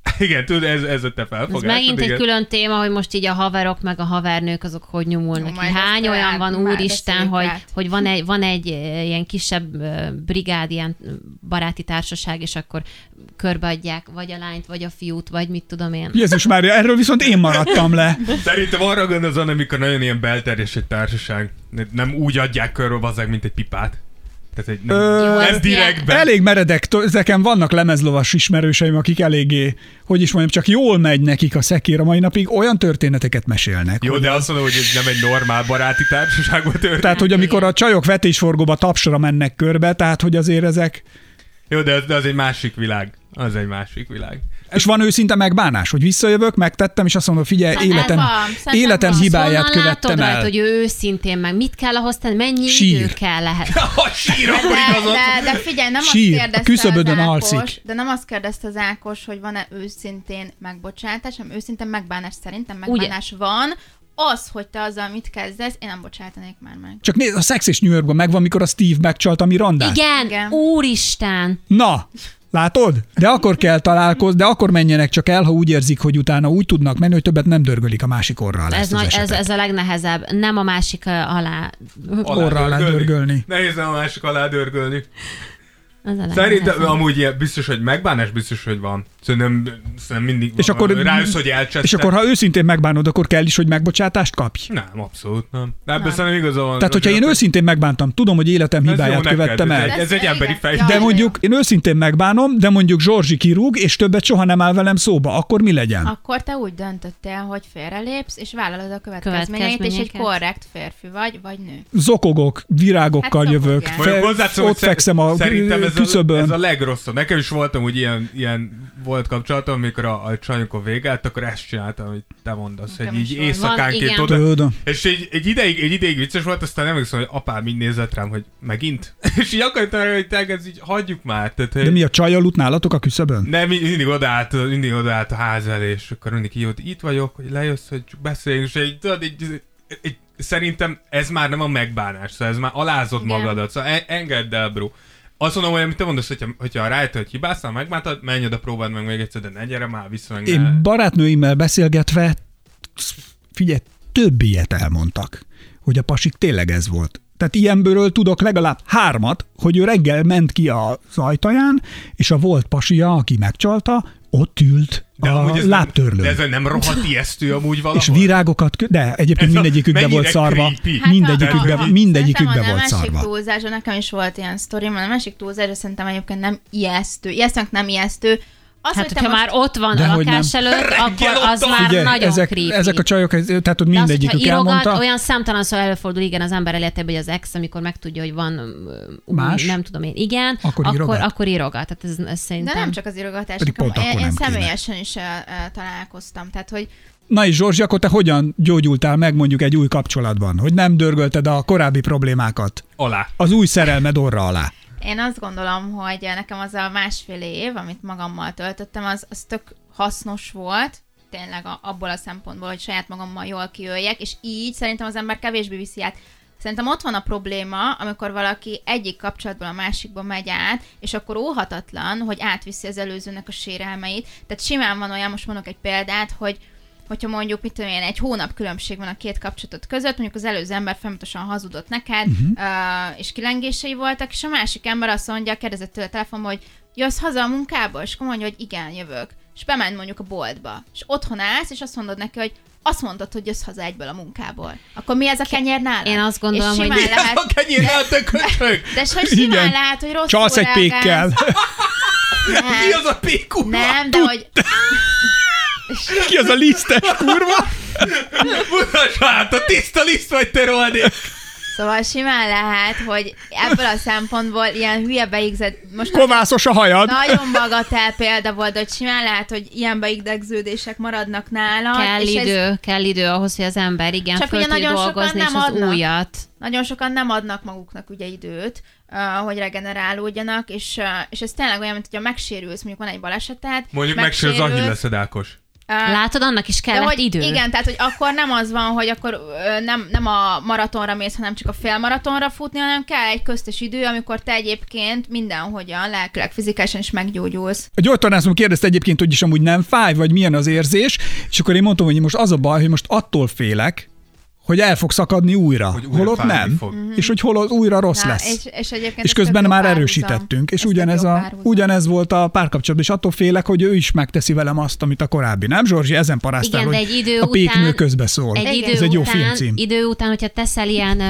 [SPEAKER 6] Igen, tudod, ez, ez a te
[SPEAKER 7] Ez
[SPEAKER 6] felfogásod.
[SPEAKER 7] megint egy
[SPEAKER 6] hát igen.
[SPEAKER 7] külön téma, hogy most így a haverok meg a havernők azok hogy
[SPEAKER 8] Jó,
[SPEAKER 7] nyomulnak.
[SPEAKER 8] majd
[SPEAKER 7] Jó, Hány
[SPEAKER 8] ezt
[SPEAKER 7] olyan
[SPEAKER 8] el-
[SPEAKER 7] van,
[SPEAKER 8] már
[SPEAKER 7] úristen,
[SPEAKER 8] beszéljük
[SPEAKER 7] hogy,
[SPEAKER 8] át.
[SPEAKER 7] hogy van, egy, van egy eh, ilyen kisebb eh, brigád, ilyen baráti társaság, és akkor körbeadják vagy a lányt, vagy a fiút, vagy mit tudom én.
[SPEAKER 5] Jézus Mária, erről viszont én maradtam le.
[SPEAKER 6] Szerintem arra gondozom, amikor nagyon ilyen belterjes egy társaság. Nem úgy adják körbe az mint egy pipát. Tehát egy nem,
[SPEAKER 5] Ö,
[SPEAKER 7] Jó,
[SPEAKER 6] nem
[SPEAKER 7] ez
[SPEAKER 6] direktben.
[SPEAKER 5] Elég meredek, tö- nekem vannak lemezlovas ismerőseim, akik eléggé, hogy is mondjam, csak jól megy nekik a szekér a mai napig, olyan történeteket mesélnek.
[SPEAKER 6] Jó,
[SPEAKER 5] hogy-
[SPEAKER 6] de azt mondom, hogy ez nem egy normál baráti társaság volt. ő.
[SPEAKER 5] Tehát, hogy amikor a csajok vetésforgóba tapsra mennek körbe, tehát, hogy azért ezek...
[SPEAKER 6] Jó, de az, de az egy másik világ. Az egy másik világ.
[SPEAKER 5] És van őszinte megbánás, hogy visszajövök, megtettem, és azt mondom, figyelj,
[SPEAKER 8] Hát
[SPEAKER 5] életem,
[SPEAKER 8] ez van, szerintem
[SPEAKER 5] életem
[SPEAKER 8] van.
[SPEAKER 5] hibáját
[SPEAKER 7] Honnan Szóval látod
[SPEAKER 5] követtem
[SPEAKER 7] rajta,
[SPEAKER 5] el.
[SPEAKER 7] hogy ő őszintén meg mit kell ahhoz tenni, mennyi
[SPEAKER 5] Sír.
[SPEAKER 7] idő kell lehet.
[SPEAKER 6] Ha sír, akkor
[SPEAKER 8] Hát De,
[SPEAKER 6] igazad.
[SPEAKER 8] de, de figyelj, nem
[SPEAKER 5] Sír,
[SPEAKER 8] azt kérdezte
[SPEAKER 5] a küszöbödön
[SPEAKER 8] az Ákos,
[SPEAKER 5] alszik.
[SPEAKER 8] de nem azt kérdezte az Ákos, hogy van-e őszintén megbocsátás, hanem őszintén megbánás szerintem
[SPEAKER 7] Ugye?
[SPEAKER 8] megbánás van. Az, hogy te azzal mit kezdesz, én nem bocsátanék már meg.
[SPEAKER 5] Csak nézd, a Sex és New Yorkban megvan, mikor a Steve megcsalt a Mirandát.
[SPEAKER 7] Igen,
[SPEAKER 8] Igen.
[SPEAKER 7] Igen, úristen!
[SPEAKER 5] Na, látod? De akkor kell találkozni, de akkor menjenek csak el, ha úgy érzik, hogy utána úgy tudnak menni, hogy többet nem dörgölik a másik orral.
[SPEAKER 7] Ez,
[SPEAKER 5] ezt az
[SPEAKER 7] nagy, ez,
[SPEAKER 5] esetet.
[SPEAKER 7] ez a legnehezebb. Nem a másik ö, alá.
[SPEAKER 6] Alá
[SPEAKER 5] orra alá dörgölni.
[SPEAKER 6] Nehéz nem a másik alá dörgölni.
[SPEAKER 7] Az a
[SPEAKER 6] Szerintem
[SPEAKER 7] legnehezebb.
[SPEAKER 6] amúgy ilyen, biztos, hogy megbánás biztos, hogy van. Szerintem, szerintem mindig
[SPEAKER 5] És
[SPEAKER 6] van.
[SPEAKER 5] akkor-
[SPEAKER 6] rájössz, hogy elcsesztek.
[SPEAKER 5] És akkor, ha őszintén megbánod, akkor kell is, hogy megbocsátást kapj.
[SPEAKER 6] Nem, abszolút nem. De ebben szerintem igaza van.
[SPEAKER 5] Tehát, hogyha én
[SPEAKER 6] Rozinak.
[SPEAKER 5] őszintén megbántam, tudom, hogy életem
[SPEAKER 6] Ez jó
[SPEAKER 5] hibáját
[SPEAKER 6] neked,
[SPEAKER 5] követtem
[SPEAKER 6] ez
[SPEAKER 5] el.
[SPEAKER 6] egy- Ez egy
[SPEAKER 8] Igen.
[SPEAKER 6] emberi fej.
[SPEAKER 8] Ja.
[SPEAKER 5] De
[SPEAKER 8] Jaj,
[SPEAKER 5] mondjuk én őszintén megbánom, de mondjuk Zsorzsi kirúg, és többet soha nem áll velem szóba, akkor mi legyen?
[SPEAKER 8] Akkor te úgy döntöttél, hogy félrelépsz, és vállalod a következményeit, és egy
[SPEAKER 7] Következményeket.
[SPEAKER 8] korrekt férfi vagy, vagy nő.
[SPEAKER 5] Hát Zokogok, virágokkal
[SPEAKER 8] Hát
[SPEAKER 5] jövök,
[SPEAKER 8] zokogjál.
[SPEAKER 6] Mondjuk
[SPEAKER 5] fe,
[SPEAKER 6] hozzátszom,
[SPEAKER 5] ott
[SPEAKER 6] hogy szer-
[SPEAKER 5] fekszem a
[SPEAKER 6] szerintem ez A, ez
[SPEAKER 5] küszöbön.
[SPEAKER 6] a legrosszabb. Nekem is voltam úgy ilyen, ilyen volt kapcsolatom, amikor a, a csajunkkal végelt, akkor ezt csináltam, amit te mondasz, hogy
[SPEAKER 8] Nekem is
[SPEAKER 6] így
[SPEAKER 8] volt.
[SPEAKER 6] éjszakánként
[SPEAKER 7] Van,
[SPEAKER 6] oda.
[SPEAKER 5] Tudom.
[SPEAKER 6] És egy, egy, ideig, egy ideig vicces volt, aztán emlékszem, hogy apám így nézett rám, hogy megint. És így akartam rá, hogy te ez így hagyjuk már. Tehát, hogy
[SPEAKER 5] De mi a csaj aludt nálatok a küszöbön?
[SPEAKER 6] nem, mi- mindig odaállt, mindig odaállt a ház elé, és akkor mindig így, hogy itt vagyok, hogy lejössz, hogy csak beszéljünk, és egy, tudod, egy, egy, szerintem ez már nem a megbánás, szóval ez már alázod
[SPEAKER 7] Igen.
[SPEAKER 6] magadat, szóval en- engedd el, bro. Azt mondom, hogy amit te mondasz, hogyha, hogyha rájött, hogy hibáztál, megbántad, menj oda, próbáld meg még egyszer, de ne gyere már vissza, meg ne.
[SPEAKER 5] Én barátnőimmel beszélgetve, figyelj, több ilyet elmondtak, hogy a pasik tényleg ez volt. Tehát ilyenből tudok legalább hármat, hogy ő reggel ment ki az ajtaján, és a volt pasia, aki megcsalta, ott ült
[SPEAKER 6] De
[SPEAKER 5] a
[SPEAKER 6] amúgy ez
[SPEAKER 5] lábtörlőn.
[SPEAKER 6] Nem, de ez nem rohadt ijesztő amúgy valahol.
[SPEAKER 5] és virágokat, kö- de egyébként
[SPEAKER 6] Ez a-
[SPEAKER 5] mindegyikükbe
[SPEAKER 6] mennyire
[SPEAKER 5] volt szarva.
[SPEAKER 6] creepy.
[SPEAKER 8] Hát
[SPEAKER 5] Mindegyikükbe,
[SPEAKER 8] a-
[SPEAKER 5] mindegyikükbe
[SPEAKER 8] Szerintem a
[SPEAKER 5] volt
[SPEAKER 8] nem esik
[SPEAKER 5] szarva.
[SPEAKER 8] túlzásra, nekem is volt ilyen sztorim, a nem esik túlzásra szerintem egyébként nem ijesztő. Ijesztőnk nem ijesztő. Az,
[SPEAKER 7] Hát,
[SPEAKER 8] hogy te
[SPEAKER 7] hogyha
[SPEAKER 8] most-
[SPEAKER 7] már ott van a
[SPEAKER 5] Dehogy
[SPEAKER 7] lakás előtt, akkor az már
[SPEAKER 5] Ugye,
[SPEAKER 7] nagyon
[SPEAKER 5] ezek,
[SPEAKER 7] creepy.
[SPEAKER 5] ezek a csajok, ez- tehát ott
[SPEAKER 7] De az, hogyha
[SPEAKER 5] mindegyikük
[SPEAKER 7] írogat,
[SPEAKER 5] elmondta.
[SPEAKER 7] olyan számtalan szó előfordul, igen, az ember életében, hogy az ex, amikor megtudja, hogy van ö, új,
[SPEAKER 5] Más?
[SPEAKER 7] nem tudom én, igen,
[SPEAKER 5] Akkor
[SPEAKER 7] akkor,
[SPEAKER 5] írogat?
[SPEAKER 7] akkor írogat. Tehát ez, ez szerintem...
[SPEAKER 8] De nem csak az irogatás,
[SPEAKER 5] Pedig
[SPEAKER 8] nekem-
[SPEAKER 5] pont
[SPEAKER 8] én,
[SPEAKER 5] akkor
[SPEAKER 8] én
[SPEAKER 5] nem kéne.
[SPEAKER 8] személyesen is uh, uh, találkoztam. Tehát, hogy
[SPEAKER 5] Na és Zsorzsi, akkor te hogyan gyógyultál meg mondjuk egy új kapcsolatban? Hogy nem dörgölted a korábbi problémákat?
[SPEAKER 6] Alá.
[SPEAKER 5] Az új szerelmed orra alá.
[SPEAKER 8] Én azt gondolom, hogy nekem az a másfél év, amit magammal töltöttem, az, az tök hasznos volt, tényleg a, abból a szempontból, hogy saját magammal jól kijöjjek, és így szerintem az ember kevésbé viszi át. Szerintem ott van a probléma, amikor valaki egyik kapcsolatból a másikba megy át, és akkor óhatatlan, hogy átviszi az előzőnek a sérelmeit. Tehát simán van olyan, most mondok egy példát, hogy hogyha mondjuk, mit tudom én, egy hónap különbség van a két kapcsolatot között, mondjuk az előző ember folyamatosan hazudott neked,
[SPEAKER 5] Mhm.
[SPEAKER 8] uh-huh. és kilengései voltak, és a másik ember azt mondja, kérdezett tőle telefonban, hogy jössz haza a munkából, és akkor mondja, hogy igen, jövök. És bemenj mondjuk a boltba, és otthon állsz, és azt mondod neki, hogy azt mondtad, hogy jössz haza egyből a munkából. Akkor mi ez a kenyér nálad?
[SPEAKER 7] Én azt gondolom,
[SPEAKER 8] és simán
[SPEAKER 7] hogy-
[SPEAKER 8] lehet,
[SPEAKER 6] A kenyér eltökötök!
[SPEAKER 8] de és hogy simán
[SPEAKER 5] Igen.
[SPEAKER 8] lehet, hogy rosszul
[SPEAKER 5] Csalsz egy
[SPEAKER 8] reagálsz.
[SPEAKER 5] pékkel.
[SPEAKER 6] Mi az a pékú?
[SPEAKER 8] Nem, de hogy
[SPEAKER 5] Ki az a lisztes kurva?
[SPEAKER 6] Mutasd hát, a tiszta liszt vagy te rohadék!
[SPEAKER 8] Szóval simán lehet, hogy ebből a szempontból ilyen hülye beigzett, most
[SPEAKER 5] Kovászos a hajad.
[SPEAKER 8] nagyon bagatel példa volt, hogy simán lehet, hogy ilyen beidegződések maradnak nála.
[SPEAKER 7] Kell
[SPEAKER 8] és ez-
[SPEAKER 7] idő, kell idő ahhoz, hogy az ember igen,
[SPEAKER 8] Csak
[SPEAKER 7] Csak föl
[SPEAKER 8] ugye
[SPEAKER 7] tud
[SPEAKER 8] nagyon sokan
[SPEAKER 7] dolgozni,
[SPEAKER 8] nem
[SPEAKER 7] és az
[SPEAKER 8] adnak.
[SPEAKER 7] újat.
[SPEAKER 8] nagyon sokan nem adnak maguknak ugye időt, ö, hogy regenerálódjanak, és, ö, és ez tényleg olyan, mint hogyha megsérülsz, mondjuk van egy baleseted.
[SPEAKER 6] Mondjuk meg se az annyi
[SPEAKER 8] megsérülsz,
[SPEAKER 6] leszed, Ákos.
[SPEAKER 8] ö,
[SPEAKER 7] Látod, annak is
[SPEAKER 8] Hát- de
[SPEAKER 7] kellett
[SPEAKER 8] hogy
[SPEAKER 7] idő.
[SPEAKER 8] Igen, tehát hogy akkor nem az van, hogy akkor ö, nem, nem a maratonra mész, hanem csak a félmaratonra futni, hanem kell egy köztes idő, amikor te egyébként mindenhogyan, lelkileg, fizikálisan is meggyógyulsz.
[SPEAKER 5] A gyógytornászom kérdezte egyébként, hogy is amúgy nem fáj, vagy milyen az érzés, és akkor én mondtam, hogy most az a baj, hogy most attól félek, hogy el fog szakadni újra,
[SPEAKER 6] Hogy
[SPEAKER 5] hogy
[SPEAKER 6] újra
[SPEAKER 5] újra holott
[SPEAKER 6] fájni
[SPEAKER 5] nem,
[SPEAKER 6] fog.
[SPEAKER 5] és hogy holott újra rossz
[SPEAKER 8] Mhm. Na,
[SPEAKER 5] lesz.
[SPEAKER 8] És, és, egyébként
[SPEAKER 5] és
[SPEAKER 8] ez
[SPEAKER 5] közben
[SPEAKER 8] tök jó
[SPEAKER 5] már
[SPEAKER 8] párhuzam.
[SPEAKER 5] erősítettünk, és
[SPEAKER 8] Ez tök
[SPEAKER 5] ugyanez,
[SPEAKER 8] jó
[SPEAKER 5] a,
[SPEAKER 8] párhuzam.
[SPEAKER 5] ugyanez volt a párkapcsolatban, és attól félek, hogy ő is megteszi velem azt, amit a korábbi. Nem, Zsorzsi, ezen paráztál,
[SPEAKER 7] Igen, de
[SPEAKER 5] hogy
[SPEAKER 7] egy idő
[SPEAKER 5] a péknő
[SPEAKER 7] után-
[SPEAKER 5] közbe szól.
[SPEAKER 7] Egy idő
[SPEAKER 5] Ez egy jó
[SPEAKER 7] után,
[SPEAKER 5] filmcím.
[SPEAKER 7] idő után, hogyha teszel ilyen ö,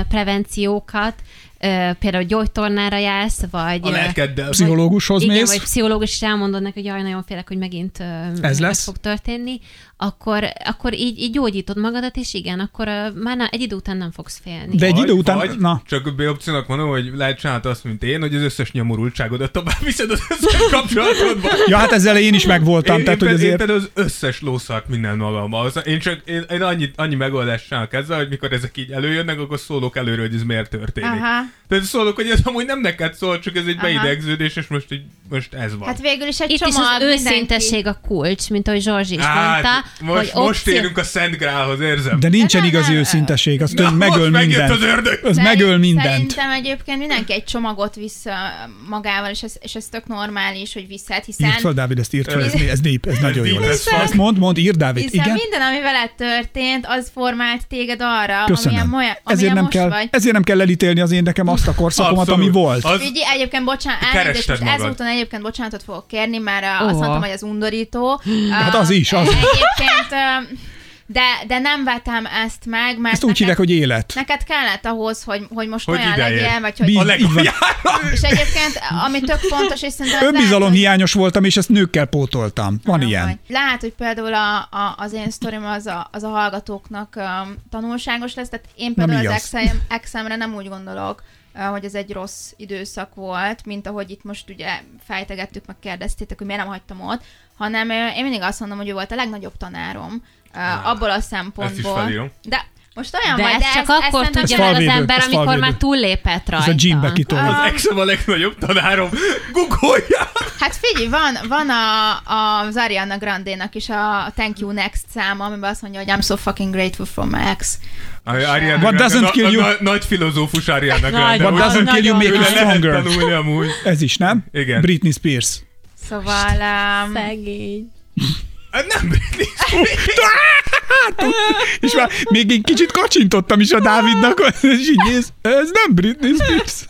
[SPEAKER 7] prevenciókat, ö, például gyógytornára jársz, vagy...
[SPEAKER 6] A
[SPEAKER 7] ö,
[SPEAKER 6] lelkeddel.
[SPEAKER 5] Pszichológushoz
[SPEAKER 7] igen,
[SPEAKER 5] mész.
[SPEAKER 7] vagy pszichológus is elmondod neki, hogy jaj, nagyon félek, hogy megint
[SPEAKER 5] Ez lesz.
[SPEAKER 7] ez fog történni, akkor, akkor így, így gyógyítod magadat, és igen, akkor ö, már na, egy idő után nem fogsz félni.
[SPEAKER 5] De egy
[SPEAKER 6] Vagy-
[SPEAKER 5] idő után...
[SPEAKER 6] Vagy,
[SPEAKER 5] na.
[SPEAKER 6] na. Csak a B-opciónak mondom, hogy lehet csinálni azt, mint én, hogy az összes nyomorultságodat tovább viszed az összes kapcsolatodba.
[SPEAKER 5] Ja, hát ezzel én is megvoltam,
[SPEAKER 6] Én,
[SPEAKER 5] tehát
[SPEAKER 6] én,
[SPEAKER 5] hogy
[SPEAKER 6] például- én
[SPEAKER 5] azért...
[SPEAKER 6] például az összes lószart minden magammal. Az- Én csak én, én annyi, annyi megoldást csinálok ezzel, hogy mikor ezek így előjönnek, akkor szólok előről, hogy ez miért történik.
[SPEAKER 8] Aha.
[SPEAKER 6] Tehát szólok, hogy ez amúgy nem neked szól, csak ez egy
[SPEAKER 8] Aha.
[SPEAKER 6] beidegződés, és most, így, most ez van.
[SPEAKER 8] Hát végül is egy
[SPEAKER 7] Itt is
[SPEAKER 8] csomag
[SPEAKER 7] az
[SPEAKER 8] mindenki.
[SPEAKER 7] őszintesség a kulcs, mint ahogy Zsózsi is mondta,
[SPEAKER 6] Hát, most,
[SPEAKER 7] hogy
[SPEAKER 6] most érünk a Szent Grálhoz, érzem.
[SPEAKER 5] De nincsen
[SPEAKER 8] nem,
[SPEAKER 5] igazi
[SPEAKER 8] nem.
[SPEAKER 5] őszintesség, az
[SPEAKER 6] Na,
[SPEAKER 5] tőle megöl
[SPEAKER 6] most megjött
[SPEAKER 5] mindent.
[SPEAKER 6] az ördög.
[SPEAKER 5] Az
[SPEAKER 8] Szerint-
[SPEAKER 5] megöl mindent.
[SPEAKER 8] Szerintem egyébként mindenki egy csomagot visz ö, magával, és ez, és ez tök normális, hogy viszed, hiszen,
[SPEAKER 5] Írd fel, Dávid, ezt írd fel, ez, ez deep, ez nagyon jó
[SPEAKER 6] deep
[SPEAKER 5] lesz.
[SPEAKER 6] as fuck.
[SPEAKER 5] Ezt mond, mond, írd, Dávid.
[SPEAKER 8] hiszen
[SPEAKER 5] Igen,
[SPEAKER 8] minden, ami veled történt, az formált téged arra, amilyen,
[SPEAKER 5] köszönöm.
[SPEAKER 8] moja,
[SPEAKER 5] Ezért
[SPEAKER 8] amilyen
[SPEAKER 5] nem,
[SPEAKER 8] most
[SPEAKER 5] kell,
[SPEAKER 8] vagy.
[SPEAKER 5] ezért nem kell elítélni az én nekem azt a korszakomat,
[SPEAKER 6] Abszolút.
[SPEAKER 5] ami volt.
[SPEAKER 6] Az,
[SPEAKER 8] Figyelj, egyébként bocsánat,
[SPEAKER 6] Kerested
[SPEAKER 8] elnézést, most
[SPEAKER 6] magad.
[SPEAKER 8] ezúton egyébként bocsánatot fogok kérni, mert uh,
[SPEAKER 7] Oha.
[SPEAKER 8] azt mondtam, hogy az undorító. Hát
[SPEAKER 5] az is, az is.
[SPEAKER 8] Egyébként, ö, de, de nem vetem ezt meg, mert
[SPEAKER 5] Ezt úgy hívják, hogy élet.
[SPEAKER 8] neked kellett ahhoz, hogy, hogy most
[SPEAKER 6] Hogy
[SPEAKER 8] olyan
[SPEAKER 6] ide érj.
[SPEAKER 8] legyél, vagy hogy...
[SPEAKER 5] Bíz-
[SPEAKER 6] a
[SPEAKER 5] így van.
[SPEAKER 6] legjobb
[SPEAKER 8] És egyébként, ami tök fontos, és szerintem... lehet,
[SPEAKER 5] Önbizalom
[SPEAKER 8] hogy-
[SPEAKER 5] hiányos voltam, és ezt nőkkel pótoltam. Van
[SPEAKER 8] Nem
[SPEAKER 5] ilyen.
[SPEAKER 8] vagy. Lehet, hogy például a, a, az én sztorim az a, az a hallgatóknak um, tanulságos lesz, tehát én például
[SPEAKER 5] mi
[SPEAKER 8] az
[SPEAKER 5] az?
[SPEAKER 8] exem, exemre nem úgy gondolok, ö, hogy ez egy rossz időszak volt, mint ahogy itt most ugye fejtegettük, meg kérdeztétek, hogy miért nem hagytam ott, uh, hanem ö, én mindig azt mondom, hogy ő volt a legnagyobb tanárom, ö, uh, abból a
[SPEAKER 6] Ezt is
[SPEAKER 8] szempontból.
[SPEAKER 6] felírom.
[SPEAKER 8] De Most olyan
[SPEAKER 7] De
[SPEAKER 8] vagy,
[SPEAKER 7] ezt csak
[SPEAKER 8] ezt,
[SPEAKER 7] akkor
[SPEAKER 8] ezt
[SPEAKER 7] tudja
[SPEAKER 5] Ez
[SPEAKER 7] meg az
[SPEAKER 5] falvédő,
[SPEAKER 7] ember,
[SPEAKER 5] ez
[SPEAKER 7] amikor
[SPEAKER 5] falvédő.
[SPEAKER 7] már túllépett
[SPEAKER 5] Ez
[SPEAKER 7] rajta.
[SPEAKER 5] a gymbe kitolja.
[SPEAKER 8] Ah.
[SPEAKER 6] Az exem a legnagyobb tanárom. Googolja!
[SPEAKER 8] Hát figyelj, van, van a, a, az Ariana Grande-nak is a Thank You Next száma, amiben azt mondja, hogy I'm so fucking grateful for my ex.
[SPEAKER 6] Ariana
[SPEAKER 5] What
[SPEAKER 6] Grande,
[SPEAKER 5] doesn't
[SPEAKER 6] na-
[SPEAKER 5] kill
[SPEAKER 6] na-
[SPEAKER 5] you-
[SPEAKER 6] na- Nagy filozófus Ariana Grande.
[SPEAKER 5] What
[SPEAKER 6] hogy
[SPEAKER 5] doesn't kill you make
[SPEAKER 6] Ő
[SPEAKER 5] you
[SPEAKER 6] le lehet
[SPEAKER 5] stronger.
[SPEAKER 6] tanulni amúgy.
[SPEAKER 5] Ez is, nem?
[SPEAKER 6] Igen.
[SPEAKER 5] Britney Spears.
[SPEAKER 8] Szóval... Um,
[SPEAKER 7] Szegény.
[SPEAKER 6] Hát Nem Britney
[SPEAKER 5] És már még egy kicsit kacsintottam is a Dávidnak, és így néz, ez nem Britney Spears.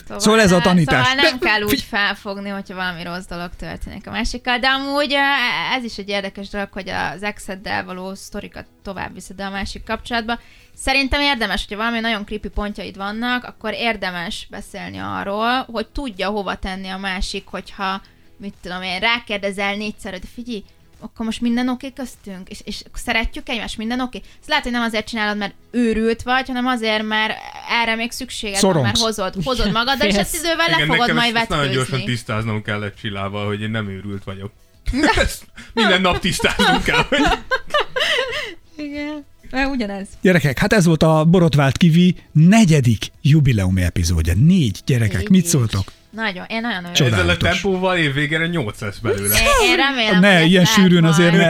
[SPEAKER 8] Szóval,
[SPEAKER 5] Szóval ez a tanítás.
[SPEAKER 8] Szóval nem
[SPEAKER 5] De-
[SPEAKER 8] kell úgy felfogni, hogyha valami rossz dolog történik a másikkal, de amúgy eh, ez is egy érdekes dolog, hogy az exeddel való sztorikat tovább viszed a másik kapcsolatba. Szerintem érdemes, hogyha valami nagyon creepy pontjaid vannak, akkor érdemes beszélni arról, hogy tudja hova tenni a másik, hogyha mit tudom én, rákérdezel négyszer, hogy figyelj, akkor most minden oké köztünk, és, és szeretjük egymást, minden oké. Ezt lehet, hogy nem azért csinálod, mert őrült vagy, hanem azért, mert erre még szükséged van, mert
[SPEAKER 5] Szorongsz.
[SPEAKER 8] hozod, hozod magaddal, és ezt idővel le
[SPEAKER 6] Igen,
[SPEAKER 8] fogod
[SPEAKER 6] nekem
[SPEAKER 8] majd
[SPEAKER 6] ezt, ezt nagyon gyorsan
[SPEAKER 8] vetkőzni.
[SPEAKER 6] tisztáznom kellett Csillával, hogy én nem őrült vagyok. Ezt minden nap tisztáznunk kell, hogy
[SPEAKER 9] Igen. Ö, Ugyanez.
[SPEAKER 5] Gyerekek, hát ez volt a Borotvált Kivi negyedik jubileumi epizódja. Négy gyerekek, mit szóltok?
[SPEAKER 8] Nagyon, én nagyon örülök.
[SPEAKER 5] Csoda.
[SPEAKER 6] ezzel a
[SPEAKER 5] Csodálatos.
[SPEAKER 6] tempóval évvégére 8 lesz belőle.
[SPEAKER 8] Én- Én remélem,
[SPEAKER 5] Ne,
[SPEAKER 8] hogy
[SPEAKER 5] ilyen
[SPEAKER 8] ezt
[SPEAKER 5] sűrűn
[SPEAKER 8] lehet
[SPEAKER 5] azért
[SPEAKER 8] majd-
[SPEAKER 5] ne.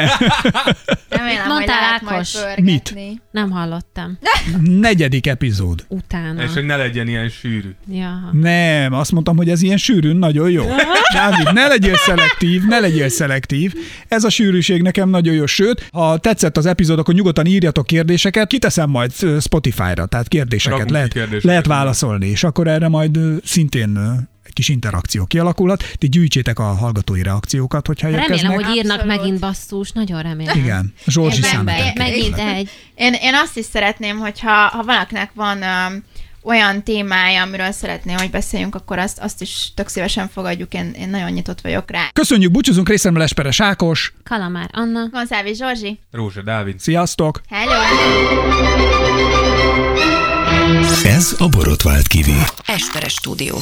[SPEAKER 8] Remélem, hogy
[SPEAKER 7] Mondtál,
[SPEAKER 8] lehet majd
[SPEAKER 7] Ákos?
[SPEAKER 5] Mit?
[SPEAKER 8] pörgetni.
[SPEAKER 7] Nem hallottam.
[SPEAKER 5] Negyedik epizód.
[SPEAKER 7] Utána.
[SPEAKER 6] És hogy ne legyen ilyen sűrű.
[SPEAKER 7] Ja.
[SPEAKER 5] Nem, azt mondtam, hogy ez ilyen sűrűn nagyon jó. Dávid, ne legyél szelektív, ne legyél szelektív. Ez a sűrűség nekem nagyon jó. Sőt, ha tetszett az epizód, akkor nyugodtan írjatok kérdéseket, kiteszem majd ö, Spotify-ra, tehát kérdéseket
[SPEAKER 6] Rakunk ki
[SPEAKER 5] lehet,
[SPEAKER 6] kérdéseket.
[SPEAKER 5] lehet válaszolni, és akkor erre majd ö, szintén ö, egy kis interakció kialakulhat. Ti gyűjtsétek a hallgatói reakciókat, hogyha
[SPEAKER 7] Remélem,
[SPEAKER 5] érkeznek.
[SPEAKER 7] hogy írnak
[SPEAKER 8] Abszolút.
[SPEAKER 7] megint basszus, nagyon remélem.
[SPEAKER 5] Igen, Zsolt is
[SPEAKER 8] Én
[SPEAKER 5] számít.
[SPEAKER 8] meg-
[SPEAKER 7] Megint,
[SPEAKER 8] számítanak.
[SPEAKER 7] megint egy.
[SPEAKER 8] Én, én azt is szeretném, hogyha ha valakinek van um, olyan témája, amiről szeretné, hogy beszéljünk, akkor azt, azt is tök szívesen fogadjuk, én, én nagyon nyitott vagyok rá.
[SPEAKER 5] Köszönjük, búcsúzunk részemre Lesperes Ákos.
[SPEAKER 7] Kalamár Anna.
[SPEAKER 8] Gonzávi Zsorzsi,
[SPEAKER 6] Rózsa Dávid.
[SPEAKER 5] Sziasztok!
[SPEAKER 8] hello!
[SPEAKER 3] Ez a Borotvált Kivi.
[SPEAKER 4] Esperes stúdió.